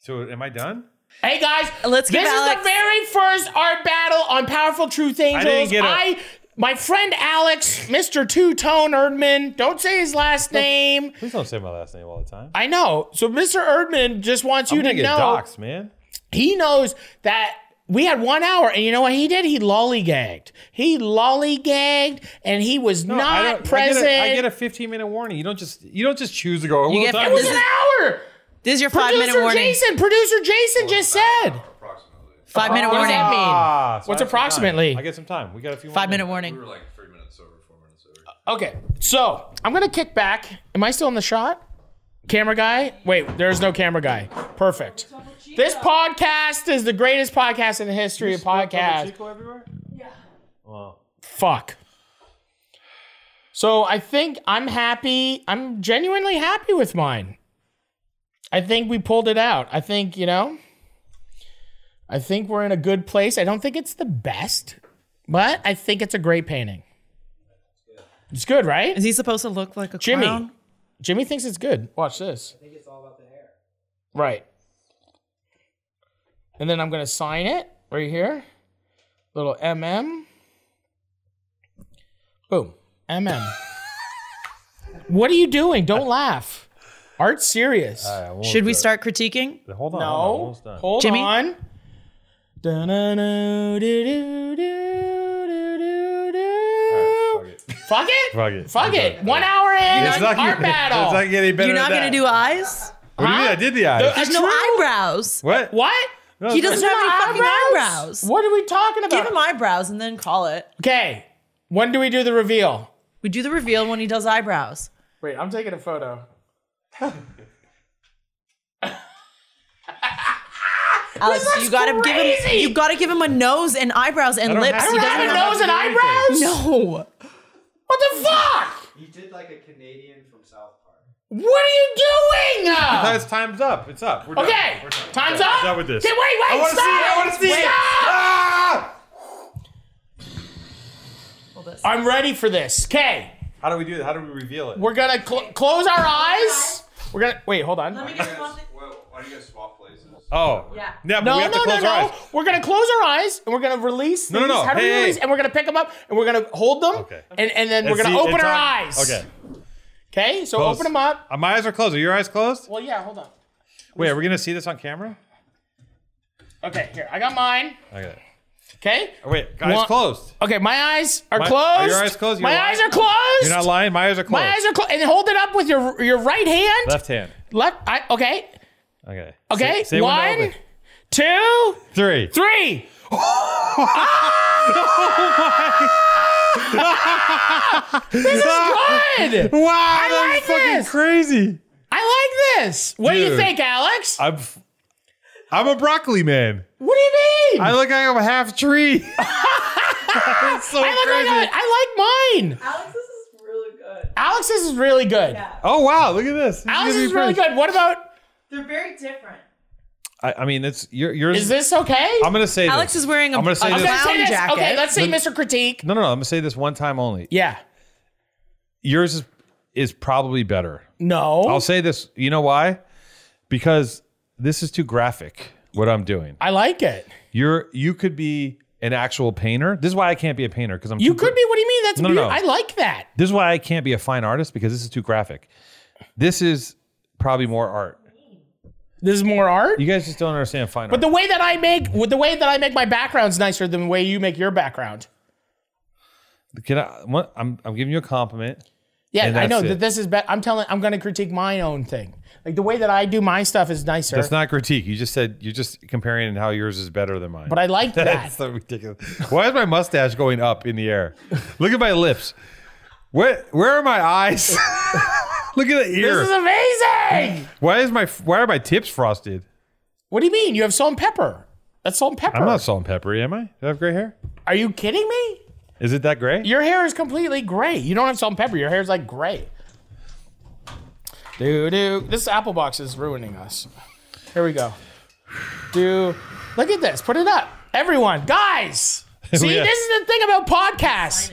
Speaker 1: so, am I done?
Speaker 4: Hey guys,
Speaker 2: Let's give
Speaker 4: This is
Speaker 2: Alex-
Speaker 4: the very first art battle on Powerful Truth Angels. I,
Speaker 1: didn't get a-
Speaker 4: my friend Alex, Mr. Two Tone Erdman, don't say his last name.
Speaker 1: Please don't say my last name all the time.
Speaker 4: I know. So Mr. Erdman just wants you
Speaker 1: I'm
Speaker 4: to
Speaker 1: gonna get
Speaker 4: know
Speaker 1: doxxed, man.
Speaker 4: he knows that we had one hour, and you know what he did? He lollygagged. He lollygagged, and he was
Speaker 1: No, I don't- I
Speaker 4: not
Speaker 1: get a-
Speaker 4: present.
Speaker 1: I get a 15 minute warning. You don't just you don't just choose to go. "Oh,
Speaker 2: You
Speaker 1: "Well,
Speaker 2: get-
Speaker 1: time
Speaker 2: it was
Speaker 1: is
Speaker 4: an
Speaker 1: it?"
Speaker 4: hour.
Speaker 2: This is your five minute
Speaker 4: Producer
Speaker 2: warning.
Speaker 4: Jason. Producer Jason just said.
Speaker 7: Approximately.
Speaker 2: Five minute
Speaker 4: What does
Speaker 2: warning.
Speaker 4: that mean?
Speaker 1: Ah, so
Speaker 4: What's
Speaker 1: I have some time.
Speaker 4: approximately?
Speaker 1: I get some time. We got a few. more
Speaker 2: Five minute
Speaker 1: minutes.
Speaker 7: We
Speaker 2: warning.
Speaker 7: were like three minutes over, four minutes over.
Speaker 4: Okay, so I'm gonna kick back. Am I still in the shot? Camera guy? Wait, there's no camera guy. Perfect. This podcast is the greatest podcast in the history of podcasts.
Speaker 1: Chico everywhere.
Speaker 4: Fuck. So I think I'm happy. I'm genuinely happy with mine. I think we pulled it out. I think, you know, I think we're in a good place. I don't think it's the best, but I think it's a great painting. It's good, right?
Speaker 2: Is he supposed to look like a
Speaker 4: Jimmy.
Speaker 2: clown?
Speaker 4: Jimmy thinks it's good. Watch this.
Speaker 6: I think it's all about the hair.
Speaker 4: Right. And then I'm going to sign it right here. Little MM. Boom. MM. what are you doing? Don't laugh. Art's serious.
Speaker 1: All right, I'm almost
Speaker 2: Should we
Speaker 1: done.
Speaker 2: start critiquing?
Speaker 1: Hold on. hold on, I'm
Speaker 4: No.
Speaker 1: almost done.
Speaker 4: Hold
Speaker 2: Jimmy?
Speaker 4: on. Dun-dun-dun, do-do, do-do, do-do.
Speaker 1: Fuck it. Fuck
Speaker 4: Fuck it.
Speaker 1: it.
Speaker 4: Fuck it. One hour in
Speaker 1: It's
Speaker 4: on
Speaker 1: not
Speaker 4: art
Speaker 1: getting-
Speaker 4: battle.
Speaker 1: It's not getting better.
Speaker 2: You're not
Speaker 1: than
Speaker 2: going to
Speaker 1: that.
Speaker 2: do eyes?
Speaker 1: What do you mean? I did the eyes.
Speaker 2: There's no
Speaker 4: True.
Speaker 2: eyebrows.
Speaker 1: what?
Speaker 4: What?
Speaker 1: No,
Speaker 2: He
Speaker 1: it's not-
Speaker 2: doesn't have any fucking eyebrows.
Speaker 4: What are we talking
Speaker 2: Give
Speaker 4: about?
Speaker 2: him eyebrows and then call it.
Speaker 4: okay. When do we do the reveal?
Speaker 2: We do the reveal when he does eyebrows.
Speaker 4: Wait, I'm taking a photo.
Speaker 2: Alex, you gotta give
Speaker 4: crazy.
Speaker 2: him. You gotta give him a nose and eyebrows and
Speaker 1: don't
Speaker 2: lips.
Speaker 1: have-
Speaker 2: He
Speaker 1: I don't have
Speaker 2: doesn't
Speaker 4: Rabbit
Speaker 1: a
Speaker 2: have-
Speaker 4: nose and
Speaker 1: have to do
Speaker 4: eyebrows?
Speaker 2: No.
Speaker 4: What the fuck?
Speaker 6: You did like a Canadian from South Park.
Speaker 4: What are you doing?
Speaker 1: Guys, time's up. It's up. We're done.
Speaker 4: Okay,
Speaker 1: We're done.
Speaker 4: time's
Speaker 1: We're
Speaker 4: up.
Speaker 1: Done with this.
Speaker 4: Okay, wait, wait,
Speaker 1: I want to see it. I
Speaker 4: stop.
Speaker 1: want to see it.
Speaker 4: Stop.
Speaker 1: Ah!
Speaker 4: I'm ready for this. Okay,
Speaker 1: How do we do that? How do we reveal it?
Speaker 4: we're gonna cl- close our eyes. We're gonna wait. Hold on.
Speaker 2: me
Speaker 7: Why do you guys- well, why do you guys swap places?
Speaker 1: Oh.
Speaker 2: Yeah.
Speaker 1: Yeah, but
Speaker 4: No,
Speaker 1: we
Speaker 4: no,
Speaker 1: have to
Speaker 4: no,
Speaker 1: close our
Speaker 4: no.
Speaker 1: eyes.
Speaker 4: We're gonna close our eyes and we're gonna release.
Speaker 1: No, no,
Speaker 4: these.
Speaker 1: no.
Speaker 4: How do we
Speaker 1: Hey,
Speaker 4: release?
Speaker 1: hey.
Speaker 4: And we're gonna pick them up and we're gonna hold them.
Speaker 1: Okay.
Speaker 4: And and then we're
Speaker 1: And
Speaker 4: gonna
Speaker 1: see,
Speaker 4: open
Speaker 1: it's
Speaker 4: our
Speaker 1: on-
Speaker 4: eyes.
Speaker 1: Okay.
Speaker 4: Okay. So
Speaker 1: Close.
Speaker 4: open them up.
Speaker 1: Uh, My eyes are closed. Are your eyes closed?
Speaker 4: Well, yeah. Hold on.
Speaker 1: Wait, are we gonna see this on camera?
Speaker 4: Okay. Here, I got mine.
Speaker 1: Okay.
Speaker 4: Okay.
Speaker 1: Oh, Wait, eyes
Speaker 4: One-
Speaker 1: closed.
Speaker 4: Okay. My eyes are
Speaker 1: My-
Speaker 4: closed.
Speaker 1: are your eyes closed? You're
Speaker 4: my
Speaker 1: lying.
Speaker 4: eyes are closed.
Speaker 1: You're not lying. My eyes are closed.
Speaker 4: My eyes are closed. And hold it up with your your right hand.
Speaker 1: Left hand.
Speaker 4: Left. I, okay.
Speaker 1: Okay.
Speaker 4: Okay.
Speaker 1: Say, say when to
Speaker 4: One,
Speaker 1: open.
Speaker 4: two,
Speaker 1: three.
Speaker 4: three. Good.
Speaker 1: Ah! Wow, that
Speaker 4: like
Speaker 1: was fucking
Speaker 4: this.
Speaker 1: crazy.
Speaker 4: I like this. What do you
Speaker 1: Dude.
Speaker 4: think, Alex?
Speaker 1: I'm, f- I'm a broccoli man.
Speaker 4: what do you mean?
Speaker 1: I look like I'm a half tree. That's so
Speaker 4: I look like
Speaker 1: crazy.
Speaker 4: I, I like mine.
Speaker 5: Alex, this is really good.
Speaker 4: Alex's is really good.
Speaker 1: oh wow, look at this. this
Speaker 4: Alex's
Speaker 1: gonna
Speaker 4: is
Speaker 1: be
Speaker 4: really
Speaker 1: pretty-
Speaker 4: good. What about?
Speaker 5: They're very different.
Speaker 1: I, I mean, it's your yours.
Speaker 4: Is this okay?
Speaker 1: I'm gonna say
Speaker 2: Alex
Speaker 1: this.
Speaker 2: is wearing a-
Speaker 1: I'm gonna say
Speaker 2: a
Speaker 1: this.
Speaker 4: gonna say
Speaker 2: Clown
Speaker 4: this.
Speaker 2: jacket.
Speaker 4: Okay, let's say Mr. Critique.
Speaker 1: No, no, no. I'm gonna say this one time only.
Speaker 4: Yeah.
Speaker 1: Yours is is probably better.
Speaker 4: No.
Speaker 1: I'll say this. You know why? Because this is too graphic. What I'm doing.
Speaker 4: I like it.
Speaker 1: You're you could be an actual painter. This is why I can't be a painter because I'm
Speaker 4: You
Speaker 1: too
Speaker 4: could be. What do you mean? That's
Speaker 1: No, no,
Speaker 4: beautiful.
Speaker 1: no.
Speaker 4: I like that.
Speaker 1: This is why I can't be a fine artist because this is too graphic. This is probably more art.
Speaker 4: This is more art.
Speaker 1: You guys just don't understand fine
Speaker 4: But
Speaker 1: art.
Speaker 4: the way that I make with the way that I make my background's nicer than the way you make your background.
Speaker 1: Can I? What, I'm I'm giving you a compliment.
Speaker 4: Yeah,
Speaker 1: And
Speaker 4: I know
Speaker 1: that's
Speaker 4: that
Speaker 1: it.
Speaker 4: this is better. I'm telling I'm gonna critique my own thing. Like the way that I do my stuff is nicer.
Speaker 1: That's not critique. You just said you're just comparing how yours is better than mine.
Speaker 4: but I like that.
Speaker 1: That's so ridiculous. Why is my mustache going up in the air? Look at my lips. Where where are my eyes? Look at the ear.
Speaker 4: this is amazing.
Speaker 1: why is my why are my tips frosted?
Speaker 4: what do you mean? You have salt and pepper. That's salt and pepper.
Speaker 1: I'm not salt and peppery, am I? Do I have gray hair?
Speaker 4: Are you kidding me?
Speaker 1: Is it that gray?
Speaker 4: Your hair is completely gray. You don't have salt and pepper. Your hair's like gray. Do do. This apple box is ruining us. Here we go. Do. Look at this. Put it up, everyone, guys. See,
Speaker 1: Oh, Yeah.
Speaker 4: this is the thing about podcasts.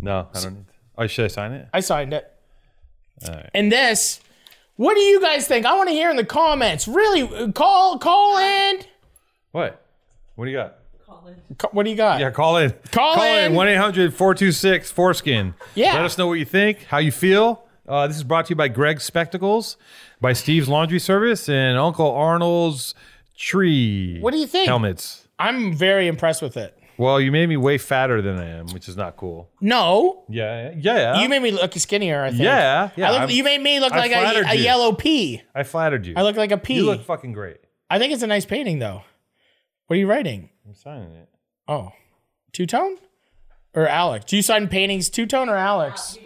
Speaker 1: No, I don't. Need oh, should I sign it?
Speaker 4: I signed it.
Speaker 1: All right.
Speaker 4: And this. What do you guys think? I want to hear in the comments. Really, uh, call call in.
Speaker 1: What? What do you got?
Speaker 4: Ca- What do you got?
Speaker 1: Yeah, call in.
Speaker 4: Call in.
Speaker 1: 1 800 426 Foreskin.
Speaker 4: Yeah.
Speaker 1: Let us know what you think, how you feel. Uh, this is brought to you by Greg's Spectacles, by Steve's Laundry Service, and Uncle Arnold's Tree.
Speaker 4: What do you think?
Speaker 1: Helmets.
Speaker 4: I'm very impressed with it.
Speaker 1: Well, you made me way fatter than I am, which is not cool.
Speaker 4: No,
Speaker 1: Yeah. Yeah.
Speaker 4: you made me look skinnier. I think.
Speaker 1: yeah. Yeah.
Speaker 4: I look,
Speaker 1: I'm-
Speaker 4: you made me look
Speaker 1: I
Speaker 4: like a,
Speaker 1: flattered
Speaker 4: a
Speaker 1: you.
Speaker 4: yellow pea.
Speaker 1: I flattered you.
Speaker 4: I look like a pea.
Speaker 1: You look fucking great.
Speaker 4: I think it's a nice painting, though. What are you writing?
Speaker 1: I'm signing it.
Speaker 4: Oh, two tone or Alex? Do you sign paintings two tone or Alex?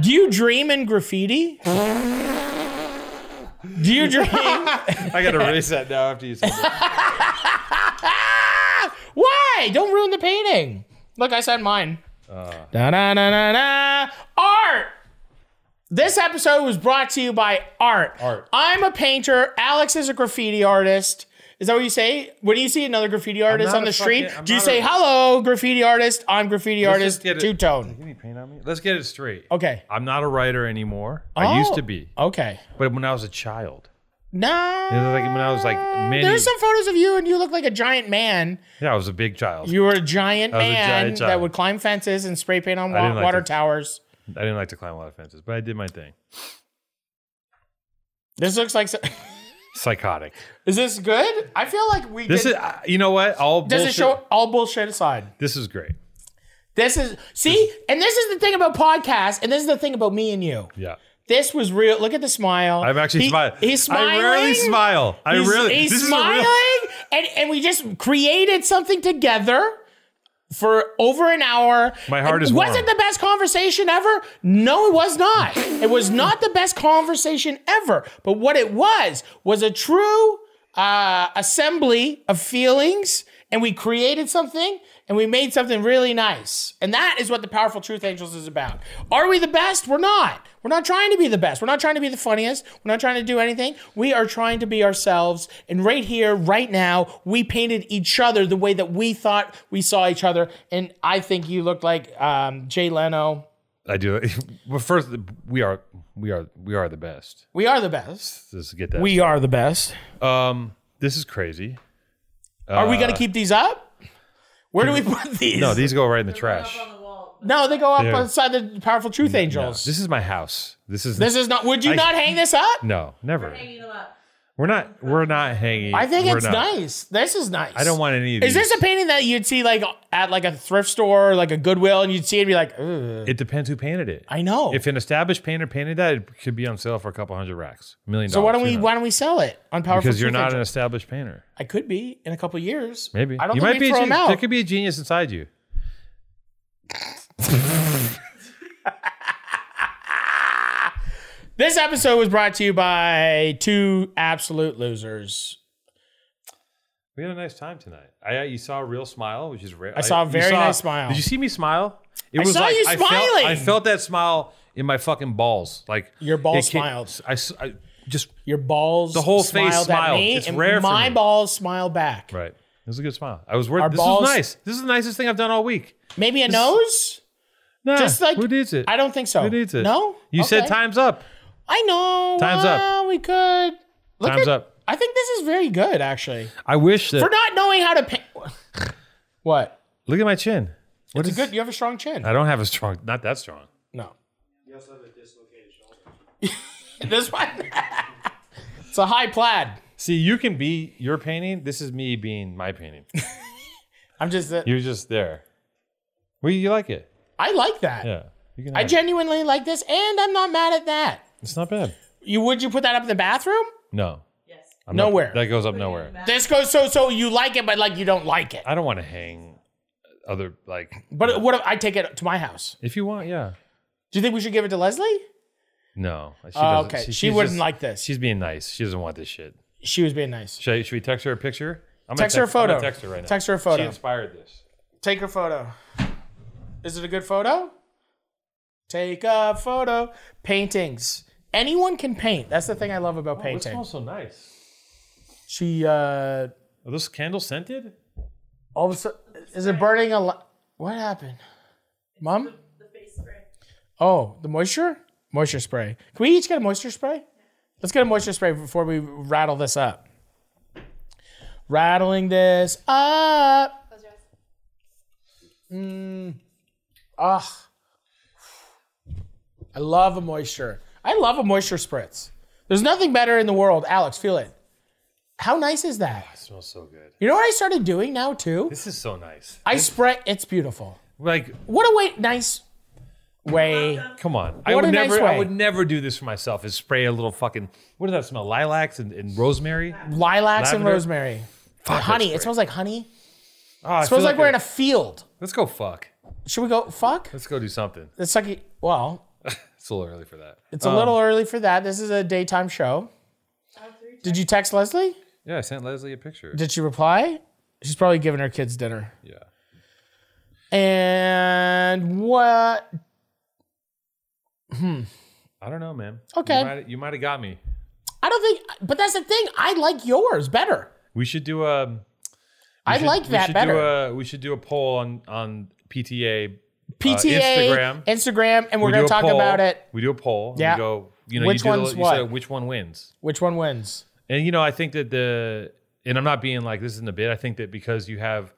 Speaker 4: Do you dream in graffiti? Do you dream?
Speaker 1: I got to erase that now after you said that.
Speaker 4: Why? Don't ruin the
Speaker 1: Uh.
Speaker 4: painting. Look, I signed mine. Da da da da da. Art. This episode was brought to you by art.
Speaker 1: Art.
Speaker 4: I'm a painter. Alex is a graffiti artist. Is that what you say? When you see another graffiti artist
Speaker 1: not
Speaker 4: on
Speaker 1: a
Speaker 4: the street,
Speaker 1: fucking- I'm
Speaker 4: do you
Speaker 1: not
Speaker 4: say,
Speaker 1: a-
Speaker 4: hello, graffiti artist? I'm graffiti
Speaker 1: Let's just
Speaker 4: artist,
Speaker 1: get it-
Speaker 4: two tone.
Speaker 1: Can you paint on me? Let's get it straight.
Speaker 4: Okay.
Speaker 1: I'm not a writer anymore. I used
Speaker 4: Oh.
Speaker 1: to be,
Speaker 4: Okay.
Speaker 1: but when I was a child,
Speaker 4: No.
Speaker 1: it was like when I was like many.
Speaker 4: There's some photos of you and you look like a giant man.
Speaker 1: yeah, I was a big child.
Speaker 4: You were a giant
Speaker 1: I was a
Speaker 4: man
Speaker 1: giant
Speaker 4: that
Speaker 1: child.
Speaker 4: would climb fences and spray paint on
Speaker 1: I
Speaker 4: wa-
Speaker 1: didn't like
Speaker 4: water
Speaker 1: this.
Speaker 4: towers.
Speaker 1: I didn't like to climb a lot of fences, but I did my thing.
Speaker 4: This looks like. s-
Speaker 1: Psychotic. Is
Speaker 4: Is this good? I feel like we.
Speaker 1: this
Speaker 4: did,
Speaker 1: is uh, you know what? All
Speaker 4: Does
Speaker 1: bullshit,
Speaker 4: it show all bullshit aside?
Speaker 1: This is great.
Speaker 4: This is see, and this is the thing about podcasts, and this is the thing about me and you.
Speaker 1: Yeah.
Speaker 4: This was real. Look at the smile.
Speaker 1: I'm actually
Speaker 4: He-
Speaker 1: smiling.
Speaker 4: He's smiling.
Speaker 1: I rarely smile. I
Speaker 4: He's,
Speaker 1: really.
Speaker 4: he's
Speaker 1: this
Speaker 4: smiling,
Speaker 1: Is a real,
Speaker 4: and and we just created something together for over an hour.
Speaker 1: My heart
Speaker 4: And
Speaker 1: is
Speaker 4: Was it
Speaker 1: warm.
Speaker 4: the best conversation ever? No, it was not. it was not the best conversation ever. But what it was was a true uh, assembly of feelings, and we created something. And we made something really nice. And that is what the Powerful Truth Angels is about. Are we the best? We're not. We're not trying to be the best. We're not trying to be the funniest. We're not trying to do anything. We are trying to be ourselves. And right here, right now, we painted each other the way that we thought we saw each other. And I think you looked like um, Jay Leno.
Speaker 1: I do. Well, first, we are we are we are the best.
Speaker 4: We are the best.
Speaker 1: Let's get that.
Speaker 4: We are the best.
Speaker 1: um. This is crazy.
Speaker 4: Are we
Speaker 1: Uh,
Speaker 4: going to keep these up? Where do we put these?
Speaker 1: No, these go right in the trash.
Speaker 5: Up on the wall.
Speaker 4: No, they go up
Speaker 1: They're-
Speaker 4: outside the Powerful Truth
Speaker 1: No,
Speaker 4: Angels.
Speaker 1: this is my house. This is
Speaker 4: this is not. Would you
Speaker 1: I-
Speaker 4: not hang this up?
Speaker 1: no, never.
Speaker 5: Hanging them up.
Speaker 1: We're not. We're not hanging.
Speaker 4: I think
Speaker 1: We're
Speaker 4: it's
Speaker 1: not.
Speaker 4: nice. This is nice.
Speaker 1: I don't want any of
Speaker 4: Is
Speaker 1: these.
Speaker 4: this a painting that you'd see like at like a thrift store, or, like a Goodwill, and you'd see it and be like, Ugh.
Speaker 1: It depends who painted it.
Speaker 4: I know.
Speaker 1: If an established painter painted that, it could be on sale for a couple hundred racks, million dollars.
Speaker 4: so why don't we
Speaker 1: who knows?
Speaker 4: why don't we sell it on Powerful?
Speaker 1: Because you're
Speaker 4: Truth
Speaker 1: not an
Speaker 4: Agent?
Speaker 1: established painter.
Speaker 4: I could be in a couple of years.
Speaker 1: Maybe
Speaker 4: I don't
Speaker 1: you
Speaker 4: think
Speaker 1: might
Speaker 4: we'd
Speaker 1: be.
Speaker 4: throw
Speaker 1: a
Speaker 4: them
Speaker 1: gen-
Speaker 4: out.
Speaker 1: There could be a genius inside you.
Speaker 4: This episode was brought to you by two absolute losers.
Speaker 1: We had a nice time tonight. I uh, you saw a real smile, which is rare. I
Speaker 4: saw a
Speaker 1: you
Speaker 4: very nice smile.
Speaker 1: Did you see me smile? It
Speaker 4: I saw you
Speaker 1: felt, I
Speaker 4: smiling.
Speaker 1: felt that smile in my fucking balls. Like
Speaker 4: Your balls
Speaker 1: it came-
Speaker 4: smiled.
Speaker 1: I, s- I just
Speaker 4: Your balls,
Speaker 1: The whole face
Speaker 4: smiled at
Speaker 1: smiled.
Speaker 4: me,
Speaker 1: It's
Speaker 4: and
Speaker 1: rare for
Speaker 4: My
Speaker 1: me.
Speaker 4: balls smile back.
Speaker 1: right. It was a good smile. I was worth.
Speaker 4: Our
Speaker 1: this
Speaker 4: balls-
Speaker 1: is nice. This is the nicest thing I've done all week.
Speaker 4: Maybe a nose.
Speaker 1: Nah,
Speaker 4: Just like
Speaker 1: who needs it?
Speaker 4: I don't think so.
Speaker 1: Who needs it?
Speaker 4: No,
Speaker 1: You said
Speaker 4: Okay.
Speaker 1: time's up.
Speaker 4: I know.
Speaker 1: Time's up.
Speaker 4: well, We could. Look
Speaker 1: Time's
Speaker 4: at-
Speaker 1: up.
Speaker 4: I think this is very good, actually.
Speaker 1: I wish that.
Speaker 4: For not knowing how to paint. What?
Speaker 1: look at my chin. What
Speaker 4: It's
Speaker 1: is-
Speaker 4: a good. You have a strong chin.
Speaker 1: I don't have a strong. Not that strong.
Speaker 4: No,
Speaker 6: You also have a dislocated shoulder.
Speaker 4: this one. it's a high plaid.
Speaker 1: See, you can be your painting. This is me being my painting.
Speaker 4: I'm just. uh,
Speaker 1: You're just there. Well, you like it.
Speaker 4: I like that.
Speaker 1: Yeah. You can
Speaker 4: I
Speaker 1: have it.
Speaker 4: genuinely like this, and I'm not mad at that.
Speaker 1: It's not bad.
Speaker 4: You would you put that up in the bathroom?
Speaker 1: No.
Speaker 5: Yes.
Speaker 1: I'm not-
Speaker 4: Nowhere.
Speaker 1: that goes up nowhere.
Speaker 4: This goes so so you like it, but like you don't like it.
Speaker 1: I don't want to hang other like
Speaker 4: But what if I take it to my house?
Speaker 1: if you want, yeah.
Speaker 4: Do you think we should give it to Leslie?
Speaker 1: No. She
Speaker 4: Oh,
Speaker 1: doesn't-
Speaker 4: okay, she,
Speaker 1: she's
Speaker 4: wouldn't
Speaker 1: just-
Speaker 4: like this.
Speaker 1: She's being nice. She doesn't want this shit.
Speaker 4: she was being nice.
Speaker 1: Should, I, should we text her a picture? I'm gonna
Speaker 4: Text her a
Speaker 1: I'm gonna
Speaker 4: photo.
Speaker 1: Text her right now.
Speaker 4: Text her a photo.
Speaker 1: She inspired this. Oh,
Speaker 4: Take her photo. Is it a good photo? Take a photo. Paintings. Anyone can paint. That's the thing I love about
Speaker 1: Oh, it
Speaker 4: painting.
Speaker 1: smells so nice.
Speaker 4: She uh
Speaker 1: Are those candles scented?
Speaker 4: all of a sudden is it burning a lot? What happened? Mom?
Speaker 5: The face spray.
Speaker 4: Oh, the moisture? Moisture spray. Can we each get a moisture spray? Let's get a moisture spray before we rattle this up. Rattling this up. Mm.
Speaker 5: Close your eyes.
Speaker 4: Ugh. I love a moisture. I love a moisture spritz. There's nothing better in the world. Alex, feel it. How nice is
Speaker 1: It
Speaker 4: that?
Speaker 1: smells so good.
Speaker 4: You know what I started doing now too?
Speaker 1: This is so nice.
Speaker 4: I spray. It's beautiful.
Speaker 1: Like,
Speaker 4: What a way, nice way.
Speaker 1: come on. I
Speaker 4: What
Speaker 1: would
Speaker 4: a nice
Speaker 1: never
Speaker 4: way.
Speaker 1: I would never do this for myself is spray a little fucking what does that smell? Lilacs and, and rosemary?
Speaker 4: Lilacs and
Speaker 1: Lavender.
Speaker 4: rosemary.
Speaker 1: Fuck,
Speaker 4: honey.
Speaker 1: that's
Speaker 4: It
Speaker 1: great.
Speaker 4: smells like honey.
Speaker 1: Oh, I
Speaker 4: It smells
Speaker 1: feel
Speaker 4: like, we're in
Speaker 1: a-
Speaker 4: a field.
Speaker 1: Let's go fuck.
Speaker 4: Should we go? Fuck.
Speaker 1: Let's go do something.
Speaker 4: That's sucky. Well,
Speaker 1: It's a little early for that.
Speaker 4: it's a little early for that. This is a daytime show. Did you text Leslie?
Speaker 1: Yeah, I sent Leslie a picture.
Speaker 4: Did she reply? She's probably giving her kids dinner.
Speaker 1: Yeah.
Speaker 4: And what? Hmm.
Speaker 1: I don't know, man.
Speaker 4: Okay.
Speaker 1: You might- You might have got me.
Speaker 4: I don't think, but that's the thing. I like yours better.
Speaker 1: We should do a. um, we
Speaker 4: I
Speaker 1: should-
Speaker 4: like
Speaker 1: we
Speaker 4: that
Speaker 1: should
Speaker 4: better.
Speaker 1: Do a, uh, we should do a poll on on PTA.
Speaker 4: PTA,
Speaker 1: Instagram.
Speaker 4: Instagram, and we're
Speaker 1: We do
Speaker 4: gonna
Speaker 1: a
Speaker 4: talk
Speaker 1: poll.
Speaker 4: about it.
Speaker 1: We do a poll. and
Speaker 4: Yeah.
Speaker 1: We go. You know,
Speaker 4: Which
Speaker 1: you do the-
Speaker 4: one's
Speaker 1: you say
Speaker 4: what?
Speaker 1: which one wins?
Speaker 4: Which one wins?
Speaker 1: And you know, I think that the and I'm not being like this isn't a bit. I think that because you have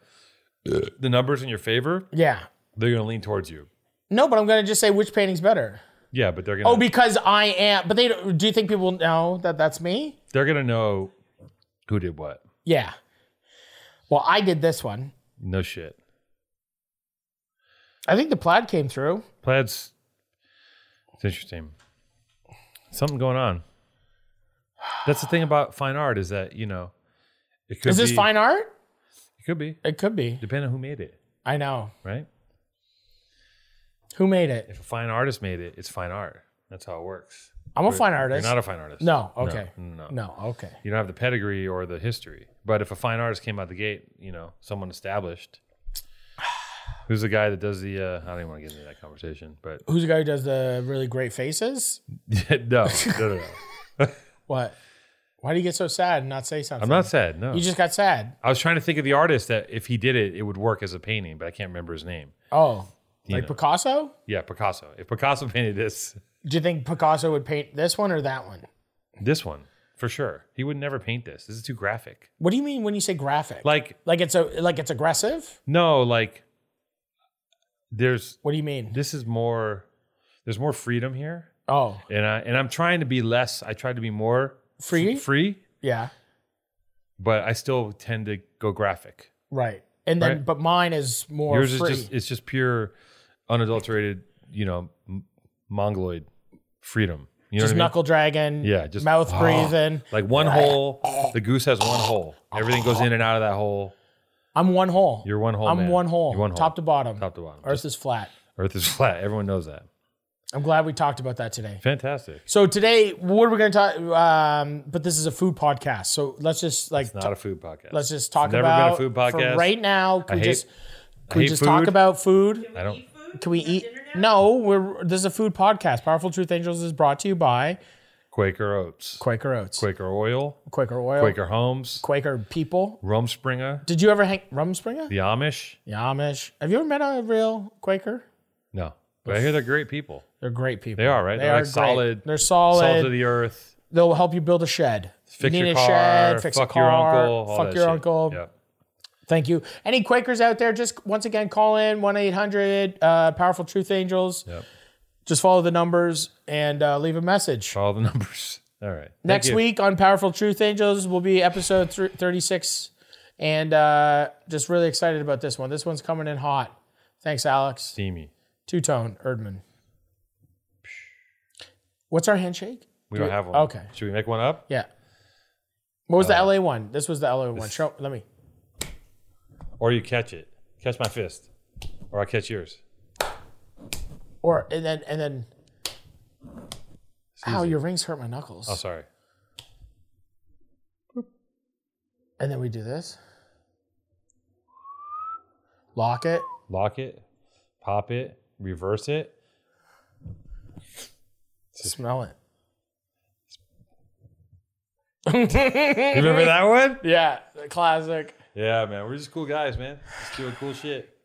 Speaker 1: the numbers in your favor,
Speaker 4: Yeah.
Speaker 1: they're going to lean towards you.
Speaker 4: No, but I'm gonna just say which painting's better.
Speaker 1: Yeah, but they're going.
Speaker 4: Oh, because I am. But they don't, do you think people know that that's me?
Speaker 1: they're going to know who did what.
Speaker 4: Yeah. Well, I did this one.
Speaker 1: No shit.
Speaker 4: I think the plaid came through.
Speaker 1: Plaid's. It's interesting. Something going on. That's the thing about fine art is that you know, it could
Speaker 4: Is this
Speaker 1: be,
Speaker 4: fine art?
Speaker 1: It could be
Speaker 4: It could be.
Speaker 1: depending on who made it,
Speaker 4: I know.
Speaker 1: right?
Speaker 4: Who made it?
Speaker 1: If a fine artist made it, it's fine art. That's how it works.
Speaker 4: I'm a fine
Speaker 1: You're
Speaker 4: artist.
Speaker 1: not a fine artist.
Speaker 4: No, okay.
Speaker 1: No. no.
Speaker 4: no, okay.
Speaker 1: You don't have the pedigree or the history. But if a fine artist came out the gate, you know, someone established. Who's the guy that does the? Uh, I don't even want to get into that conversation, but
Speaker 4: Who's the guy who does the really great faces?
Speaker 1: no, no, no, no.
Speaker 4: What? Why do you get so sad and not say something?
Speaker 1: I'm not sad. No,
Speaker 4: You just got sad.
Speaker 1: I was trying to think of the artist that if he did it, it would work as a painting, but I can't remember his name.
Speaker 4: Oh,
Speaker 1: You
Speaker 4: like
Speaker 1: know.
Speaker 4: Picasso?
Speaker 1: Yeah, Picasso. If Picasso painted this,
Speaker 4: Do you think Picasso would paint this one or that one?
Speaker 1: this one for sure, he would never paint this. This is too graphic.
Speaker 4: What do you mean when you say graphic?
Speaker 1: Like
Speaker 4: like it's a like it's aggressive?
Speaker 1: no, like there's
Speaker 4: What do you mean?
Speaker 1: this is more. There's more freedom here,
Speaker 4: Oh,
Speaker 1: and I and I'm trying to be less. I try to be more f-
Speaker 4: Free?
Speaker 1: free,
Speaker 4: yeah,
Speaker 1: but I still tend to go graphic.
Speaker 4: right. And then,
Speaker 1: Right.
Speaker 4: but mine is more
Speaker 1: Yours
Speaker 4: free.
Speaker 1: is just it's just pure, unadulterated, you know, m- mongoloid freedom. You know
Speaker 4: just
Speaker 1: what I mean?
Speaker 4: knuckle dragging.
Speaker 1: Yeah, just- oh.
Speaker 4: mouth breathing.
Speaker 1: Like one hole, the goose has one hole. Everything goes in and out of that hole.
Speaker 4: I'm one hole.
Speaker 1: You're one hole.
Speaker 4: I'm
Speaker 1: man.
Speaker 4: one hole,
Speaker 1: You're one hole.
Speaker 4: top to bottom.
Speaker 1: Top to bottom.
Speaker 4: Earth
Speaker 1: Just-
Speaker 4: is flat.
Speaker 1: Earth is flat. Everyone knows that.
Speaker 4: I'm glad we talked about that today.
Speaker 1: Fantastic.
Speaker 4: So today, what are we going to talk? Um, but this is a food podcast, so let's just like
Speaker 1: It's not a food podcast.
Speaker 4: let's just talk
Speaker 1: Never been a
Speaker 4: about
Speaker 1: food
Speaker 4: for
Speaker 1: podcast.
Speaker 4: right now. Can
Speaker 1: I
Speaker 4: we
Speaker 1: hate-
Speaker 4: just
Speaker 1: I
Speaker 4: can we
Speaker 1: hate
Speaker 4: just talk
Speaker 1: food.
Speaker 4: about food?
Speaker 1: I don't.
Speaker 5: Food?
Speaker 4: Can we eat?
Speaker 5: dinner now?
Speaker 4: No, we're this is a food podcast. Powerful Truth Angels is brought to you by
Speaker 1: Quaker Oats,
Speaker 4: Quaker Oats,
Speaker 1: Quaker Oil,
Speaker 4: Quaker Oil,
Speaker 1: Quaker Homes,
Speaker 4: Quaker People.
Speaker 1: Rumspringer,
Speaker 4: Did you ever hang Rumspringer?
Speaker 1: the Amish.
Speaker 4: The Amish. Have you ever met a real Quaker?
Speaker 1: No, but I hear they're great people.
Speaker 4: They're great people.
Speaker 1: They are right.
Speaker 4: They
Speaker 1: They're
Speaker 4: are
Speaker 1: like
Speaker 4: great.
Speaker 1: solid.
Speaker 4: They're
Speaker 1: salt
Speaker 4: solid.
Speaker 1: of the earth.
Speaker 4: They'll help you build a shed.
Speaker 1: Fix
Speaker 4: you
Speaker 1: your
Speaker 4: need a
Speaker 1: car.
Speaker 4: shed. Fix
Speaker 1: fuck
Speaker 4: a car.
Speaker 1: your uncle. all
Speaker 4: fuck
Speaker 1: that
Speaker 4: your
Speaker 1: shit.
Speaker 4: uncle.
Speaker 1: Yeah.
Speaker 4: Thank you. Any Quakers out there, just once again, call in 1 800 uh, Powerful Truth Angels.
Speaker 1: Yep.
Speaker 4: Just follow the numbers and uh, leave a message.
Speaker 1: All the numbers. All right. Thank
Speaker 4: Next
Speaker 1: you.
Speaker 4: week on Powerful Truth Angels will be episode thr- 36. And uh, just really excited about this one. This one's coming in hot. Thanks, Alex.
Speaker 1: Steamy.
Speaker 4: Two tone, Erdman. What's our handshake?
Speaker 1: We don't have one.
Speaker 4: Okay.
Speaker 1: Should we make one up?
Speaker 4: Yeah. What was the LA one? This was the LA one. Show, let me.
Speaker 1: Or you catch it. Catch my fist. Or I catch yours.
Speaker 4: Or, and then, and then. Ow,
Speaker 1: easy.
Speaker 4: your rings hurt my knuckles.
Speaker 1: Oh, sorry.
Speaker 4: And then we do this. Lock it.
Speaker 1: Lock it, pop it, reverse it.
Speaker 4: Smell it.
Speaker 1: You remember that one?
Speaker 4: Yeah, the classic.
Speaker 1: Yeah, man. We're just cool guys, man. Just doing cool shit.